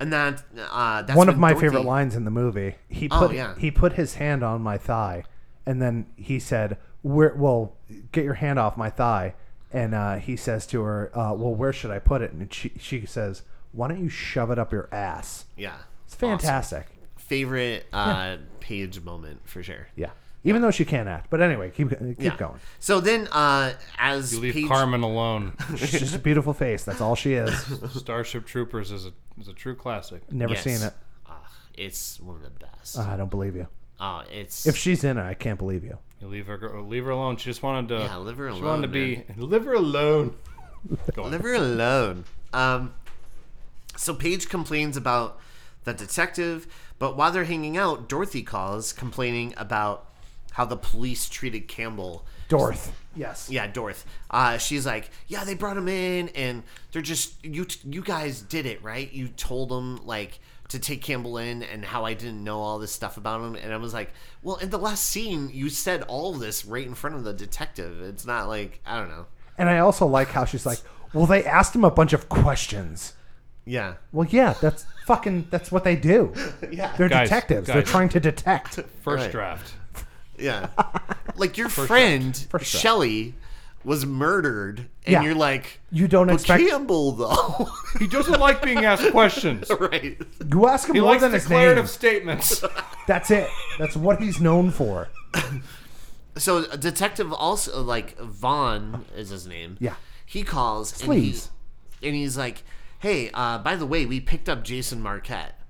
S4: and that uh, that's
S1: One of
S4: when
S1: my
S4: Dorothy-
S1: favorite lines in the movie. He
S4: Oh,
S1: put
S4: yeah.
S1: he put his hand on my thigh, and then he said, "Where? Well, get your hand off my thigh." And uh, he says to her, uh, "Well, where should I put it?" And she she says, "Why don't you shove it up your ass?"
S4: Yeah,
S1: It's fantastic.
S4: favorite uh, Paige moment for sure.
S1: Yeah. Even though she can't act, but anyway, keep uh, keep
S4: Yeah.
S1: going.
S4: So then, uh, as
S3: You leave
S4: Paige-
S3: Carmen alone.
S1: She's just a beautiful face. That's all she is.
S3: Starship Troopers is a is a true classic.
S1: Never
S4: Yes.
S1: seen it. Ah,
S4: Ah, It's one of the best.
S1: I don't believe you.
S4: Uh, it's
S1: If she's in it, I can't believe you.
S3: You leave her, go- leave her alone. She just wanted to.
S4: Yeah, leave her
S3: She wanted to
S4: alone,
S3: be. Leave her alone. Go on.
S4: Leave her alone. Um, so Paige complains about the detective, but while they're hanging out, Dorothy calls complaining about how the police treated Campbell.
S1: Dorth. Yes.
S4: Yeah, Dorth. Uh, she's like, yeah, they brought him in, and they're just you. You guys did it, right? You told them like to take Campbell in, and how I didn't know all this stuff about him. And I was like, well, in the last scene, you said all of this right in front of the detective. It's not like I don't know.
S1: And I also like how she's like, well, they asked him a bunch of questions.
S4: Yeah,
S1: Well, yeah, that's fucking, that's what they do.
S4: yeah.
S1: They're
S3: Guys,
S1: detectives. They're
S3: guys.
S1: trying to detect.
S3: First
S4: Right.
S3: draft.
S4: Yeah. like your friend Shelly was murdered and
S1: Yeah.
S4: you're like
S1: You don't
S4: "But
S1: expect-
S4: Campbell though.
S3: He doesn't like being asked questions.
S4: right.
S1: You ask him
S3: He
S1: more
S3: likes
S1: than his
S3: declarative
S1: name.
S3: statements.
S1: That's it. That's what he's known for.
S4: So a detective also like Vaughn is his name.
S1: Yeah.
S4: He calls
S1: Sleaze.
S4: and he and he's like, Hey, uh, by the way, we picked up Jason Marquette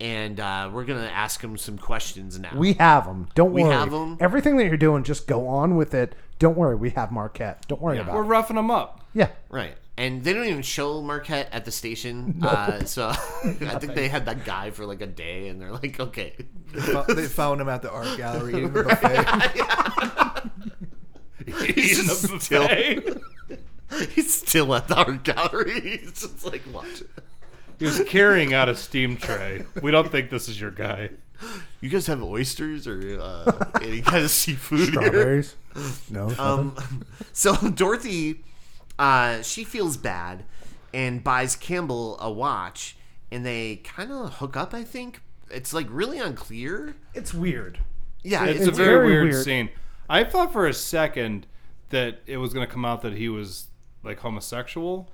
S4: and uh, we're gonna ask him some questions now.
S1: We have him. Don't
S4: We
S1: worry.
S4: have 'em.
S1: Everything that you're doing, just go on with it. Don't worry. We have Marquette. Don't worry
S3: We're
S1: about it.
S3: roughing him up.
S1: Yeah.
S4: Right. And they don't even show Marquette at the station. Uh, so I think they had that guy for like a day and they're like, Okay.
S2: Fo- they found him at the art gallery eating the buffet.
S4: He's
S3: In the
S4: just
S3: buffet.
S4: He's still at the art gallery. He's just like, what?
S3: He was carrying out a steam tray. We don't think this is your guy.
S4: You guys have oysters or uh, any kind of seafood here?
S1: Strawberries. No.
S4: Um, so Dorothy, uh, she feels bad and buys Campbell a watch, and they kind of hook up. I think it's like really unclear.
S1: it's weird.
S4: Yeah,
S3: It's,
S4: it's,
S3: a very,
S1: very
S3: weird,
S1: weird.
S3: scene. I thought for a second that it was going to come out that he was like homosexual.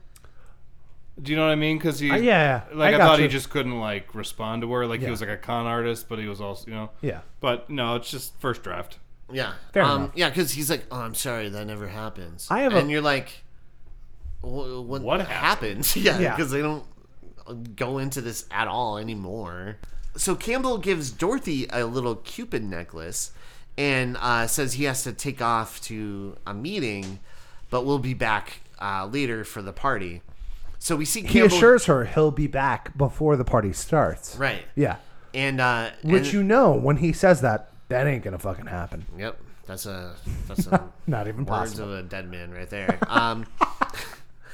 S3: Do you know what I mean? Because he,
S1: yeah, yeah.
S3: like
S1: I
S3: Uh,
S1: got
S3: I, thought
S1: you.
S3: he just couldn't like respond to her. Like he was like a con artist, but he was also, you know,
S1: Yeah.
S3: But no, it's just first draft.
S4: yeah,
S1: Fair
S4: um,
S1: enough.
S4: yeah. Because he's like, "Oh, I'm sorry, that never happens."
S1: I have a-
S4: and you're like, "Wh- "What,
S3: What
S4: happens?" Yeah,
S1: Yeah.
S4: because they don't go into this at all anymore. So Campbell gives Dorothy a little Cupid necklace and uh, says he has to take off to a meeting, but we'll be back uh, later for the party. So we see
S1: He
S4: Campbell,
S1: assures her he'll be back before the party starts.
S4: right?
S1: Yeah.
S4: and uh,
S1: Which
S4: and-
S1: you know when he says that, that ain't gonna fucking happen.
S4: Yep, that's a that's a
S1: Not even
S4: words
S1: possible.
S4: of a dead man right there. Um,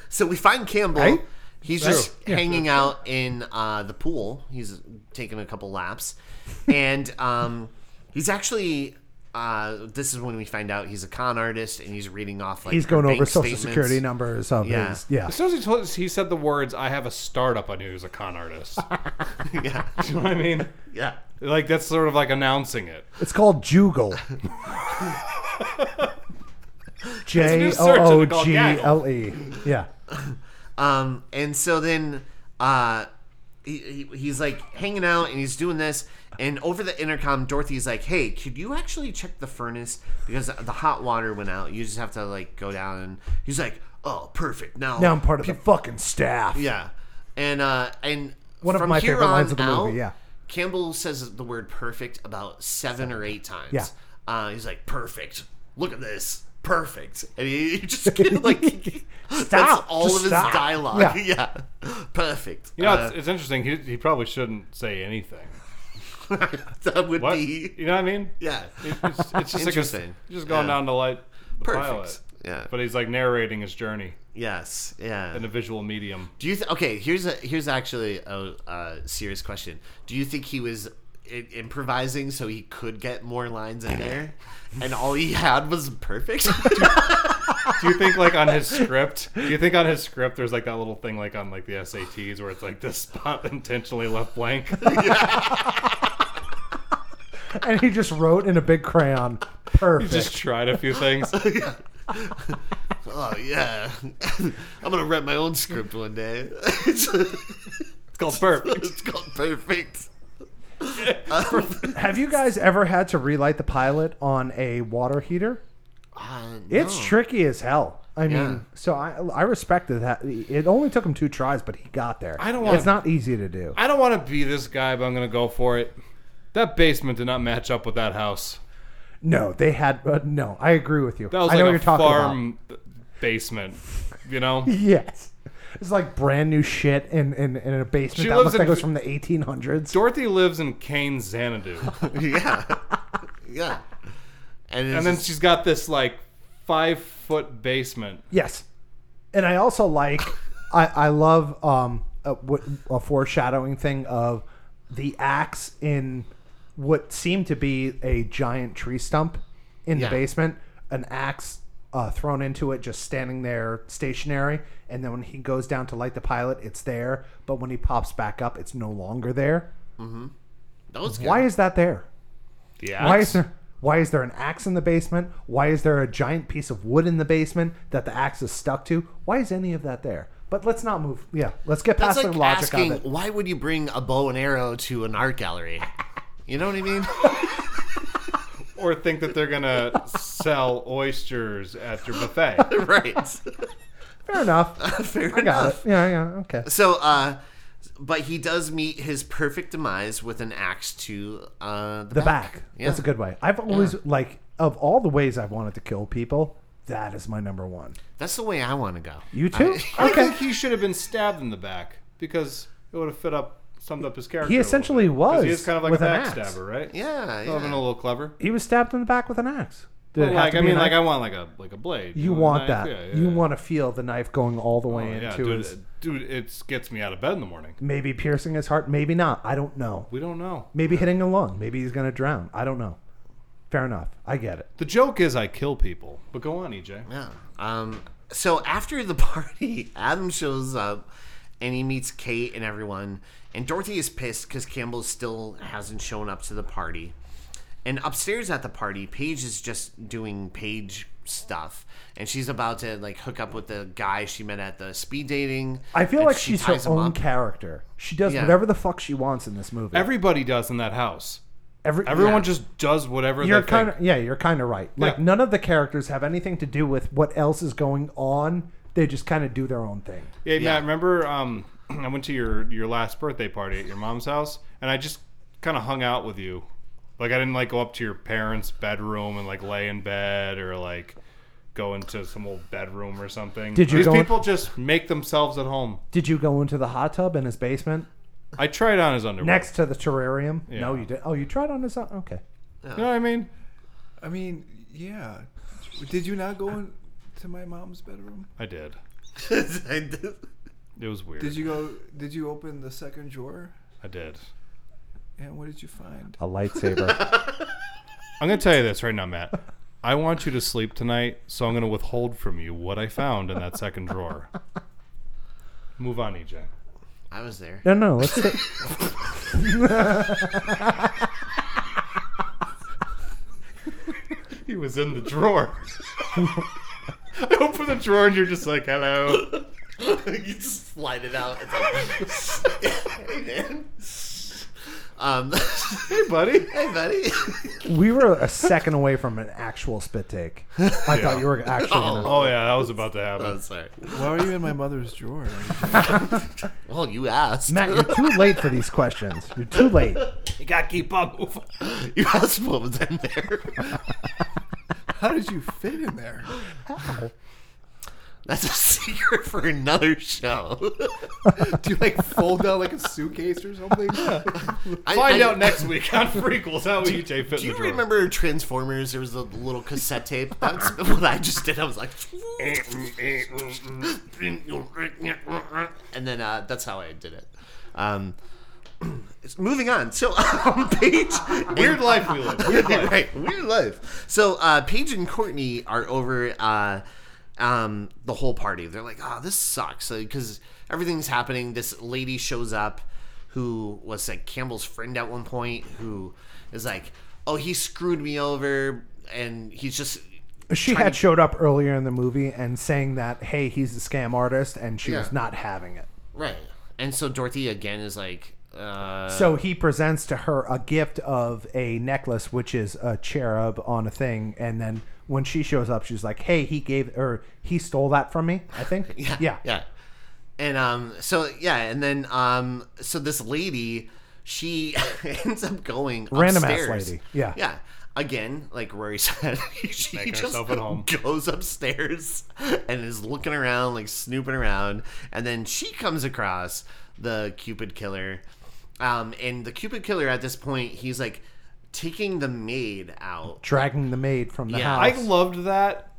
S4: so we find Campbell.
S1: Right?
S4: He's just hanging out in uh, the pool. He's taking a couple laps, and um, he's actually. Uh, this is when we find out he's a con artist and he's reading off like
S1: He's
S4: her
S1: going over
S4: bank
S1: social
S4: statements.
S1: security numbers of
S4: Yeah.
S1: his yeah.
S3: As soon as he told us, he said the words, "I have a startup." I knew he was a con artist.
S4: yeah,
S3: Do you know what I mean?
S4: yeah.
S3: Like that's sort of like announcing it.
S1: It's called Jugal. J
S3: new search
S1: O O
S3: engine called
S1: G L E. Yeah.
S4: Um, and so then uh, he, he, he's like hanging out and he's doing this. And over the intercom, Dorothy's like, hey, could you actually check the furnace? Because the hot water went out. You just have to like go down. And he's like, oh, perfect. Now,
S1: Now I'm part of the fucking staff.
S4: yeah. And, uh, and
S1: One of
S4: from
S1: my
S4: here
S1: favorite
S4: on
S1: lines of the
S4: out,
S1: movie, yeah.
S4: Campbell says the word perfect about seven or eight times.
S1: Yeah.
S4: Uh, he's like, perfect. Look at this. Perfect. And he, he just can't, like, that's
S1: Stop.
S4: all
S1: Just
S4: of his
S1: stop.
S4: dialogue.
S1: Yeah.
S4: Yeah. Perfect.
S3: You know,
S4: Uh,
S3: it's, it's interesting. He, he probably shouldn't say anything.
S4: Uh, that would
S3: What?
S4: be
S3: You know what I mean?
S4: yeah.
S3: It- it's, it's just like a,
S4: Interesting.
S3: just going
S4: Yeah.
S3: down to light the
S4: Perfect.
S3: pilot.
S4: Yeah.
S3: But he's like narrating his journey
S4: Yes. Yeah.
S3: in a visual medium.
S4: Do you th- okay? Here's a here's actually a, a serious question. Do you think he was I- improvising so he could get more lines in there, and all he had was perfect?
S3: Do you think like on his script? Do you think on his script there's like that little thing like on like the SATs where it's like this spot intentionally left blank?
S1: And he just wrote in a big crayon, perfect.
S3: Just tried a few things.
S4: oh yeah. I'm gonna write my own script one day. it's,
S3: It's called burp.
S4: it's called perfect.
S1: Have you guys ever had to relight the pilot on a water heater?
S4: Uh,
S1: It's
S4: no.
S1: tricky as hell. I mean,
S4: Yeah.
S1: so I I respect that. It only took him two tries, but he got there.
S3: I don't wanna-
S1: It's not easy to do.
S3: I don't want to be this guy, but I'm going to go for it. That basement did not match up with that house.
S1: No, they had. Uh, no, I agree with you.
S3: That was
S1: I know
S3: like
S1: what you're
S3: a
S1: talking
S3: farm basement, you know?
S1: about. Yes, it's like brand new shit in in, in a basement
S3: She
S1: that
S3: lives
S1: looks like
S3: in-
S1: it was from the 1800s.
S3: Dorothy lives in Kane's Xanadu.
S4: yeah, yeah. And,
S3: and then she's got this like five foot basement.
S1: Yes, and I also like. I I love um a, what- a foreshadowing thing of the axe in what seemed to be a giant tree stump in
S4: Yeah.
S1: the basement. An axe. Uh, thrown into it, just standing there, stationary. And then when he goes down to light the pilot, it's there. But when he pops back up, it's no longer there.
S4: that was good.
S1: Why is that there?
S3: Yeah.
S1: Why is there why is there an axe in the basement? Why is there a giant piece of wood in the basement that the axe is stuck to? Why is any of that there? But let's not move. Yeah, let's get
S4: That's
S1: past
S4: like
S1: the logic
S4: asking
S1: of it.
S4: why would you bring a bow and arrow to an art gallery? You know what I mean?
S3: Or think that they're going to sell oysters at your buffet.
S4: right.
S1: Fair enough.
S4: Fair
S1: I got
S4: enough.
S1: it. Yeah, yeah. Okay.
S4: So, uh, but he does meet his perfect demise with an axe to uh, the,
S1: The
S4: back.
S1: back.
S4: Yeah.
S1: That's a good way. I've always like of all the ways I've wanted to kill people, that is my number one.
S4: That's the way I want to go.
S1: You too?
S3: I
S1: okay.
S3: think he should have been stabbed in the back because it would have fit up, summed up his character.
S1: He
S3: a little
S1: essentially
S3: bit. 'Cause He
S1: was
S3: is kind of like
S1: with
S3: a
S1: an axe.
S3: backstabber, right?
S4: Yeah,
S3: That would have been a
S4: yeah.
S3: little clever.
S1: He was stabbed in the back with an axe. Did it
S3: Well,
S1: have
S3: like
S1: to
S3: I
S1: be
S3: mean,
S1: an
S3: like
S1: axe?
S3: I want like a like a blade.
S1: you
S3: know, a
S1: want
S3: knife.
S1: that.
S3: Yeah, yeah,
S1: you
S3: yeah. Oh,
S1: want to feel the knife going all the way
S3: Yeah,
S1: into
S3: dude,
S1: his
S3: dude, it gets me out of bed in the morning.
S1: maybe piercing his heart, maybe not. I don't know.
S3: We don't know.
S1: Maybe hitting a lung. Maybe he's gonna drown. I don't know. Fair enough. I get it.
S3: The joke is I kill people, but go on, E EJ.
S4: Yeah. Um, so after the party, Adam shows up and he meets Kate and everyone. And Dorothy is pissed because Campbell still hasn't shown up to the party. And upstairs at the party, Paige is just doing Paige stuff. And she's about to like hook up with the guy she met at the speed dating.
S1: I feel
S4: and
S1: like
S4: she
S1: she's
S4: ties
S1: her
S4: him
S1: own
S4: up.
S1: character. She does
S4: Yeah.
S1: whatever the fuck she wants in this movie.
S3: Everybody does in that house.
S1: Every-
S3: Everyone just does whatever
S1: You're
S3: they
S1: kind
S3: think.
S1: of yeah. You're kind of right. Like
S3: Yeah.
S1: none of the characters have anything to do with what else is going on. They just kind of do their own thing.
S3: Yeah, Matt, remember um, I went to your your last birthday party at your mom's house, and I just kind of hung out with you. Like I didn't like go up to your parents' bedroom and like lay in bed or like go into some old bedroom or something.
S1: Did you
S3: These
S1: go in-
S3: people just make themselves at home.
S1: Did you go into the hot tub in his basement
S3: I tried on his underwear.
S1: next to the terrarium? No,
S3: Yeah.
S1: you did. Oh, you tried on his own. Okay.
S3: you know what I mean?
S2: I mean, yeah. Did you not go in to my mom's bedroom?
S3: I did.
S4: I did-
S3: It was weird.
S2: Did you go? Did you open the second drawer?
S3: I did.
S2: And what did you find?
S1: A lightsaber.
S3: I'm gonna tell you this right now, Matt. I want you to sleep tonight, so I'm gonna withhold from you what I found in that second drawer. Move on, E EJ.
S4: I was there.
S1: no, no. Let's.
S3: He was in the drawer. I open the drawer and you're just like, hello.
S4: you just slide it out. It's like, hey man. Um,
S3: Hey, buddy.
S4: hey buddy.
S1: We were a second away from an actual spit take. I thought you were actually. Gonna,
S3: Oh, yeah, that was about to happen.
S4: Oh, sorry.
S2: Why were you in my mother's drawer?
S4: Well, you asked.
S1: Matt, you're too late for these questions. You're too late.
S3: You gotta keep up moving.
S4: You asked what was in there.
S2: How did you fit in there?
S4: That's a secret for another show.
S2: Do you like fold down like a suitcase or something?
S4: I,
S3: Find
S4: I-
S3: out next week on Frequels how EJ fit
S4: Do
S3: in
S4: you
S3: the drawer.
S4: remember Transformers? There was a little cassette tape. That's what I just did. I was like, and then uh, that's how I did it. Um, it's- moving on. So, um, Paige,
S3: Weird life we live. Weird life.
S4: right, weird life. So uh, Paige and Courtney are over uh, um, the whole party. They're like, "Oh, this sucks," because everything's happening. This lady shows up, who was like Campbell's friend at one point, who is like, "Oh, he screwed me over," and he's just
S1: She had showed up earlier in the movie and saying that, hey, he's a scam artist, and she was
S4: Yeah.
S1: not having it.
S4: right. And so Dorothy again is like, uh,
S1: So he presents to her a gift of a necklace, which is a cherub on a thing, and then when she shows up, she's like, "Hey, he gave or he stole that from me." I think.
S4: Yeah. Yeah. And um, so yeah, and then um, so this lady, she ends up going
S1: Random ass
S4: upstairs.
S1: lady. Yeah.
S4: Yeah. Again, like Rory said, she
S3: Making
S4: just
S3: herself at home.
S4: goes upstairs and is looking around, like snooping around, and then she comes across the Cupid killer. Um, and the Cupid killer at this point, he's like taking the maid out.
S1: Dragging the maid from the
S4: Yeah.
S1: house.
S3: I loved that.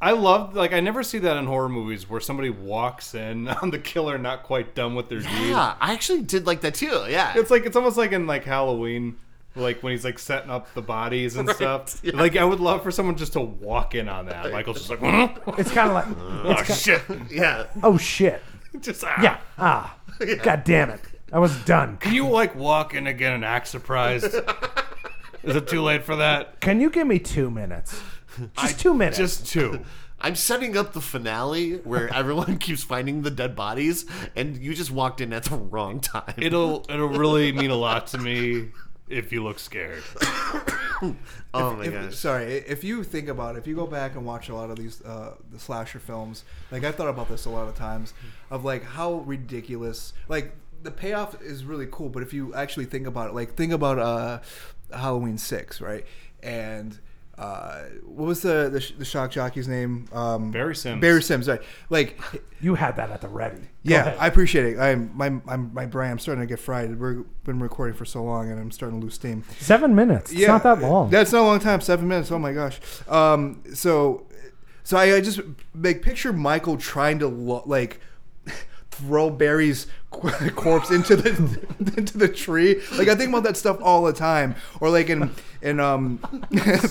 S3: I loved like I never see that in horror movies where somebody walks in on the killer not quite done with their deed.
S4: Yeah, I actually did like that too. Yeah.
S3: It's like it's almost like in like Halloween, like when he's like setting up the bodies and stuff.
S4: yeah.
S3: Like I would love for someone just to walk in on that. Michael's just like,
S1: it's kind of like,
S4: oh shit. Yeah.
S1: oh shit.
S3: just ah.
S1: Yeah. Ah. God damn it. I was done.
S3: Can you like walk in again and act surprised? Is it too late for that?
S1: Can you give me two minutes? Just two minutes.
S3: Just two.
S4: I'm setting up the finale where everyone keeps finding the dead bodies, and you just walked in at the wrong time.
S3: It'll it'll really mean a lot to me if you look scared.
S4: oh my
S2: if,
S4: gosh.
S2: Sorry, i- if you think about it, if you go back and watch a lot of these uh, the slasher films, like I thought about this a lot of times, of like how ridiculous, like the payoff is really cool, but if you actually think about it, like think about uh, Halloween Six, right? And uh, what was the the, sh- the shock jockey's name? Um,
S3: Barry Sims.
S2: Barry Sims, right? Like,
S1: you had that at the ready.
S2: yeah, I appreciate it. I'm my I'm, my brain. I'm starting to get fried. We've been recording for so long, and I'm starting to lose steam.
S1: Seven minutes. It's not that long.
S2: That's not a long time. Seven minutes. Oh my gosh. Um. So, so I, I just like picture Michael trying to lo- like throw Barry's qu- corpse into the into the tree. Like I think about that stuff all the time. Or like in in um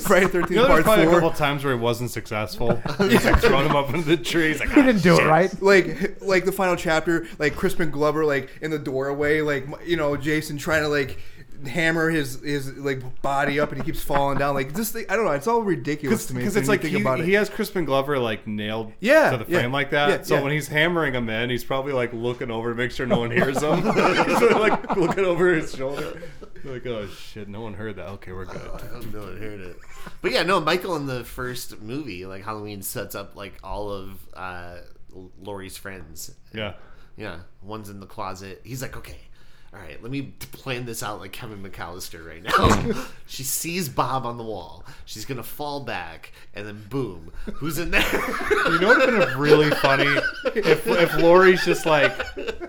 S2: Friday Thirteenth
S3: You know, there's
S2: Part
S3: probably a couple
S2: Four.
S3: times where he wasn't successful. He's like throwing him up into the tree. He's like, "Oh,
S1: He didn't do it right.
S2: Like, like the final chapter, like Crispin Glover, like in the doorway, like you know Jason trying to like hammer his his like body up, and he keeps falling down. Like this thing, I don't know. It's all ridiculous to me
S3: because
S2: when
S3: it's
S2: you
S3: like
S2: think
S3: he,
S2: about it.
S3: he has Crispin Glover like nailed
S2: Yeah,
S3: to the
S2: yeah,
S3: frame like that.
S2: yeah,
S3: so
S2: yeah.
S3: when he's hammering him in, he's probably like looking over to make sure no one hears him. he's sort of, like looking over his shoulder, like oh shit, no one heard that. Okay, we're good.
S4: I don't know, I heard it. But yeah, no, Michael in the first movie, like Halloween, sets up like all of uh, Laurie's friends.
S3: Yeah,
S4: Yeah, one's in the closet. He's like, okay, all right, let me plan this out like Kevin McAllister right now. she sees Bob on the wall. She's gonna fall back, and then boom, who's in there?
S3: you know, it'd been really funny if if Lori's just like,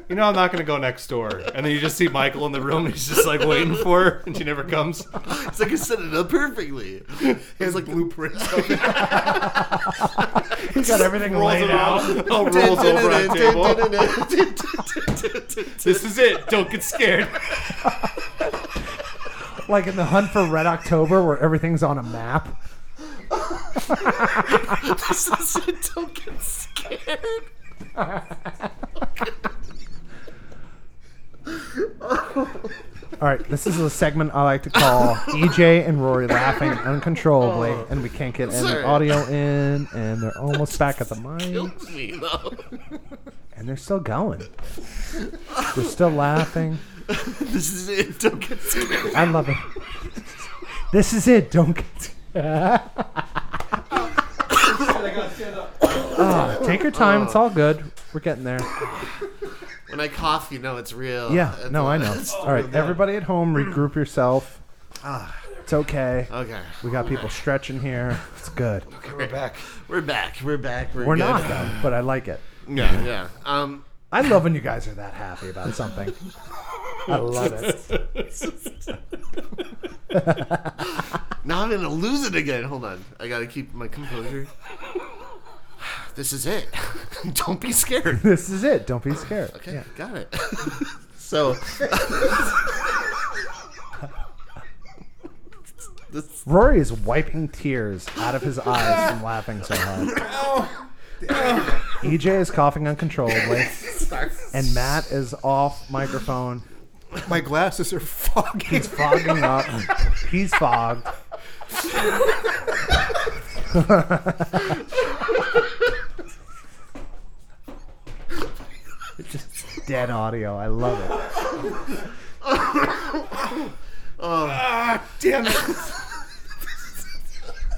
S3: you know, I'm not gonna go next door, and then you just see Michael in the room, and he's just like waiting for her, and she never comes.
S4: It's like I set it up perfectly. It's like blueprints.
S1: He got everything laid out.
S3: Oh, rolls over on table. This is it. Don't get scared.
S1: Like in the hunt for Red October where everything's on a map.
S4: This is it. Don't get scared.
S1: All right, this is a segment I like to call EJ and Rory laughing uncontrollably, and we can't get any
S4: Sorry.
S1: audio in, and they're almost back at the mic,
S4: Kills me though.
S1: and they're still going. They're still laughing.
S4: This is it. Don't get scared.
S1: I love it. This is it. Don't get. Ah, take your time. It's all good. We're getting there.
S4: When I cough, you know it's real.
S1: Yeah.
S4: It's-
S1: No, I know. All right, everybody at home, regroup yourself. It's okay.
S4: Okay.
S1: We got people stretching here. It's good.
S4: We're back. We're back. We're back. We're,
S1: We're
S4: good.
S1: not though, but I like it.
S4: Yeah. Yeah. Um.
S1: I love when you guys are that happy about something. I love it.
S4: Now I'm gonna lose it again. Hold on. I gotta keep my composure. This is it. Don't be scared.
S1: This is it. Don't be scared.
S4: Okay,
S1: Yeah.
S4: got it. so
S1: Rory is wiping tears out of his eyes from laughing so hard. EJ is coughing uncontrollably, and Matt is off microphone.
S2: My glasses are foggy.
S1: He's fogging up. He's fogged. Just dead audio. I love it.
S3: Damn it.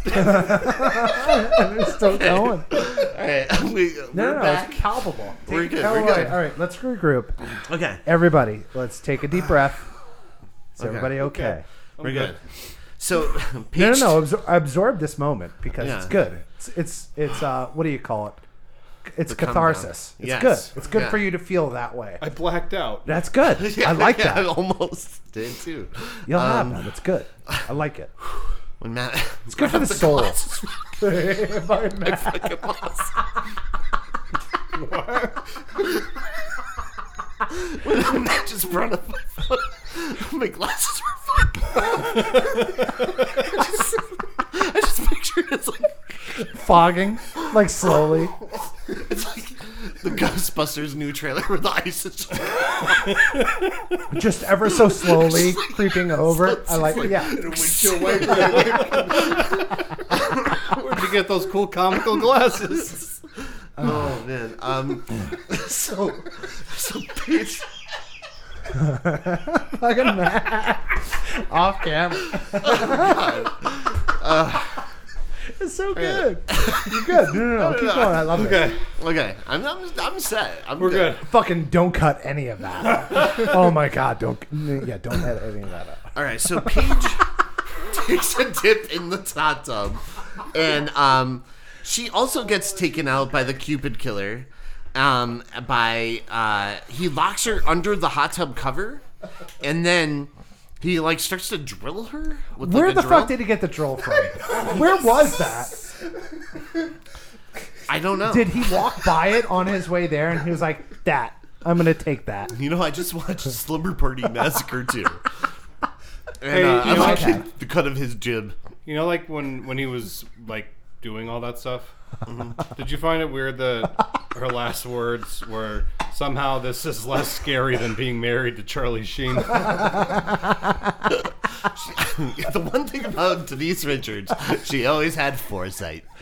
S1: They're still going.
S4: All right, we,
S1: No,
S4: we're
S1: no,
S4: back.
S1: it's palpable.
S4: We're good.
S1: All
S4: We're
S1: right,
S4: good.
S1: all right, let's regroup.
S4: Okay,
S1: Everybody, let's take a deep breath. Is
S4: Okay.
S1: everybody okay?
S4: we're good. So, page
S1: No, no, no. Absor- absorb this moment because it's
S4: Yeah.
S1: good. It's it's, it's uh, what do you call it? It's
S4: countdown.
S1: catharsis. It's
S4: Yes.
S1: good. It's good
S4: Yeah.
S1: for you to feel that way.
S3: I blacked out.
S1: That's good. I like that.
S4: I almost did too. Um,
S1: You'll have that. It's good. I like it.
S4: When Matt,
S1: It's good for the soul.
S4: fucking lost. when Matt just brought up my phone, my glasses were fucking off. I just, I just picture it's like
S1: Fogging, like slowly.
S4: it's like the Ghostbusters new trailer where the ice is just
S1: just ever so slowly creeping over. I like, yeah.
S6: Windshield wiper.
S3: Where'd you get those cool comical glasses?
S4: Oh man. Um so so page
S1: Fucking mad. Off camera. Uh, it's so good. You're good. No, no, no. Keep going. I love it.
S3: Okay,
S4: Okay. I'm I'm, I'm set. I'm
S3: we're good.
S1: Fucking don't cut any of that. oh my god, don't. Yeah, don't edit any of that out.
S4: All right, so Paige takes a dip in the hot tub, and um, she also gets taken out by the Cupid killer. Um, by uh, he locks her under the hot tub cover, and then he like starts to drill her. With,
S1: Where
S4: like,
S1: the
S4: a drill.
S1: fuck did he get the troll from? Where was that?
S4: I don't know.
S1: Did he walk by it on his way there and he was like, that, I'm gonna take that.
S4: you know? I just watched Slumber Party Massacre too. And
S3: Hey,
S4: uh, I
S3: you know-
S4: like his- the cut of his jib.
S3: You know, like when when he was like doing all that stuff.
S1: Mm-hmm.
S3: Did you find it weird that her last words were somehow this is less scary than being married to Charlie Sheen?
S4: the one thing about Denise Richards, she always had foresight.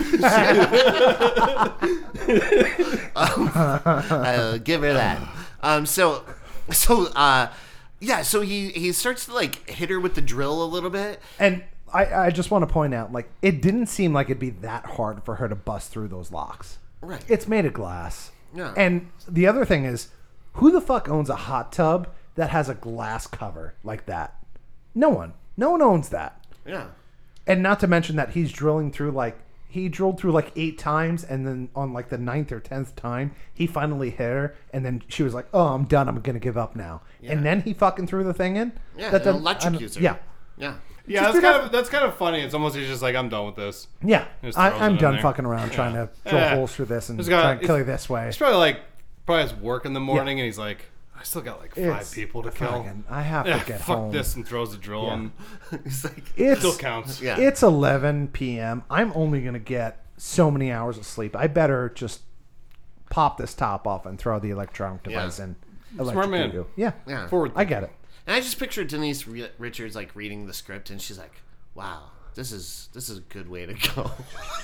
S4: Um, I'll give her that. Um, so, so, uh, yeah. So he he starts to like hit her with the drill a little bit.
S1: And I, I just want to point out, like, it didn't seem like it'd be that hard for her to bust through those locks.
S4: Right.
S1: It's made of glass.
S4: Yeah.
S1: And the other thing is, who the fuck owns a hot tub that has a glass cover like that? No one. No one owns that.
S4: yeah.
S1: And not to mention that he's drilling through like he drilled through like eight times, and then on like the ninth or tenth time, he finally hit her, and then she was like, "Oh, I'm done. I'm gonna give up now." And then he fucking threw the thing in.
S4: Yeah.
S1: That
S4: and
S1: doesn't- I don't-
S4: electrocutes her.
S1: Yeah,
S4: Yeah.
S3: Yeah,
S1: Just
S3: that's
S1: do
S3: kind
S1: that.
S3: of that's kind of funny. It's almost he's just like I'm done with this.
S1: yeah.
S3: Just
S1: I,
S3: throws it
S1: I'm
S3: in
S1: done
S3: there.
S1: fucking around trying to drill
S3: Yeah.
S1: holes through this and
S3: Just gotta-
S1: try and kill you
S3: it's-
S1: this way.
S3: He's probably like probably has work in the morning, and he's like I still got like five
S1: It's
S3: people to kill.
S1: Fucking, I have
S3: Yeah,
S1: to get
S3: fuck
S1: home.
S3: this and throws a drill on.
S4: He's like,
S1: It's
S3: Still counts.
S4: yeah.
S1: It's 11 p.m. I'm only going to get so many hours of sleep. I better just pop this top off and throw the electronic device
S4: Yeah.
S1: in.
S3: Smart man.
S1: Electrocute you. Yeah.
S4: yeah.
S3: Forward.
S1: I get it.
S4: And I just picture Denise Re- Richards like reading the script, and she's like, "Wow, this is this is a good way to go."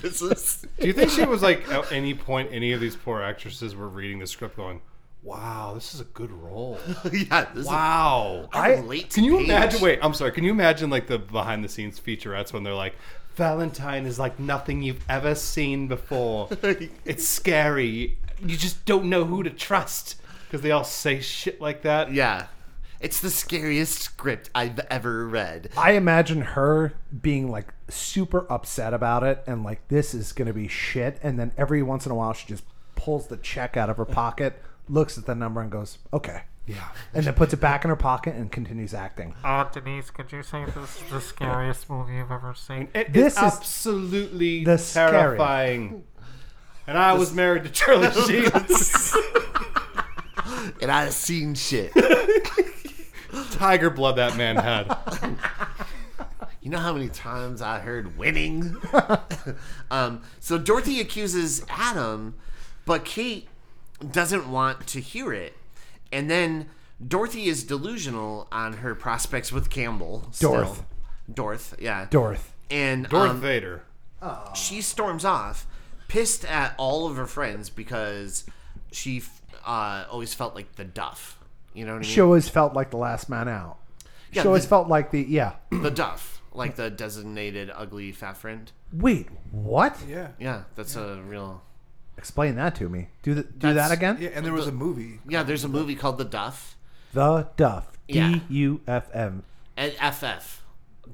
S4: this is.
S3: Do you think she was like at any point any of these poor actresses were reading the script going, "Wow, this is a good role."
S4: yeah, this is
S3: Wow.
S4: I relate to
S3: Can you
S4: Paige.
S3: imagine? Wait, I'm sorry. Can you imagine like the behind the scenes featurettes when they're like, Valentine is like nothing you've ever seen before. it's scary. You just don't know who to trust because they all say shit like that.
S4: Yeah. It's the scariest script I've ever read.
S1: I imagine her being like super upset about it and like, this is going to be shit. And then every once in a while, she just pulls the check out of her pocket, looks at the number, and goes, okay.
S3: Yeah.
S1: And then puts it back in her pocket and continues acting.
S7: Uh, Denise, could you say this is the scariest movie you've ever seen?
S3: It,
S1: This
S3: this
S1: is
S3: is absolutely
S1: the scariest.
S3: terrifying. And I was married to Charlie Sheen.
S4: And I've seen shit.
S3: Tiger blood that man had.
S4: You know how many times I heard winning? um, so Dorothy accuses Adam, but Kate doesn't want to hear it. And then Dorothy is delusional on her prospects with Campbell. still.
S1: Dorth.
S4: Dorth, yeah.
S1: Dorth.
S4: and
S3: Darth
S4: um,
S3: Vader.
S4: she storms off, pissed at all of her friends because she f- uh, always felt like the duff. You know what I mean?
S1: She always felt like the last man out.
S4: Yeah,
S1: she always
S4: the-
S1: felt like the, yeah.
S4: the duff. like the designated ugly fat friend.
S1: Wait, what?
S2: Yeah.
S4: Yeah, that's a real.
S1: Explain that to me. Do th- do
S4: That's-
S1: that again?
S2: Yeah, and there was a movie.
S4: Yeah, there's a movie called The Duff
S1: The Duff.
S4: Yeah.
S1: D U F M.
S4: and FF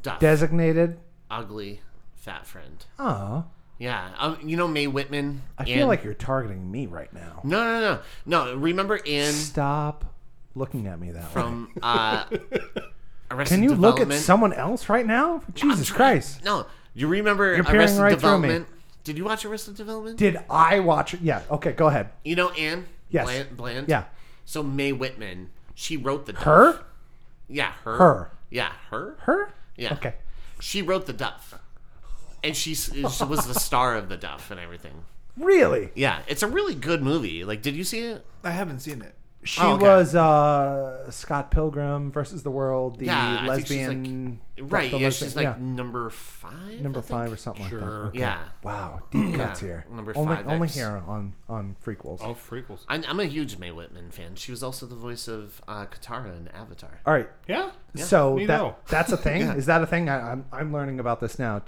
S4: Duff
S1: Designated.
S4: ugly fat friend.
S1: Oh,
S4: Yeah, um, you know Mae Whitman.
S1: I feel like you're targeting me right now.
S4: no, no, no, no. Remember Anne
S1: Stop looking at me that way.
S4: from uh, Arrested
S1: Can you look at
S4: Development?
S1: someone else right now? Jesus Christ.
S4: No, you remember
S1: You're peering
S4: Arrested
S1: right through me.
S4: Development? Did you watch Arrested Development?
S1: Did I watch it? Yeah. Okay, go ahead.
S4: you know Anne?
S1: Yes.
S4: Bland. Bland?
S1: Yeah.
S4: So Mae Whitman, she wrote the Duff.
S1: Her?
S4: Yeah, her.
S1: Her.
S4: Yeah, her.
S1: Her?
S4: Yeah.
S1: Okay.
S4: She wrote the Duff, and she, s- she was the star of the Duff and everything.
S1: Really?
S4: Yeah, it's a really good movie. Like, did you see it?
S2: I haven't seen it.
S1: She
S4: Oh, okay.
S1: was uh, Scott Pilgrim versus the World, the
S4: Yeah, I think she's like-
S1: lesbian.
S4: Right.
S1: the
S4: Yeah,
S1: lesbian-
S4: she's like
S1: yeah,
S4: number five. I
S1: number
S4: think?
S1: five or something like that.
S3: Sure.
S1: Okay.
S4: Yeah.
S1: Wow, deep cuts here.
S4: number
S1: only,
S4: five
S1: only
S4: X.
S1: here on on prequels.
S3: Oh, frequels.
S4: I'm, I'm a huge Mae Whitman fan. She was also the voice of uh, Katara in Avatar.
S1: All right,
S3: Yeah.
S1: so
S3: me though.
S1: that that's a thing. Is that a thing? I, I'm I'm learning about this now.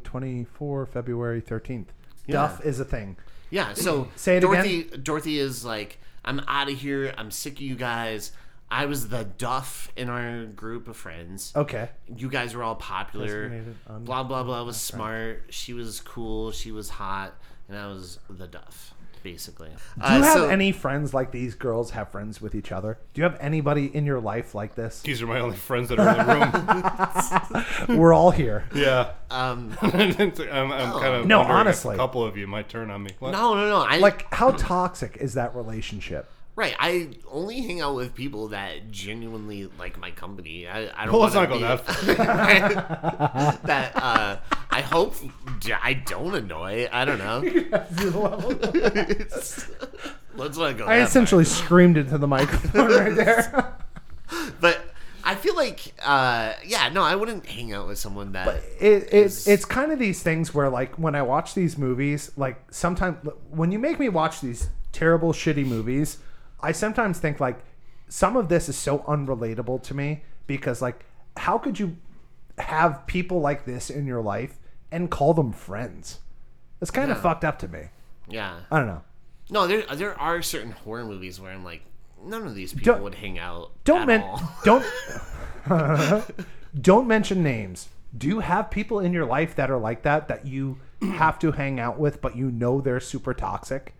S1: 2024 February 13th. Duff is a thing.
S4: Yeah. So
S1: Say it
S4: Dorothy. Dorothy is like, I'm out of here. I'm sick of you guys. I was the duff in our group of friends.
S1: Okay,
S4: You guys were all popular.
S1: Designated un-
S4: Blah blah blah. Was smart. She was cool. She was hot, and I was the duff, basically. Uh,
S1: do you have any friends like these girls have friends with each other? Do you have anybody in your life like this?
S3: These are my only friends that are in the room.
S1: We're all here.
S3: yeah.
S4: Um,
S3: I'm, I'm
S2: oh.
S3: kind of
S1: No,
S3: wondering if
S1: honestly.
S3: a couple of you might turn on me. What?
S4: no, no, no. I
S1: Like, how toxic is that relationship?
S4: Right. I only hang out with people that genuinely like my company. I, I don't.
S3: Well, let's
S4: wanna
S3: not go
S4: be-
S3: that
S4: that uh, I hope d- I don't annoy. I don't know. let's not go.
S1: I
S4: that far.
S1: essentially screamed into the microphone right there.
S4: But I feel like, uh, yeah, no, I wouldn't hang out with someone that.
S1: It, it, it's kind of these things where, like, when I watch these movies, like, sometimes when you make me watch these terrible, shitty movies, I sometimes think, like, some of this is so unrelatable to me because, like, how could you have people like this in your life and call them friends? It's kind of fucked up to me.
S4: yeah.
S1: I don't know.
S4: No, there there are certain horror movies where I'm like, none of these people
S1: Don't-
S4: would hang out.
S1: Don't
S4: at
S1: men-
S4: all.
S1: don't don't mention names. Do you have people in your life that are like that that you have to hang out with, but you know they're super toxic?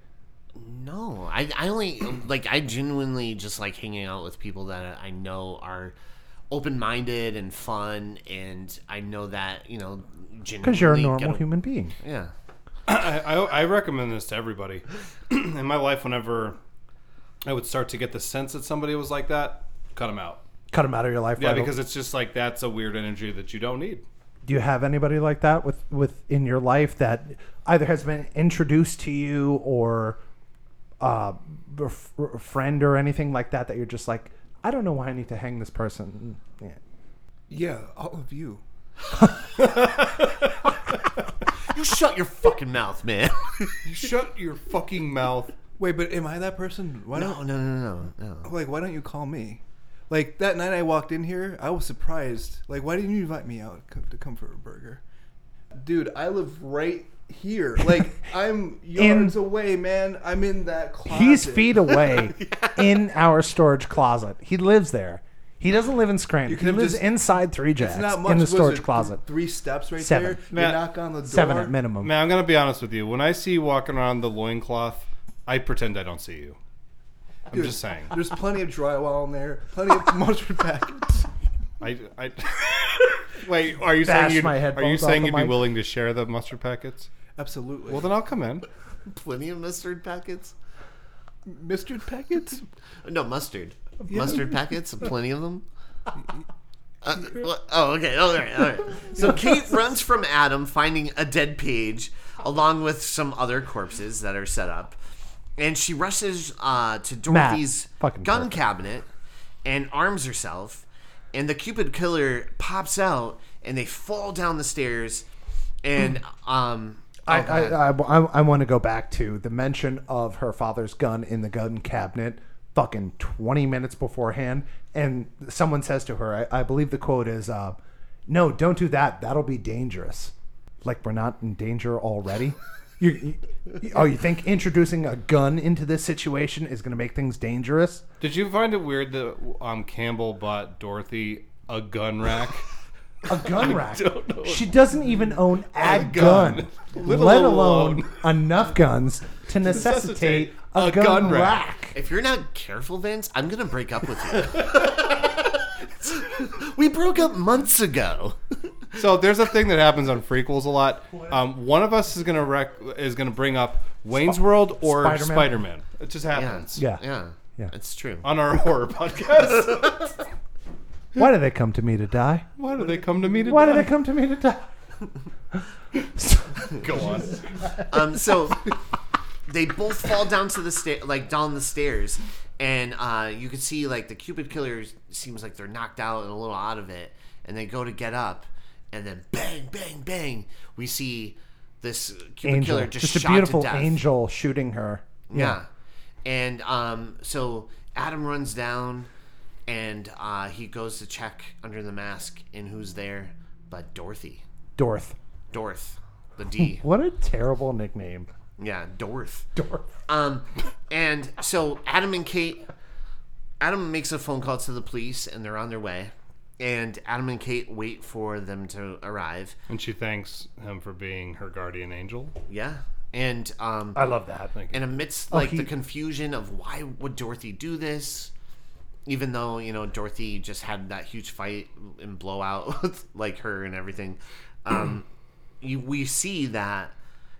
S4: No, I, I only like I genuinely just like hanging out with people that I know are open minded and fun, and I know that you know
S1: Because
S4: because
S1: you're a normal human being.
S4: Yeah,
S3: I, I, I recommend this to everybody. in my life, whenever I would start to get the sense that somebody was like that, cut them out.
S1: Cut them out of your life.
S3: Yeah,
S1: right?
S3: because it's just like that's a weird energy that you don't need.
S1: do you have anybody like that with with in your life that either has been introduced to you or uh, a f- a friend or anything like that that you're just like, I don't know why I need to hang this person. Yeah.
S2: Yeah, all of you.
S4: you shut your fucking mouth, man.
S3: You shut your fucking mouth.
S2: Wait, but am I that person? Why
S4: no, no, no, no, no.
S2: don't like why don't you call me? Like that night I walked in here, I was surprised. Like why didn't you invite me out co- to come for a burger? Dude, I live right here. Like I'm yards away, man. I'm in that closet.
S1: He's feet away in our storage closet. He lives there. He doesn't live in Scranton. He
S2: could've
S1: lives
S2: just-
S1: inside Three
S2: It's
S1: Jacks
S2: not much.
S1: in the
S2: was
S1: storage
S2: it?
S1: closet.
S2: Three steps right
S1: Seven.
S2: there.
S3: Matt,
S2: you knock on the door.
S1: Seven at minimum.
S3: Man, I'm gonna be honest with you. When I see you walking around the loincloth, I pretend I don't see you. I'm
S2: Dude,
S3: just saying.
S2: There's plenty of drywall in there. Plenty of mustard packets.
S3: I, I wait. Are you
S1: Bash
S3: saying you'd,
S1: my
S3: are you
S1: headphones off
S3: saying
S1: the
S3: you'd be
S1: mic.
S3: willing to share the mustard packets?
S2: Absolutely.
S3: Well, then I'll come in.
S4: Plenty of mustard packets.
S2: mustard packets.
S4: No mustard, mustard packets. Plenty of them. Uh, what- oh, okay. All right, all right. So Kate runs from Adam, finding a dead page along with some other corpses that are set up, and she rushes uh, to Dorothy's
S1: fucking
S4: gun
S1: perfect.
S4: cabinet and arms herself. And the Cupid killer pops out, and they fall down the stairs. And um, oh,
S1: I,
S4: go ahead.
S1: I, I, want to go back to the mention of her father's gun in the gun cabinet fucking 20 minutes beforehand. And someone says to her, I, I believe the quote is, uh, no, don't do that. That'll be dangerous. Like we're not in danger already. you, you, oh, you think introducing a gun into this situation is going to make things dangerous?
S3: Did you find it weird that um, Campbell bought Dorothy a gun rack?
S1: A gun rack. She doesn't even own a, gun, let alone enough guns to necessitate a, gun, rack.
S4: If you're not careful, Vince, I'm gonna break up with you. we broke up months ago.
S3: so there's a thing that happens on prequels a lot. Um, one of us is gonna rec- is gonna bring up Wayne's World or
S1: Spider-Man.
S3: Spider Man. It just
S4: Yeah,
S3: happens
S1: Yeah.
S4: yeah,
S1: Yeah.
S4: It's true.
S3: on our horror podcast.
S1: Why do they come to me to die?
S3: Why do they come to me to
S1: Why do
S3: die?
S1: they come to me to die?
S3: Go on.
S4: Um, so they both fall down to the sta- like down the stairs, and uh, you can see like the Cupid killer seems like they're knocked out and a little out of it, and they go to get up, and then bang, bang, bang, we see this Cupid
S1: Angel,
S4: killer just,
S1: just, a
S4: shot
S1: beautiful
S4: to death.
S1: angel shooting her.
S4: Yeah. And um, so Adam runs down and uh, he goes to check under the mask and who's there but Dorothy.
S1: Dorth.
S4: Dorth. The D.
S1: What a terrible nickname.
S4: yeah, Dorth.
S1: Dorth.
S4: Um, and so Adam and Kate, Adam makes a phone call to the police and they're on their way. And Adam and Kate wait for them to arrive.
S3: And she thanks him for being her guardian angel.
S4: Yeah. And um,
S1: I love that.
S4: and amidst like the
S1: he-
S4: confusion of why would Dorothy do this, even though you know Dorothy just had that huge fight and blowout with like her and everything, um, you, we see that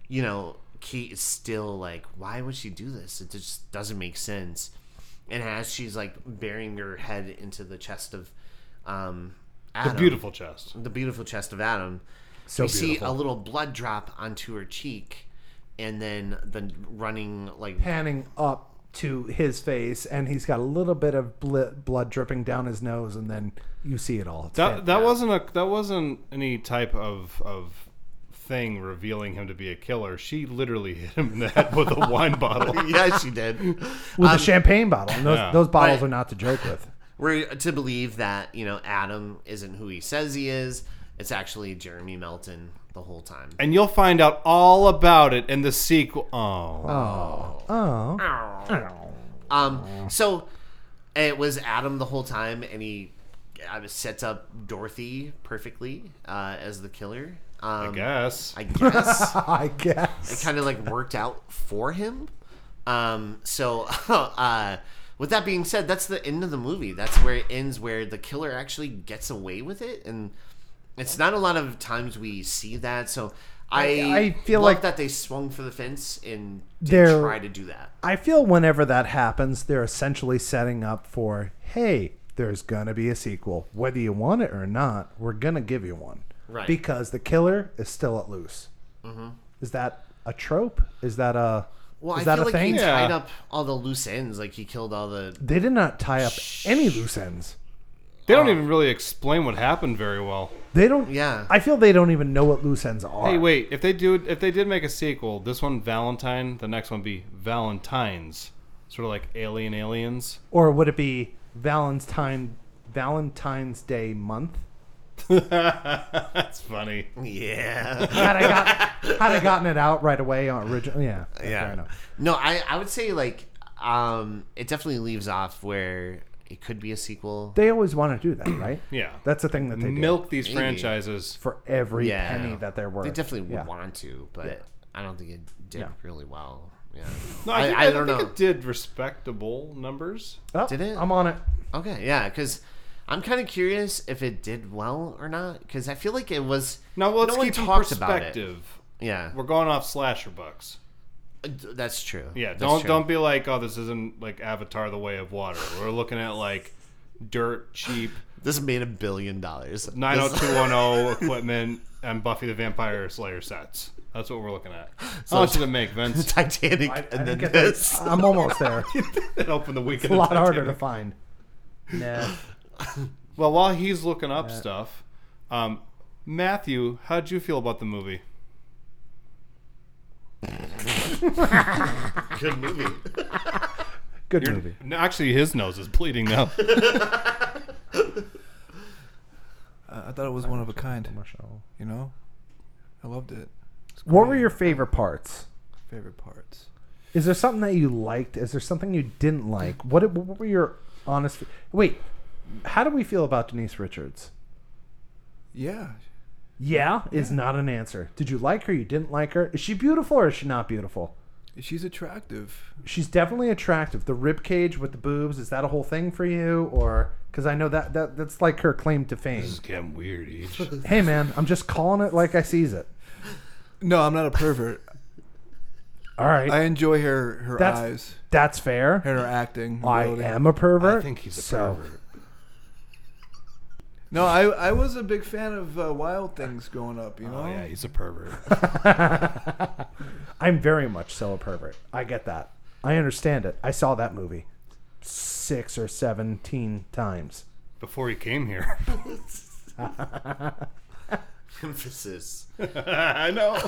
S4: you know Kate is still like, why would she do this? It just doesn't make sense. And as she's like burying her head into the chest of um, Adam,
S3: A beautiful chest.
S4: the beautiful chest of Adam. So we see a little blood drop onto her cheek, and then the running like
S1: Panning up to his face, and he's got a little bit of bl- blood dripping down his nose, and then you see it all. It's
S3: That that wasn't a that wasn't any type of of thing revealing him to be a killer. She literally hit him in the head with a wine bottle.
S4: yeah, she did. Um,
S1: with a champagne bottle. And those,
S3: Yeah.
S1: those bottles
S4: But-
S1: are not to joke with.
S4: We're to believe that you know Adam isn't who he says he is. It's actually Jeremy Melton the whole time.
S3: And you'll find out all about it in the sequel. Oh.
S1: Oh,
S4: Um, so it was Adam the whole time, and he uh, sets up Dorothy perfectly uh, as the killer. Um,
S3: I guess.
S4: I guess.
S1: I guess.
S4: kind of like worked out for him. Um, so, uh, with that being said, that's the end of the movie. That's where it ends, where the killer actually gets away with it, and it's not a lot of times we see that. So, I
S1: I feel
S4: love
S1: like-
S4: that they swung for the fence and did
S1: They're-
S4: try to do that.
S1: I feel whenever that happens, they're essentially setting up for, hey, there's going to be a sequel. Whether you want it or not, we're going to give you one.
S4: Right. Mm-hmm.
S1: Because the killer is still at loose. Is that a trope? Is that a.
S4: Well,
S1: is
S4: I
S1: that
S4: feel
S1: a
S4: like
S1: thing?
S4: he tied
S3: Yeah.
S4: up all the loose ends, like he killed all the.
S1: They did not tie up any loose ends.
S3: They don't even really explain what happened very well.
S1: They don't.
S4: Yeah.
S1: I feel they don't even know what loose ends are.
S3: Hey, wait! If they do, if they did make a sequel, this one Valentine, the next one be Valentines, sort of like Alien Aliens.
S1: Or would it be Valentine Valentine's Day month?
S3: That's funny.
S4: Yeah,
S1: Had I got had I gotten it out right away on original, yeah, fair
S4: yeah.
S1: enough.
S4: No, I I would say like um, it definitely leaves off where it could be a sequel.
S1: They always want to do that, right?
S3: Yeah,
S1: That's the thing that they do.
S3: milk these
S4: Maybe.
S3: franchises.
S1: for every
S4: Yeah.
S1: penny that they're worth.
S4: They definitely would
S1: yeah.
S4: want to, but I don't think it did really well. Yeah.
S3: No,
S4: I-
S3: I, think,
S4: I
S3: I
S4: don't
S3: think
S4: know.
S3: it did respectable numbers.
S1: Oh,
S4: Did it?
S1: I'm on it.
S4: Okay, yeah, because I'm kind of curious if it did well or not, because I feel like it was.
S3: Now let's
S4: no one
S3: keep in
S4: talked about it.
S3: perspective.
S4: Yeah,
S3: We're going off slasher bucks.
S4: Uh, d- that's true.
S3: Yeah,
S4: That's
S3: don't
S4: true.
S3: don't be like, oh, this isn't like Avatar: The Way of Water. We're looking at like dirt cheap
S4: This made a billion dollars. This-
S3: 90210 equipment and Buffy the Vampire Slayer sets. That's what we're looking at. How much did it make, Vince?
S4: Titanic, and then this.
S1: I'm almost there.
S3: it opened the weekend.
S1: A lot
S3: of Titanic.
S1: harder to find. Nah.
S3: Well, while he's looking up stuff, um, Matthew, how'd you feel about the movie?
S4: Good movie.
S1: Good movie.
S3: No, Actually, his nose is bleeding now.
S2: Uh, I thought it was one of a kind.
S1: Marshall.
S2: You know, I loved it.
S1: What were your favorite parts?
S2: Favorite parts.
S1: Is there something that you liked? Is there something you didn't like? What what were your honest? Wait, how do we feel about Denise Richards?
S2: Yeah,
S1: Yeah, is not an answer. Did you like her? You didn't like her? Is she beautiful or is she not beautiful?
S2: she's attractive.
S1: She's definitely attractive. The rib cage with the boobs is that a whole thing for you, or because I know that, that that's like her claim to fame.
S3: This is getting weird, each.
S1: Hey man, I'm just calling it like I sees it.
S2: No, I'm not a pervert.
S1: All right,
S2: I enjoy her her
S1: That's-
S2: eyes
S1: that's fair.
S2: and her acting.
S1: I
S2: ability.
S1: am a pervert.
S3: I think he's a
S1: so-
S3: pervert.
S2: No, I I was a big fan of uh, Wild Things growing up. You know.
S3: Oh yeah, he's a pervert.
S1: I'm very much so a pervert. I get that. I understand it. I saw that movie six or seventeen times.
S3: Before he came here,
S4: Emphasis.
S3: I know.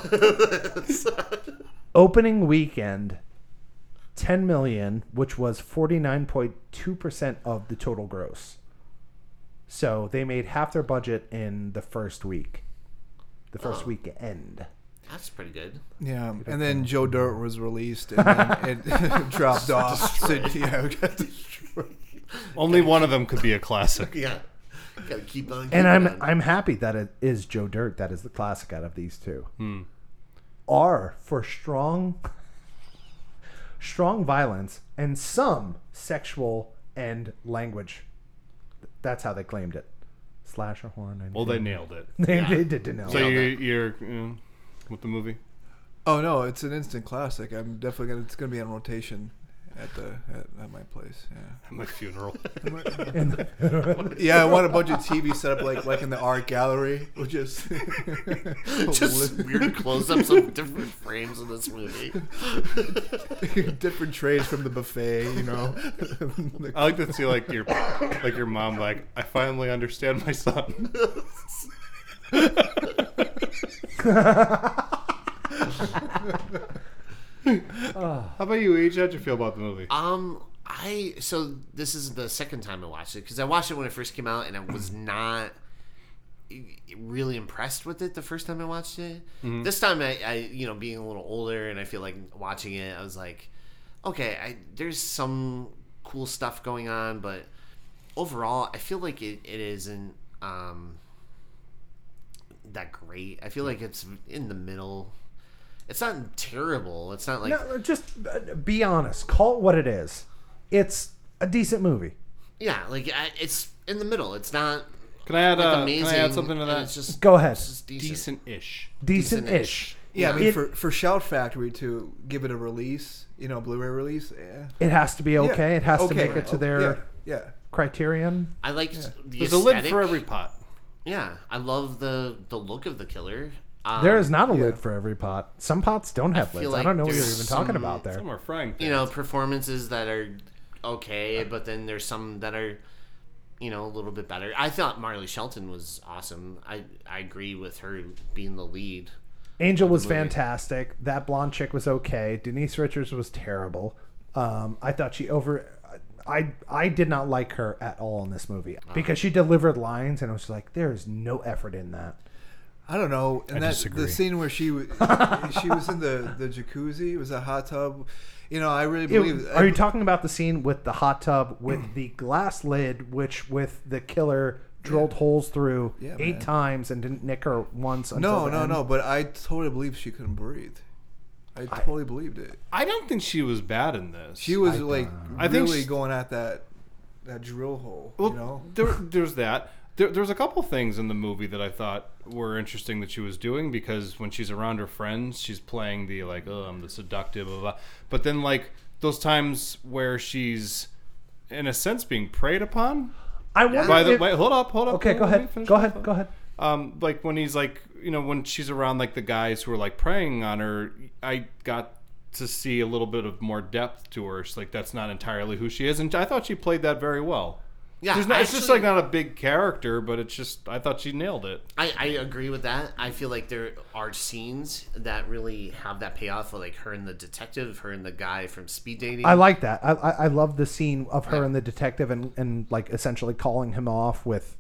S1: Opening weekend, ten million, which was forty nine point two percent of the total gross. So they made half their budget in the first week. The first weekend.
S4: That's pretty good.
S2: Yeah, and then Joe Dirt was released, and then it dropped off. So, yeah, got destroyed.
S3: Only one of them could be a classic.
S4: Yeah. Gotta keep on. keeping
S1: And I'm
S4: on.
S1: I'm happy that it is Joe Dirt that is the classic out of these two. R for strong strong violence and some sexual and language. That's how they claimed it. Slasher horn and
S3: Well, they nailed it.
S1: they, they did to know.
S3: So you, you're you know, with the movie.
S2: Oh no, it's an instant classic. I'm definitely gonna. It's gonna be on rotation at the at, at my place. Yeah.
S3: At my funeral.
S2: Yeah, I want a bunch of TV set up like like in the art gallery. We'll just
S4: just weird close-ups of different frames of this movie.
S2: different trays from the buffet. You know.
S3: I like to see like your like your mom like I finally understand my son. How about you, Each? How'd you feel about the movie?
S4: Um, I so this is the second time I watched it because I watched it when it first came out and I was not really impressed with it the first time I watched it. This time I, I, you know, being a little older and I feel like watching it, I was like, okay, I there's some cool stuff going on, but overall, I feel like it, it isn't um that great. I feel like it's in the middle. It's not terrible. It's not like
S1: No, just uh, be honest. Call it what it is. It's a decent movie.
S4: Yeah, like I, it's in the middle. It's not
S3: Can I add
S4: like,
S3: uh,
S4: amazing.
S3: Can I add something to
S4: and
S3: that?
S4: It's just
S1: Go ahead.
S4: it's just decent.
S3: decent-ish.
S1: Decent-ish.
S2: Yeah, I mean,
S1: It-
S2: for for Shout Factory to give it a release, you know, Blu-ray release. Yeah.
S1: It has to be
S2: Yeah,
S1: okay. It has to
S2: okay,
S1: make it to
S2: oh,
S1: their
S2: yeah. yeah.
S1: criterion.
S4: I liked the
S3: There's a
S4: aesthetic.
S3: lid for every pot.
S4: Yeah, I love the the look of the killer. Um,
S1: There is not a lid for every pot. Some pots don't have
S4: feel
S1: lids. I
S4: like
S1: don't know what you're
S4: there's
S1: even talking
S4: some-
S1: about there.
S3: Some are frying.
S4: you know performances that are okay, but then there's some that are you know a little bit better. I thought Marley Shelton was awesome. I I agree with her being the lead.
S1: Angel was fantastic. That blonde chick was okay. Denise Richards was terrible. Um, I thought she over. I I did not like her at all in this movie
S3: Ah.
S1: because she delivered lines and I was like, there is no effort in that.
S2: I don't know. And that
S3: disagree.
S2: the scene where she was she was in the the jacuzzi, it was a hot tub. You know, I really
S1: It-
S2: believe.
S1: are you talking about the scene with the hot tub with the glass lid, which with the killer drilled holes through
S2: Yeah,
S1: eight
S2: man.
S1: times and didn't nick her once? Until
S2: No,
S1: the
S2: no,
S1: end?
S2: no. But I totally believe she couldn't breathe. I totally believed it.
S3: I don't think she was bad in this.
S2: She was like
S3: I think
S2: really
S3: she-
S2: going at that that drill hole.
S3: Well,
S2: you know,
S3: there, there's that. There, there's a couple things in the movie that I thought were interesting that she was doing because when she's around her friends, she's playing the like, oh, I'm the seductive, blah, blah. But then like those times where she's, in a sense, being preyed upon.
S1: I wonder.
S3: By the
S1: if-
S3: way, hold up, hold up.
S1: okay,
S3: hold
S1: go
S3: on, let me
S1: ahead.
S3: finish
S1: Go
S3: my
S1: ahead.
S3: thought.
S1: Go ahead.
S3: Um, like when he's like, you know, when she's around like the guys who are like preying on her, I got to see a little bit of more depth to her. It's like that's not entirely who she is, and I thought she played that very well.
S4: Yeah,
S3: There's not,
S4: I
S3: it's just
S4: actually-
S3: like not a big character, but it's just I thought she nailed it.
S4: I, I agree with that. I feel like there are scenes that really have that payoff, like her and the detective, her and the guy from speed dating.
S1: I like that. I, I, I love the scene of her and the detective and, and like essentially calling him off with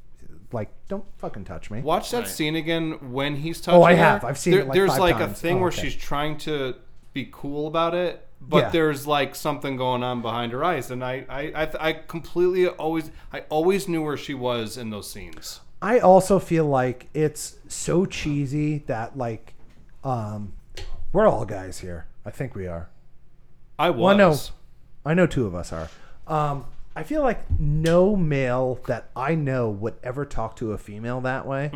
S1: like, don't fucking touch me.
S3: Watch that scene again when he's touching.
S1: Oh, I
S3: her.
S1: have. I've seen
S3: There-
S1: it, like,
S3: There's
S1: five
S3: like a
S1: times.
S3: thing
S1: Oh,
S3: where
S1: okay.
S3: she's trying to be cool about it, but
S1: Yeah.
S3: there's like something going on behind her eyes, and I, I, I, th- I completely always, I always knew where she was in those scenes.
S1: I also feel like it's so cheesy that like, um, we're all guys here. I think we are.
S3: I was.
S1: Well, no, I know two of us are. Um, I feel like no male that I know would ever talk to a female that way.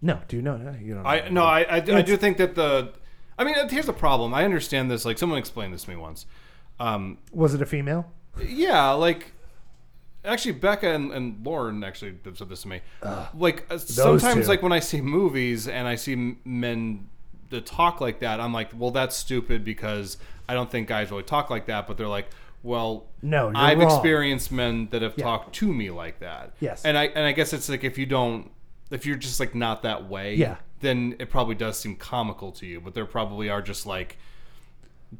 S1: No, do you know? No, you don't.
S3: I
S1: know.
S3: no, I I, do- I do think that the, I mean, here's the problem. I understand this. Like someone explained this to me once. Um,
S1: Was it a female?
S3: Yeah, like actually, Becca and, and Lauren actually said this to me. like uh, sometimes,
S1: two.
S3: like when I see movies and I see m- men that talk like that, I'm like, well, that's stupid because I don't think guys really talk like that. But they're like, well,
S1: No, you're
S3: I've
S1: wrong.
S3: experienced men that have talked to me like that.
S1: Yes.
S3: and I and I guess it's like if you don't, if you're just like not that way,
S1: Yeah.
S3: then it probably does seem comical to you. But there probably are just like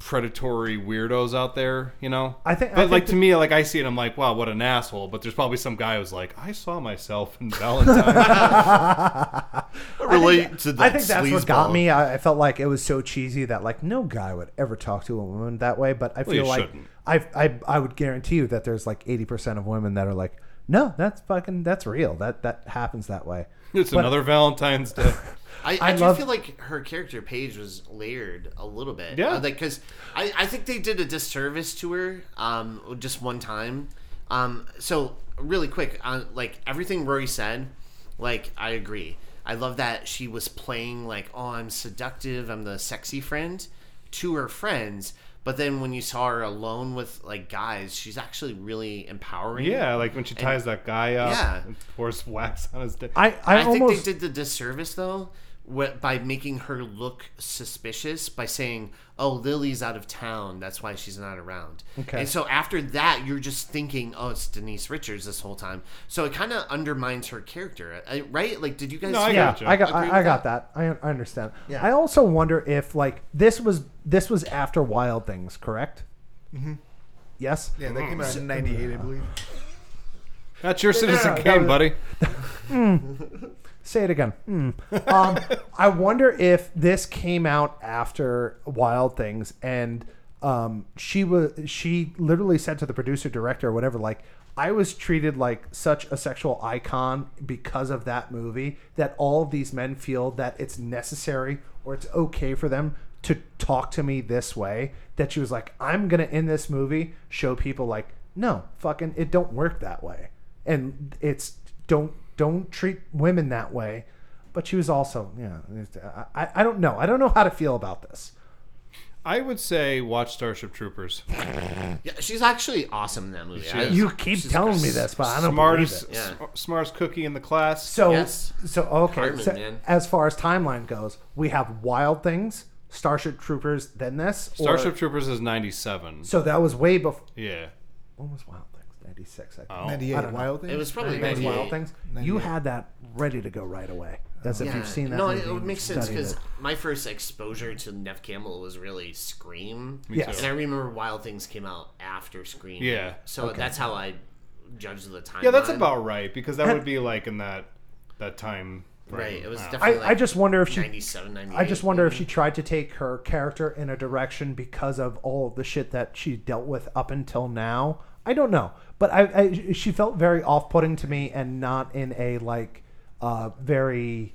S3: predatory weirdos out there, you know.
S1: I think- I
S3: but
S1: think
S3: like
S1: that-
S3: to me, like I see it, I'm like, wow, what an asshole. But there's probably some guy who's like, I saw myself in Valentine.
S4: relate to that.
S1: I think that's what got
S4: sleazeball.
S1: me. I, I felt like it was so cheesy that like no guy would ever talk to a woman that way. But I
S3: you
S1: feel like
S3: shouldn't.
S1: I, I I would guarantee you that there's like eighty percent of women that are like, no, that's fucking that's real. That that happens that way.
S3: it's
S1: But-
S3: another Valentine's Day.
S4: I, I,
S1: I
S4: do
S1: love-
S4: feel like her character Paige was layered a little bit.
S3: Yeah.
S4: Uh, like because I, I think they did a disservice to her um, just one time. Um, so really quick on like everything Rory said, like I agree. I love that she was playing like oh I'm seductive, I'm the sexy friend to her friends. But then when you saw her alone with like guys, she's actually really empowering.
S3: Yeah, like when she ties that guy up,
S4: Yeah.
S3: and pours wax on his dick.
S1: I I,
S4: I
S1: almost
S4: think they did the disservice though wh- by making her look suspicious by saying, "Oh, Lily's out of town. That's why she's not around."
S1: Okay.
S4: And so after that, you're just thinking, "Oh, it's Denise Richards this whole time." So it kind of undermines her character, uh, right? Like, did you guys?
S3: No, I
S4: see-
S1: yeah,
S3: Gotcha.
S1: I got,
S4: Agree with
S1: I, I got that. I, I understand.
S4: Yeah.
S1: I also wonder if like this was this was after Wild Things, correct? Mm-hmm. Yes.
S2: Yeah, that came out in '98, I believe.
S3: That's your citizen
S1: no,
S3: Kane,
S1: no.
S3: buddy.
S1: Say it again. Hmm. Um, I wonder if this came out after Wild Things, and um, she was she literally said to the producer, director, or whatever, like I was treated like such a sexual icon because of that movie that all of these men feel that it's necessary or it's okay for them to talk to me this way. That she was like, I'm gonna in this movie show people like, no, fucking, it don't work that way and it's don't don't treat women that way. But she was also, yeah. it's- I, I don't know. I don't know how to feel about this.
S3: I would say watch Starship Troopers.
S4: Yeah, she's actually awesome in that movie. I-
S1: You keep telling me this, but I don't
S3: Smartest,
S1: believe it.
S4: Yeah.
S3: sm- smartest cookie in the class.
S1: So
S4: Yes.
S1: so okay.
S4: Hartman,
S1: so
S4: man.
S1: as far as timeline goes, we have Wild Things, Starship Troopers, then this. or-
S3: Starship Troopers is 97.
S1: So that was way before.
S3: Yeah.
S1: When was Wild Things? Ninety six. I think. I
S2: '98,
S1: don't know.
S2: Wild Thing.
S4: It was probably
S1: That's Wild
S4: 98.
S1: Things. You had that ready to go right away. That's if you've seen that.
S4: no,
S1: movie
S4: it, it
S1: and
S4: makes sense
S1: studied
S4: because
S1: it.
S4: my first exposure to Nev Campbell was really Scream.
S1: Yes.
S4: and I remember Wild Things came out after Scream.
S3: Yeah.
S4: so that's how I judged the time.
S3: Yeah, that's about right because that would be like in that that time. frame.
S4: right. It was
S3: Wow.
S4: definitely.
S1: I,
S4: like
S1: I just wonder if she
S4: 97, 98.
S1: I just wonder if she
S4: Mm-hmm.
S1: tried to take her character in a direction because of all of the shit that she dealt with up until now. I don't know, but I, I she felt very off-putting to me, and not in a like uh, very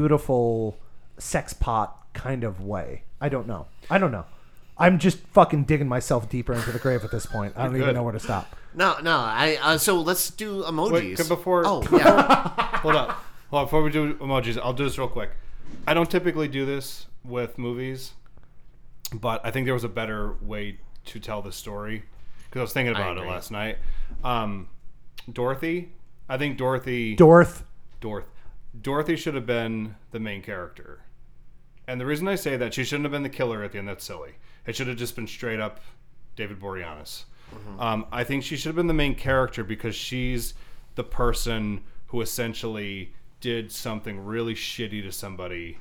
S1: beautiful sex pot kind of way. I don't know. I don't know. I'm just fucking digging myself deeper into the grave at this point. I don't even know where to stop.
S4: No, no. I uh, so let's do emojis.
S3: Wait, could- before-
S4: Oh, yeah.
S3: Hold up. Hold up. Before we do emojis, I'll do this real quick. I don't typically do this with movies, but I think there was a better way to tell the story because I was thinking about it
S4: agree.
S3: last night. Um, Dorothy, I think Dorothy,
S1: Dorth.
S3: Dorth, Dorothy should have been the main character. And the reason I say that, she shouldn't have been the killer at the end. That's silly. It should have just been straight up David Boreanaz. Um, I think she should have been the main character because she's the person who essentially did something really shitty to somebody,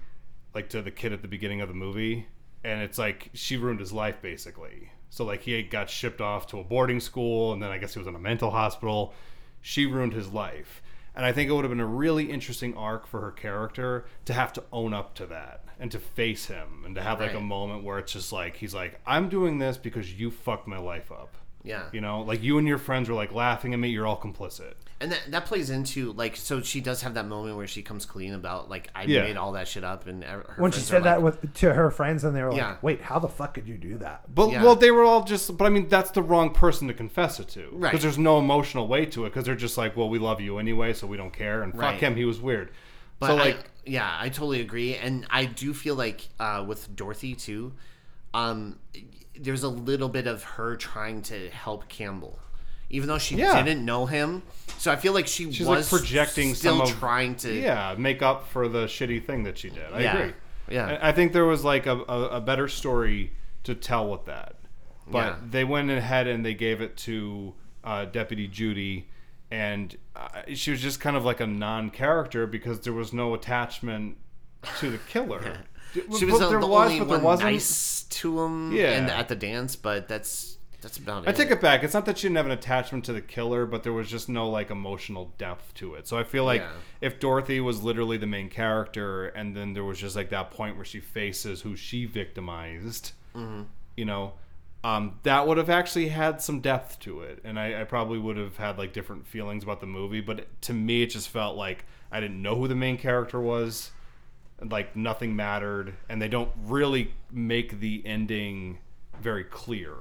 S3: like to the kid at the beginning of the movie. And it's like she ruined his life basically. So, like, he got shipped off to a boarding school, and then I guess he was in a mental hospital. She ruined his life. And I think it would have been a really interesting arc for her character to have to own up to that and to face him and to have like a
S4: Right.
S3: moment where it's just like he's like, I'm doing this because you fucked my life up.
S4: Yeah.
S3: You know, like you and your friends were like laughing at me, you're all complicit.
S4: And that, that plays into like so she does have that moment where she comes clean about like I
S3: Yeah.
S4: made all that shit up and e-, her
S1: when she
S4: friends are
S1: said that
S4: like-
S1: with to her friends, and they were like,
S4: Yeah.
S1: "Wait, how the fuck could you do that?"
S3: But
S4: Yeah.
S3: well, they were all just. But I mean, that's the wrong person to confess it to,
S4: Right.
S3: Because there's no emotional weight to it. Because they're just like, well, we love you anyway, so we don't care. And
S4: Right.
S3: fuck him, he was weird.
S4: But
S3: so
S4: I-
S3: like,
S4: yeah, I totally agree, and I do feel like uh, with Dorothy too, um, there's a little bit of her trying to help Campbell, even though she
S3: Yeah.
S4: didn't know him. So I feel like she
S3: she's like
S4: was
S3: projecting
S4: still
S3: some of,
S4: trying to.
S3: yeah make up for the shitty thing that she did. I
S4: Yeah.
S3: agree.
S4: Yeah.
S3: I- I think there was like a, a, a better story to tell with that, but
S4: Yeah.
S3: they went ahead and they gave it to uh, Deputy Judy, and uh, she was just kind of like a non-character because there was no attachment to the killer.
S4: She was
S3: But
S4: the,
S3: there
S4: the
S3: was,
S4: only
S3: but there
S4: one
S3: wasn't.
S4: nice to him,
S3: Yeah.
S4: and at the dance, but that's that's about it.
S3: I take it back. It's not that she didn't have an attachment to the killer, but there was just no like emotional depth to it. So I feel like
S4: Yeah.
S3: if Dorothy was literally the main character, and then there was just like that point where she faces who she victimized, you know, um, that would have actually had some depth to it, and I, I probably would have had like different feelings about the movie. But to me, it just felt like I didn't know who the main character was like nothing mattered and they don't really make the ending very clear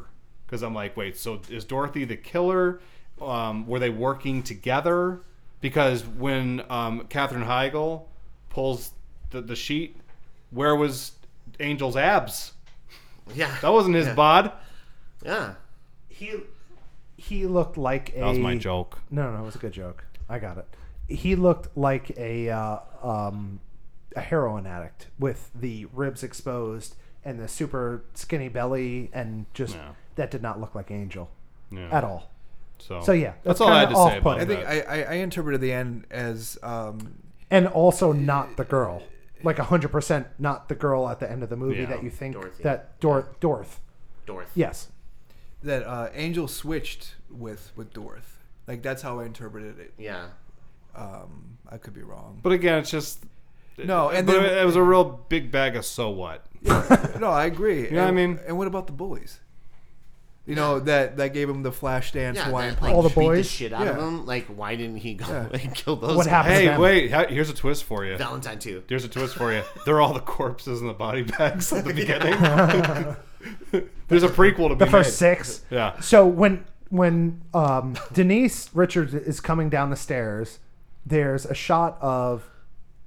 S3: because i'm like wait so is dorothy the killer um, were they working together because when um, katherine heigl pulls the, the sheet where was angel's abs
S4: Yeah,
S3: that wasn't his bod
S4: yeah.
S1: He he looked like a
S3: that was my joke
S1: No, no, it was a good joke. I got it. He looked like a uh, um, a heroin addict with the ribs exposed and the super skinny belly, and just
S3: Yeah.
S1: that did not look like Angel
S3: yeah.
S1: at all.
S3: so,
S1: so, yeah,
S3: that's
S1: that's
S3: all i had to
S1: kinda
S3: say about
S1: off-putting.
S2: I think
S3: that.
S2: I, I, I interpreted the end as um,
S1: And also not the girl, like hundred percent not the girl at the end of the movie
S3: Yeah.
S1: that you think
S4: Dorothy.
S1: that Dor Dorth.
S4: Dorothy.
S1: Yes,
S2: that uh, Angel switched with with Dorth. Like that's how I interpreted it.
S4: Yeah.
S2: Um, I could be wrong.
S3: but again it's just
S2: No, and
S3: but
S2: then-
S3: it was a real big bag of so what
S2: no, I agree. You
S3: know what I mean?
S2: And what about the bullies? You know that that gave him the flash dance
S4: Yeah,
S2: Hawaiian
S4: that,
S2: punch.
S4: like,
S1: All the
S4: beat
S1: boys?
S4: shit out of
S2: Yeah.
S4: him. Like, why didn't he go and kill those?
S1: What
S4: guys?
S1: happened?
S3: hey
S1: Them.
S3: wait ha- here's a twist for you
S4: Valentine too.
S3: There's a twist for you. They're all the corpses in the body bags at the beginning. There's a prequel to
S1: the
S3: be
S1: first
S3: made.
S1: six.
S3: Yeah.
S1: So when when um, Denise Richards is coming down the stairs, there's a shot of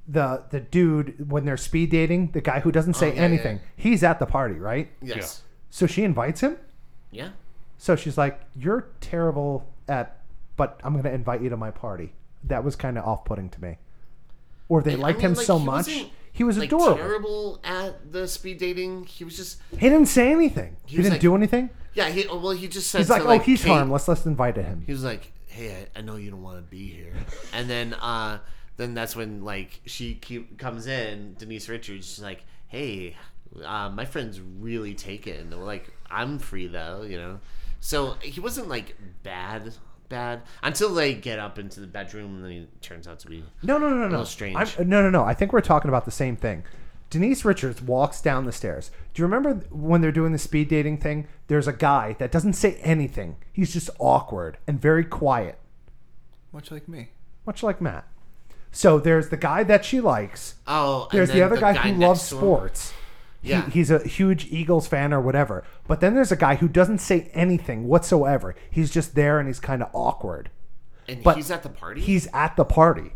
S1: the the dude when they're speed dating the guy who doesn't say
S4: Oh, yeah, yeah,
S1: anything. He's at the party, right?
S4: Yes.
S1: So she invites him.
S4: Yeah.
S1: So she's like, "You're terrible at, but I'm going to invite you to my party." That was kind of off-putting to me. Or they
S4: I
S1: liked
S4: mean,
S1: him
S4: like,
S1: so
S4: he
S1: much.
S4: wasn't,
S1: He was
S4: like,
S1: adorable.
S4: Terrible at the speed dating. He was just
S1: He didn't say anything. He,
S4: was
S1: didn't
S4: like-
S1: do anything.
S4: yeah. He well, he just said
S1: He's like,
S4: to,
S1: "Oh,
S4: like,
S1: he's
S4: Kate-
S1: harmless. Let's invite him."
S4: He was like, hey, I, I know you don't want to be here, and then uh, then that's when like she keep, comes in, Denise Richards. She's like, hey, uh, my friend's really taken. Like I'm free though, you know. So he wasn't like bad. Bad until they get up into the bedroom and then he turns out to be
S1: No, no, no, no. no.
S4: little strange.
S1: I'm, no, no, no. I think we're talking about the same thing. Denise Richards walks down the stairs. Do you remember when they're doing the speed dating thing? There's a guy that doesn't say anything. He's just awkward and very quiet,
S2: much like me.
S1: much like Matt. So there's the guy that she likes.
S4: oh and
S1: There's the
S4: then
S1: other guy, who
S4: next
S1: loves
S4: to him-
S1: sports. He-
S4: Yeah.
S1: he's a huge Eagles fan or whatever. But then there's a guy who doesn't say anything whatsoever. He's just there and he's kind of awkward.
S4: and
S1: but
S4: he's at the party
S1: he's at the party.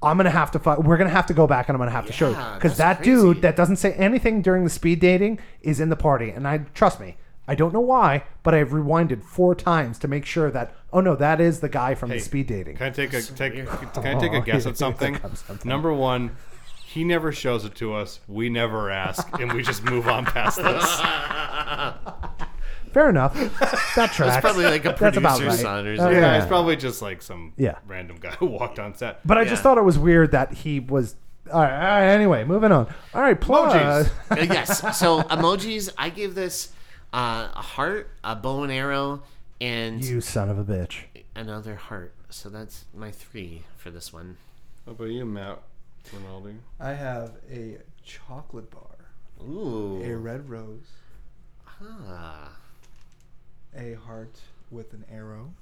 S1: I'm gonna have to. Fi- we're gonna have to go back, and I'm gonna have to show you
S4: Yeah,
S1: because
S4: that's
S1: that
S4: crazy.
S1: dude that doesn't say anything during the speed dating is in the party, and I trust me. I don't know why, but I've rewinded four times to make sure that oh no, that is the guy from the speed dating.
S3: Can I take a take? Can I take a
S1: Oh,
S3: guess
S1: here
S3: at something?
S1: comes something.
S3: Number one, he never shows it to us. We never ask, and we just move on past this.
S1: Fair enough. That tracks.
S4: It's probably like a
S1: That's about
S4: producer's
S1: right.
S4: son or
S1: Uh,
S4: something.
S3: Yeah, it's probably just like some
S1: Yeah.
S3: random guy who walked on set.
S1: But I
S4: Yeah.
S1: just thought it was weird that he was. All right, all right, anyway, moving on. All right, plus.
S4: Uh, yes. So emojis, I gave this uh, a heart, a bow and arrow, and
S1: You son of a bitch.
S4: another heart. So that's my three for this one.
S3: How about you, Matt Rinaldi?
S2: I have a chocolate bar, a
S4: Ooh.
S2: red rose,
S4: Ah.
S2: a heart with an arrow,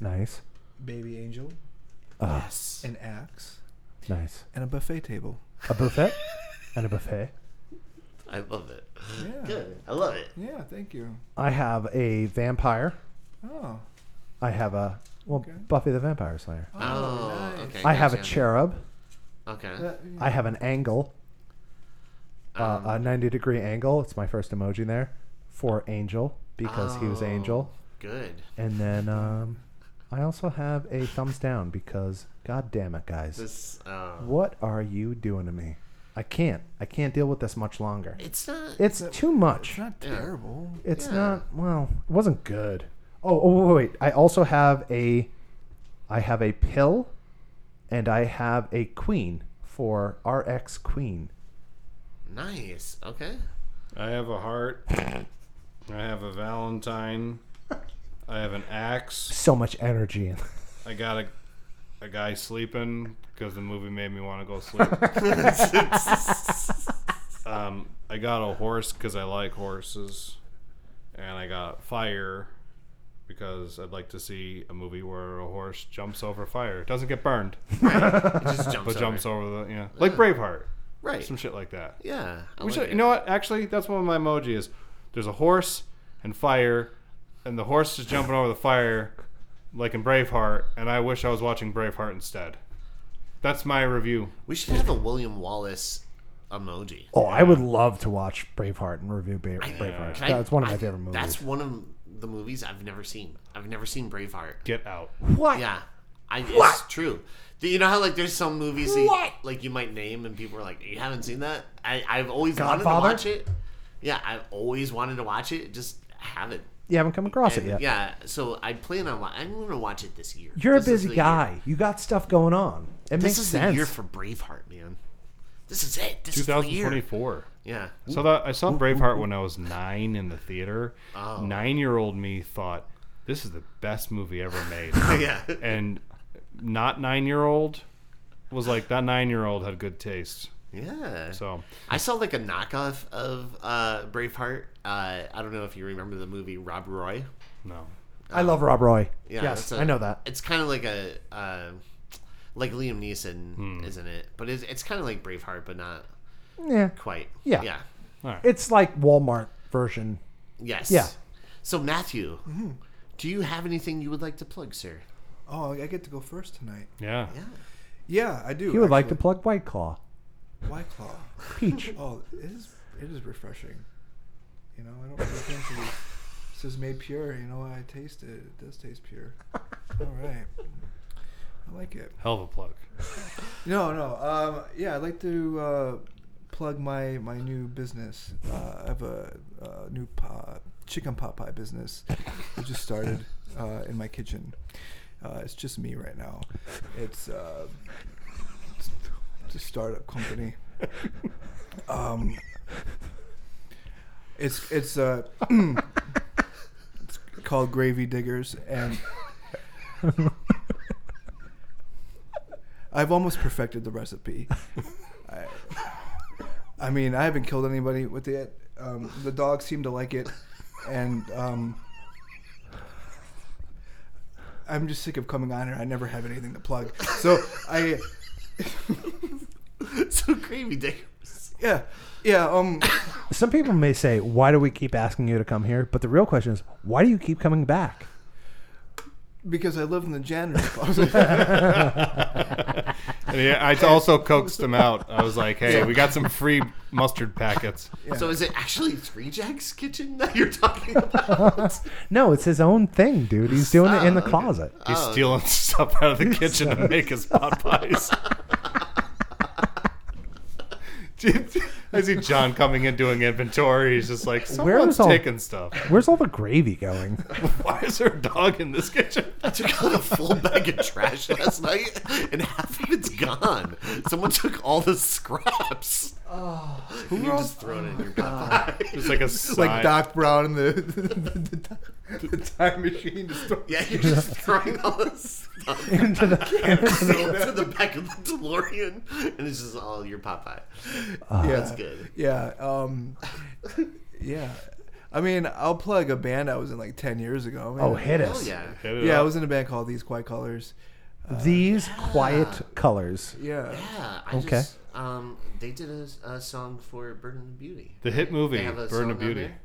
S1: Nice.
S2: baby angel,
S4: Yes.
S2: an axe,
S1: Nice.
S2: and a buffet table.
S1: A buffet and a buffet.
S4: I love it.
S2: Yeah.
S4: Good. I love it.
S2: Yeah, thank you.
S1: I have a vampire.
S2: Oh.
S1: I have a well,
S2: Okay.
S1: Buffy the Vampire Slayer.
S4: Oh, okay.
S1: I have a
S4: gotcha.
S1: cherub.
S4: Okay.
S2: That-
S1: I have an angle, uh,
S4: Um,
S1: a ninety degree angle. It's my first emoji there for angel because he was
S4: Oh.
S1: angel.
S4: Good.
S1: And then um, I also have a thumbs down because god damn it, guys,
S4: This. Uh,
S1: what are you doing to me? I can't. I can't deal with this much longer.
S4: it's not.
S1: It's too much.
S2: It's not terrible.
S1: It's
S4: Yeah.
S1: not well. It wasn't good. Oh, oh wait, wait. I also have a, I have a pill, and I have a queen for RX Queen.
S4: nice. Okay.
S3: I have a heart. I have a Valentine. I have an axe.
S1: So much energy. in-
S3: I got a a guy sleeping because the movie made me want to go sleep. um, I got a horse because I like horses, and I got fire because I'd like to see a movie where a horse jumps over fire, doesn't get burned,
S4: It just jumps.
S3: but
S4: over.
S3: jumps over the yeah, like Braveheart,
S4: Right.
S3: some shit like that.
S4: yeah. I
S3: We
S4: like
S3: should,
S4: it.
S3: you know what? Actually, that's one of my emoji is. There's a horse and fire, and the horse is jumping over the fire, like in Braveheart. And I wish I was watching Braveheart instead. That's my review.
S4: We should have a William Wallace emoji.
S1: Oh, I would love to watch Braveheart and review Bra- Braveheart.
S4: Can I-
S1: That's one of my
S4: I-
S1: favorite movies.
S4: That's one of the movies I've never seen. I've never seen Braveheart.
S3: Get out.
S4: Yeah, I, it's true. Do you know how like there's some movies that you, like you might name and people are like, you haven't seen that? I, I've always
S1: Godfather?
S4: wanted to watch it. Yeah, I've always wanted to watch it. Just haven't.
S1: you haven't come across
S4: And,
S1: it yet.
S4: Yeah, so I plan on. wa- I'm going to watch it this year.
S1: You're
S4: This
S1: a
S4: is
S1: busy
S4: the
S1: guy.
S4: year.
S1: You got stuff going on. It
S4: This
S1: makes
S4: is
S1: sense.
S4: the year for Braveheart, man. This is it. This is the year.
S3: 2024.
S4: Yeah.
S3: So that I saw Braveheart when I was nine in the theater.
S4: Oh.
S3: Nine-year-old me thought this is the best movie ever made,
S4: Yeah.
S3: and not nine-year-old was like that. Nine-year-old had good taste.
S4: Yeah.
S3: So
S4: I saw like a knockoff of uh, Braveheart. Uh, I don't know if you remember the movie Rob Roy.
S3: no.
S1: I love Rob Roy. yes,
S4: Yeah, that's a-
S1: I know that.
S4: It's kind of like a uh, like Liam Neeson,
S1: Hmm.
S4: isn't it? But it's, it's kind of like Braveheart, but not
S1: Yeah,
S4: quite.
S1: Yeah.
S4: Yeah.
S1: it's like Walmart version.
S4: Yes.
S1: Yeah.
S4: So Matthew, do you have anything you would like to plug, sir?
S2: Oh, I get to go first tonight.
S3: Yeah.
S4: Yeah.
S2: Yeah, I do.
S1: You would like to
S2: actually.
S1: plug White Claw,
S2: White Claw.
S1: Peach.
S2: Oh, it is. It is refreshing. You know, I don't really fancy these. This is made pure. You know, I taste it. It does taste pure. All right. I like it.
S3: Hell of a plug.
S2: No, no. Um, yeah, I'd like to uh, plug my, my new business. Uh, I have a, uh new pa- chicken pot pie business that just started uh, in my kitchen. Uh, it's just me right now. It's, uh, it's, it's a startup company. Um, it's it's uh, it's called Gravy Diggers, and I've almost perfected the recipe. I, I mean, I haven't killed anybody with it. Um, the dogs seem to like it, and um, I'm just sick of coming on here. I never have anything to plug, so I
S4: so Gravy Diggers.
S2: yeah yeah um
S1: Some people may say, "Why do we keep asking you to come here?" But the real question is, why do you keep coming back?
S2: because I live in the janitor's closet.
S3: And yeah, I also coaxed him out. I was like, "Hey, we got some free mustard packets."
S4: So is it actually Three Jack's kitchen that you're talking about?
S1: No, it's his own thing, dude. He's doing it in the
S4: Oh, okay.
S1: closet.
S3: He's stealing stuff out of the kitchen to make his pot pies. I see John coming in doing inventory. He's just like,
S1: Where
S3: "Someone's
S1: was all-
S3: taking stuff.
S1: Where's all the gravy going?
S3: Why is there a dog in this kitchen?"
S4: I took out a full bag of trash last night, and half of it's gone. Someone took all the scraps. Oh, who you just thrown it in your pot pie.
S3: It's like a sigh.
S2: like Doc Brown in the, the, the, the time machine to store.
S4: Yeah, you're just throwing all this stuff
S1: into the
S4: into the back of the DeLorean, and it's just all your Popeye. Oh, That's good.
S2: Uh, Yeah. Um, yeah. I mean, I'll plug a band I was in like 10 years ago.
S1: oh hit
S4: Oh
S1: us.
S4: yeah.
S3: Hit it
S2: Yeah, I
S3: up.
S2: was in a band called These Quiet Colors.
S1: These quiet colors.
S2: Yeah.
S4: Yeah. I
S1: Okay.
S4: Just, um, they did a, a song for Burden of Beauty.
S3: the hit movie,
S4: They have a
S3: Burden
S4: song
S3: of
S4: on
S3: Beauty.
S4: there?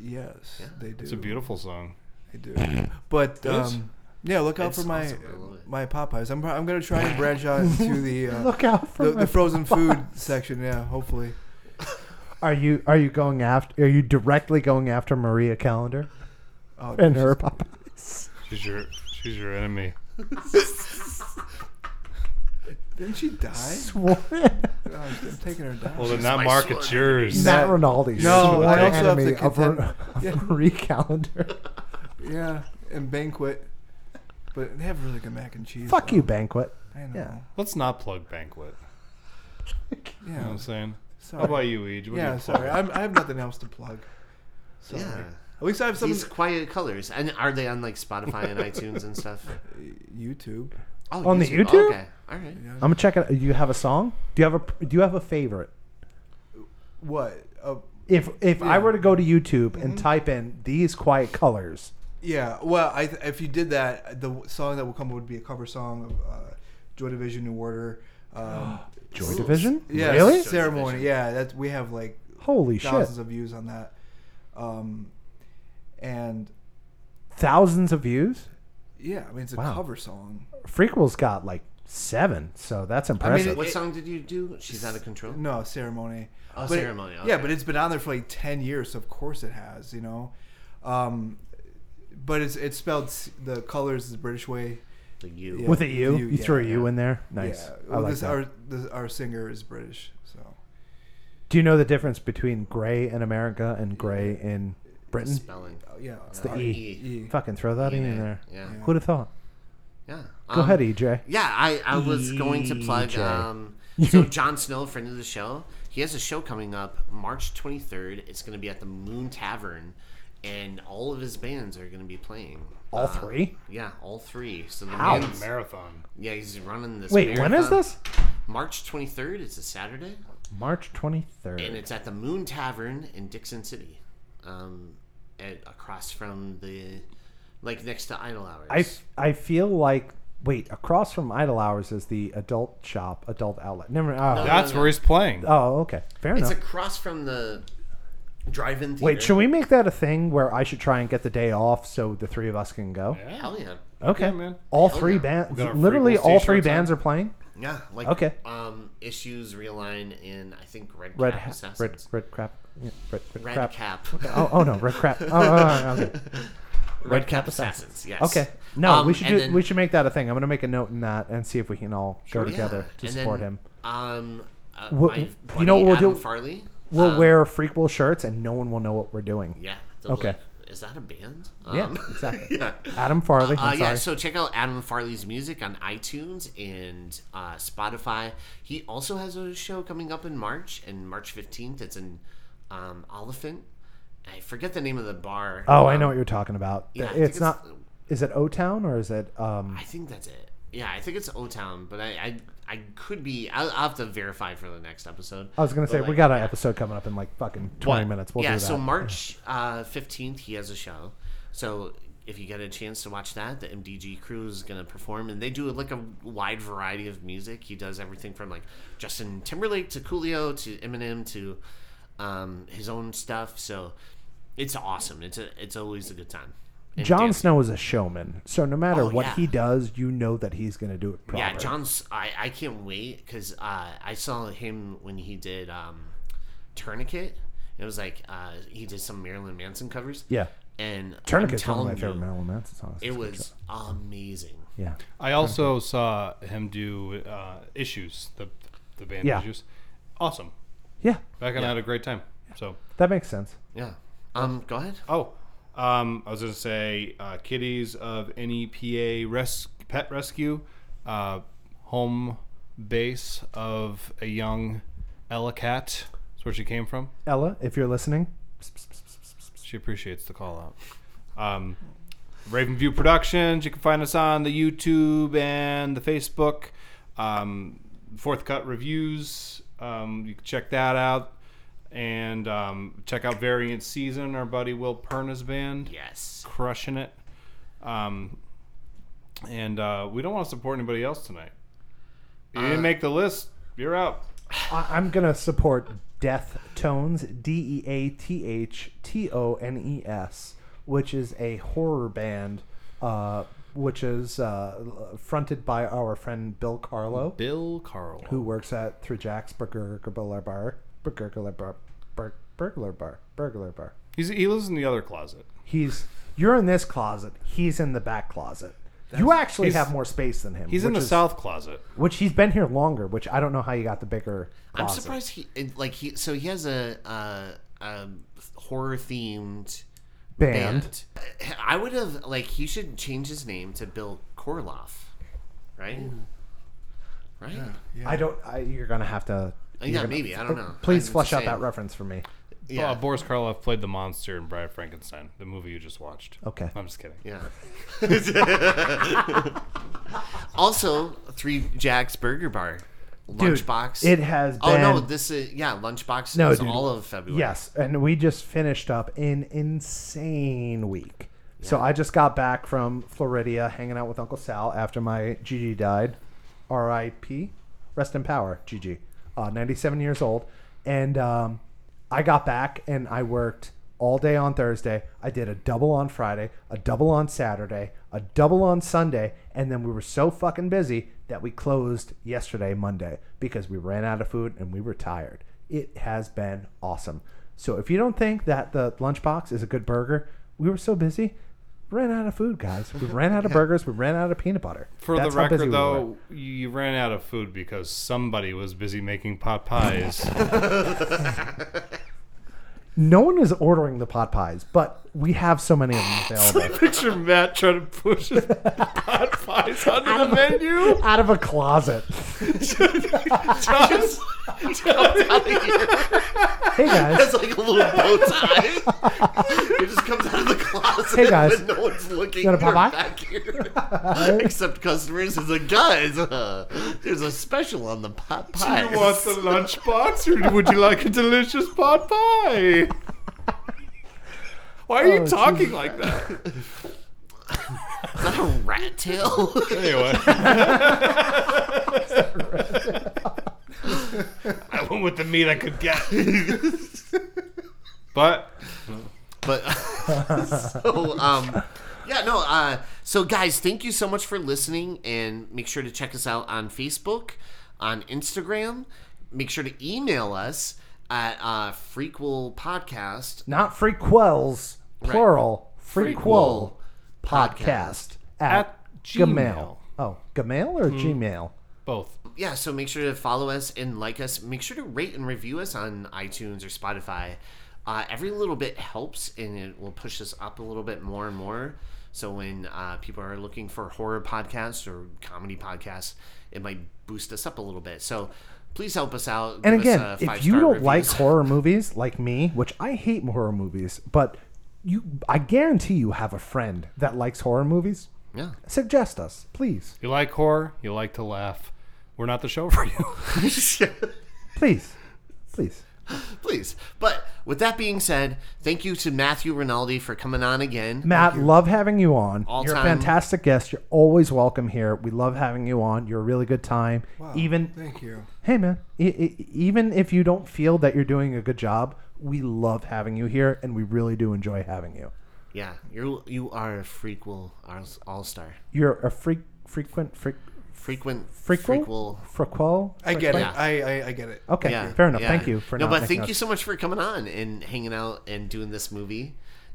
S2: Yes, they do.
S3: It's a beautiful song.
S2: They do. But
S3: is.
S2: um, yeah, look out
S4: It's
S2: for my
S4: awesome. I love it.
S2: my Popeyes. I'm, pro- I'm gonna try and branch out into the uh,
S1: Look out for
S2: the,
S1: my
S2: the frozen food section. Yeah, hopefully.
S1: Are you are you going after? Are you directly going after Maria Calendar
S2: Oh,
S1: and
S2: this
S1: her
S2: is-
S1: Popeyes?
S3: She's your she's your enemy.
S2: Didn't she die?
S1: Sworn.
S2: Oh, I'm taking her down.
S3: Well, then
S4: my
S3: that mark
S4: sword.
S3: it's yours.
S1: Matt Rinaldi.
S2: No,
S1: sworn
S2: I also have
S1: enemy
S2: to
S1: of, her,
S2: contend-
S1: of
S2: Yeah.
S1: Marie Calendar.
S2: yeah, and banquet. But they have really good mac and cheese.
S1: Fuck
S2: though.
S1: you, banquet.
S2: I know.
S1: Yeah.
S3: Let's not plug Banquet. You know what
S2: Yeah.
S3: I'm saying?
S2: Sorry.
S3: How about you, Eej? What do
S2: Yeah.
S3: you
S2: Sorry,
S3: plug?
S2: I'm, I have nothing else to plug. So,
S4: Yeah.
S2: At least I have some
S4: These quiet colors, and are they on like Spotify and iTunes and stuff?
S2: YouTube.
S4: Oh,
S1: On the
S4: Oh,
S1: YouTube?
S4: okay, all right.
S1: I'm gonna check it. You have a song? Do you have a Do you have a favorite?
S2: What? Uh,
S1: If If I
S2: Yeah. Mm-hmm.
S1: were to go to YouTube and type in these quiet colors,
S2: Yeah, well, I th- if you did that, the w- song that will come would be a cover song of uh, Joy Division, New Order. Um,
S1: Joy Division.
S2: yeah,
S1: Really?
S4: Joy
S2: Ceremony.
S4: Division.
S2: Yeah, that we have like
S1: Holy
S2: thousands
S1: shit!
S2: of views on that, um, and
S1: Thousands of views.
S2: yeah, I mean it's a
S1: Wow.
S2: cover song.
S1: Frequel's got like seven, so that's impressive.
S4: What
S2: It-
S4: song did you do? She's out of control.
S2: No, Ceremony.
S4: Oh,
S2: But it-
S4: Ceremony,
S2: Yeah,
S4: okay.
S2: but it's been on there for like ten years, so of course it has. You know, um, but it's it's spelled s- the colors the British way.
S4: The you.
S2: Yeah.
S1: With a U,
S2: The
S1: you
S2: U,
S1: threw a
S2: yeah,
S1: U
S2: yeah.
S1: in there. Nice.
S2: Yeah,
S1: I
S2: well,
S1: like
S2: this,
S1: that.
S2: our this, our singer is British, so.
S1: Do you know the difference between gray in America and gray in Britain?
S4: Spelling.
S2: Oh, Yeah,
S1: It's the
S4: R
S1: E.
S4: E.
S1: Fucking throw that in there.
S4: Yeah.
S1: Who'd have thought?
S4: Yeah.
S1: Go
S4: Um,
S1: ahead, E. EJ.
S4: Yeah, I, I was going to plug.
S1: EJ.
S4: Um, so Jon Snow, friend of the show, he has a show coming up March 23rd. It's going to be at the Moon Tavern, and all of his bands are going to be playing.
S2: uh,
S1: All three?
S4: Yeah, all three. So the
S1: How?
S4: man's-
S3: Marathon.
S4: yeah, he's running this.
S1: Wait, when is
S4: marathon.
S1: this?
S4: March 23rd. It's a Saturday,
S1: March
S4: and
S1: 23rd.
S4: it's at the Moon Tavern in Dixon City, um, at, across from the, like next to Idle Hours.
S1: I, f- I feel like. Wait, across from Idle Hours is the adult shop, adult outlet. Never mind. Oh,
S3: That's where he's playing.
S1: oh okay. Fair
S4: it's
S1: enough.
S4: across from the drive-in theater.
S1: Wait, should we make that a thing where I should try and get the day off so the three of us can go?
S4: Hell yeah. Oh,
S1: Okay.
S3: Yeah, man.
S1: All three
S4: yeah.
S1: bands.
S3: got our
S1: Literally,
S3: Frequels
S1: all three
S3: t-shirts on.
S1: bands are playing?
S4: Yeah, like
S1: Okay.
S4: Um, issues realign in I think red
S1: Red
S4: cap
S1: ha-
S4: assassins.
S1: red red crap. Yeah, red, red,
S4: Red
S1: crap.
S4: cap.
S1: Oh, oh no, red crap. Oh, oh, oh, okay.
S4: red cap assassins. Yes.
S1: okay. No,
S4: Um,
S1: we should do,
S4: and then-
S1: we should make that a thing. I'm gonna make a note in that and see if we can all go
S4: yeah,
S1: together to
S4: and
S1: support
S4: then,
S1: him.
S4: Um, uh,
S1: We'll-
S4: my
S1: you
S4: buddy
S1: know what we'll
S4: Adam
S1: do?
S4: Farley.
S1: We'll
S4: um,
S1: wear frequel shirts and no one will know what we're doing.
S4: Yeah. they'll be
S1: Okay.
S4: like, Is that a band?
S1: Yeah,
S4: Um,
S1: exactly.
S4: yeah.
S1: Adam Farley.
S4: Uh,
S1: I'm
S4: yeah,
S1: sorry.
S4: so check out Adam Farley's music on iTunes and uh, Spotify. He also has a show coming up in March, and March 15th. It's an um, Oliphant. I forget the name of the bar.
S1: oh, I know
S4: Um,
S1: what you're talking about.
S4: yeah, I think
S1: it's
S4: it's-
S1: not. Is it O Town or is it? Um,
S4: I think that's it. Yeah, I think it's O Town, but I, I I could be. I'll, I'll have to verify for the next episode.
S1: I was gonna
S4: But,
S1: say we
S4: like,
S1: got an
S4: yeah.
S1: episode coming up in like fucking 20
S4: What?
S1: minutes. We'll
S4: yeah,
S1: do that.
S4: so March uh, 15th, he has a show. So if you get a chance to watch that, the MDG crew is going to perform. And they do like a wide variety of music. He does everything from like Justin Timberlake to Coolio to Eminem to um, his own stuff. So it's awesome. It's, a, it's always a good time. And
S1: Jon
S4: dancing.
S1: Snow is a showman, so no matter
S4: Oh,
S1: what
S4: yeah.
S1: he does, you know that he's gonna do it proper.
S4: Yeah, John's. I, I can't wait because uh, I saw him when he did um, Tourniquet. It was like uh, he did some Marilyn Manson covers.
S1: Yeah.
S4: And I'm
S1: Tourniquet's one of
S4: telling
S1: my favorite
S4: you,
S1: Marilyn Manson songs.
S4: It was amazing.
S1: Yeah.
S3: I also saw him do uh, issues, the the band
S1: Yeah.
S3: issues. Awesome.
S1: Yeah.
S3: Back and I had a great time. So
S1: That makes sense.
S4: Yeah. Um. Go ahead.
S3: oh, um, I was gonna say uh, kitties of any PA res- pet rescue, uh, home base of a young Ella cat. That's where she came from.
S1: Ella, if you're listening,
S3: She appreciates the call out. Um, Ravenview Productions. You can find us on the YouTube and the Facebook. Um, Fourth Cut Reviews. Um, you can check that out. And um, check out Variant Season, our buddy Will Perna's band.
S4: Yes.
S3: Crushing it. Um, and uh, we don't want to support anybody else tonight. You didn't make the list. You're out.
S1: I- I'm gonna support Death Tones, D E A T H T O N E S, which is a horror band, uh, which is uh, fronted by our friend Bill Carlo,
S3: Bill Carl.
S1: who works at Through Jack's Burger Burglar Bar, Burglar Bar, Bur- Burglar Bar, Burglar Bar.
S3: He's, he lives in the other closet.
S1: He's you're in this closet. He's in the back closet. you actually
S3: he's-
S1: have more space than him.
S3: He's in
S1: which
S3: the
S1: is-
S3: south closet.
S1: which he's been here longer. Which I don't know how you got the bigger.
S4: I'm
S1: closet.
S4: surprised he it- like he so he has a uh, a horror themed
S1: band.
S4: band. I would have like he should change his name to Bill Korloff, right? Right?
S1: I don't. I, you're gonna have to.
S4: Yeah,
S1: you're gonna- Oh,
S4: maybe. I don't know.
S1: Please
S4: I'm
S1: flesh
S4: just
S1: out that
S4: saying.
S1: reference for me.
S4: Yeah.
S3: Uh, Boris Karloff played the monster in Bride of Frankenstein, the movie you just watched.
S1: Okay.
S3: I'm just kidding.
S4: Yeah. also, Three Jacks Burger Bar, Lunchbox.
S1: it has
S4: Oh no,
S1: been-
S4: this is yeah, Lunchbox
S1: No,
S4: is
S1: dude.
S4: all of February.
S1: Yes, and we just finished up an insane week. So I just got back from Floridia, hanging out with Uncle Sal after my Gigi died. R.I.P. Rest in power, Gigi. Uh, 97 years old, and um, I got back and I worked all day on Thursday. I did a double on Friday, a double on Saturday, a double on Sunday, and then we were so fucking busy that we closed yesterday, Monday, because we ran out of food and we were tired. It has been awesome. So if you don't think that the lunchbox is a good burger, we were so busy, ran out of food, guys. We ran out of burgers. We ran out of peanut butter.
S3: For
S1: That's
S3: the
S1: how busy we
S3: record,
S1: were.
S3: though, you you ran out of food because somebody was busy making pot pies.
S1: no one is ordering the pot pies, but we have so many of them available.
S3: Picture Matt trying to push his pot pies onto the menu.
S1: out of a closet.
S4: Just- just out of here.
S1: Hey guys,
S4: It's like a little bow tie. it just comes out of the closet
S1: Hey, guys.
S4: when no one's looking
S1: You want a
S4: or
S1: Popeye?
S4: back here. Except customers is like, guys, uh, there's a special on the pot pie.
S3: You want the lunchbox, or would you like a delicious pot pie? Why are you
S1: Oh,
S3: talking like that?
S4: Is that a rat tail?
S3: Anyway. I went with the meat I could get. but
S4: but so um yeah no uh so guys thank you so much for listening and make sure to check us out on facebook on instagram make sure to email us at uh frequel podcast
S1: not frequels, plural, frequel podcast at,
S3: At
S1: Gmail.
S3: Gmail.
S1: Oh, Gmail or
S4: Hmm.
S1: Gmail?
S3: both.
S4: yeah so make sure to follow us and like us make sure to rate and review us on itunes or spotify uh, every little bit helps and it will push us up a little bit more and more so when uh, people are looking for horror podcasts or comedy podcasts it might boost us up a little bit so please help us out
S1: And
S4: Give
S1: again,
S4: us, uh,
S1: if
S4: five-star
S1: you don't
S4: reviews.
S1: like horror movies like me, which I hate horror movies, but you, I guarantee you have a friend that likes horror movies.
S4: yeah
S1: Suggest us, please,
S3: You like horror, you like to laugh. We're not the show for you.
S1: please, please.
S4: please but with that being said thank you to matthew rinaldi for coming on again
S1: Matt, love having you on.
S4: All
S1: You're
S4: time.
S1: a fantastic guest. You're always welcome here. We love having you on. You're a really good time. even
S2: Thank you.
S1: hey man, e- e- even if you don't feel that you're doing a good job, we love having you here, and we really do enjoy having you.
S4: yeah you you are a frequel all star
S1: You're a freak, frequent, freak,
S4: frequent
S1: frequel, frequel.
S2: I get
S4: Yeah.
S2: it. I, I I get it.
S1: Okay,
S4: Yeah,
S1: fair enough.
S4: yeah.
S1: Thank you for
S4: no,
S1: not
S4: but
S1: making
S4: thank
S1: us-
S4: you so much for coming on and hanging out and doing this movie,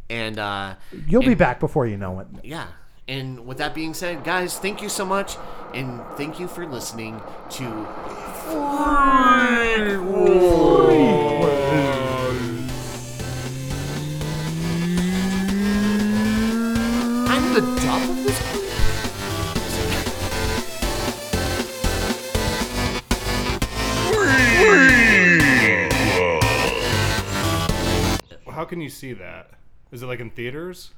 S4: and uh,
S1: You'll be
S4: and-
S1: back before you know it.
S4: yeah. And with that being said, guys, thank you so much, and thank you for listening to I'm the dub of this.
S3: How can you see that? Is it like in theaters?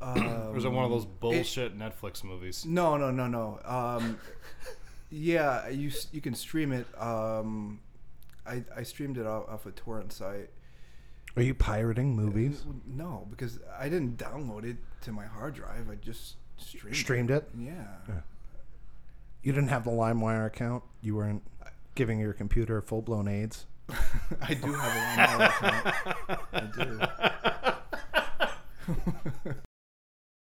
S2: Um,
S3: Or is it one of those bullshit Netflix movies?
S2: no, no, no, no. Um, yeah, you s- you can stream it. Um, I I streamed it off, off a torrent site.
S1: Are you pirating movies?
S2: No, because I didn't download it to my hard drive. I just streamed.
S1: Streamed it.
S2: It. Yeah.
S1: You didn't have the LimeWire account. You weren't giving your computer full blown AIDS.
S2: I do have a Lime Wire account. I do.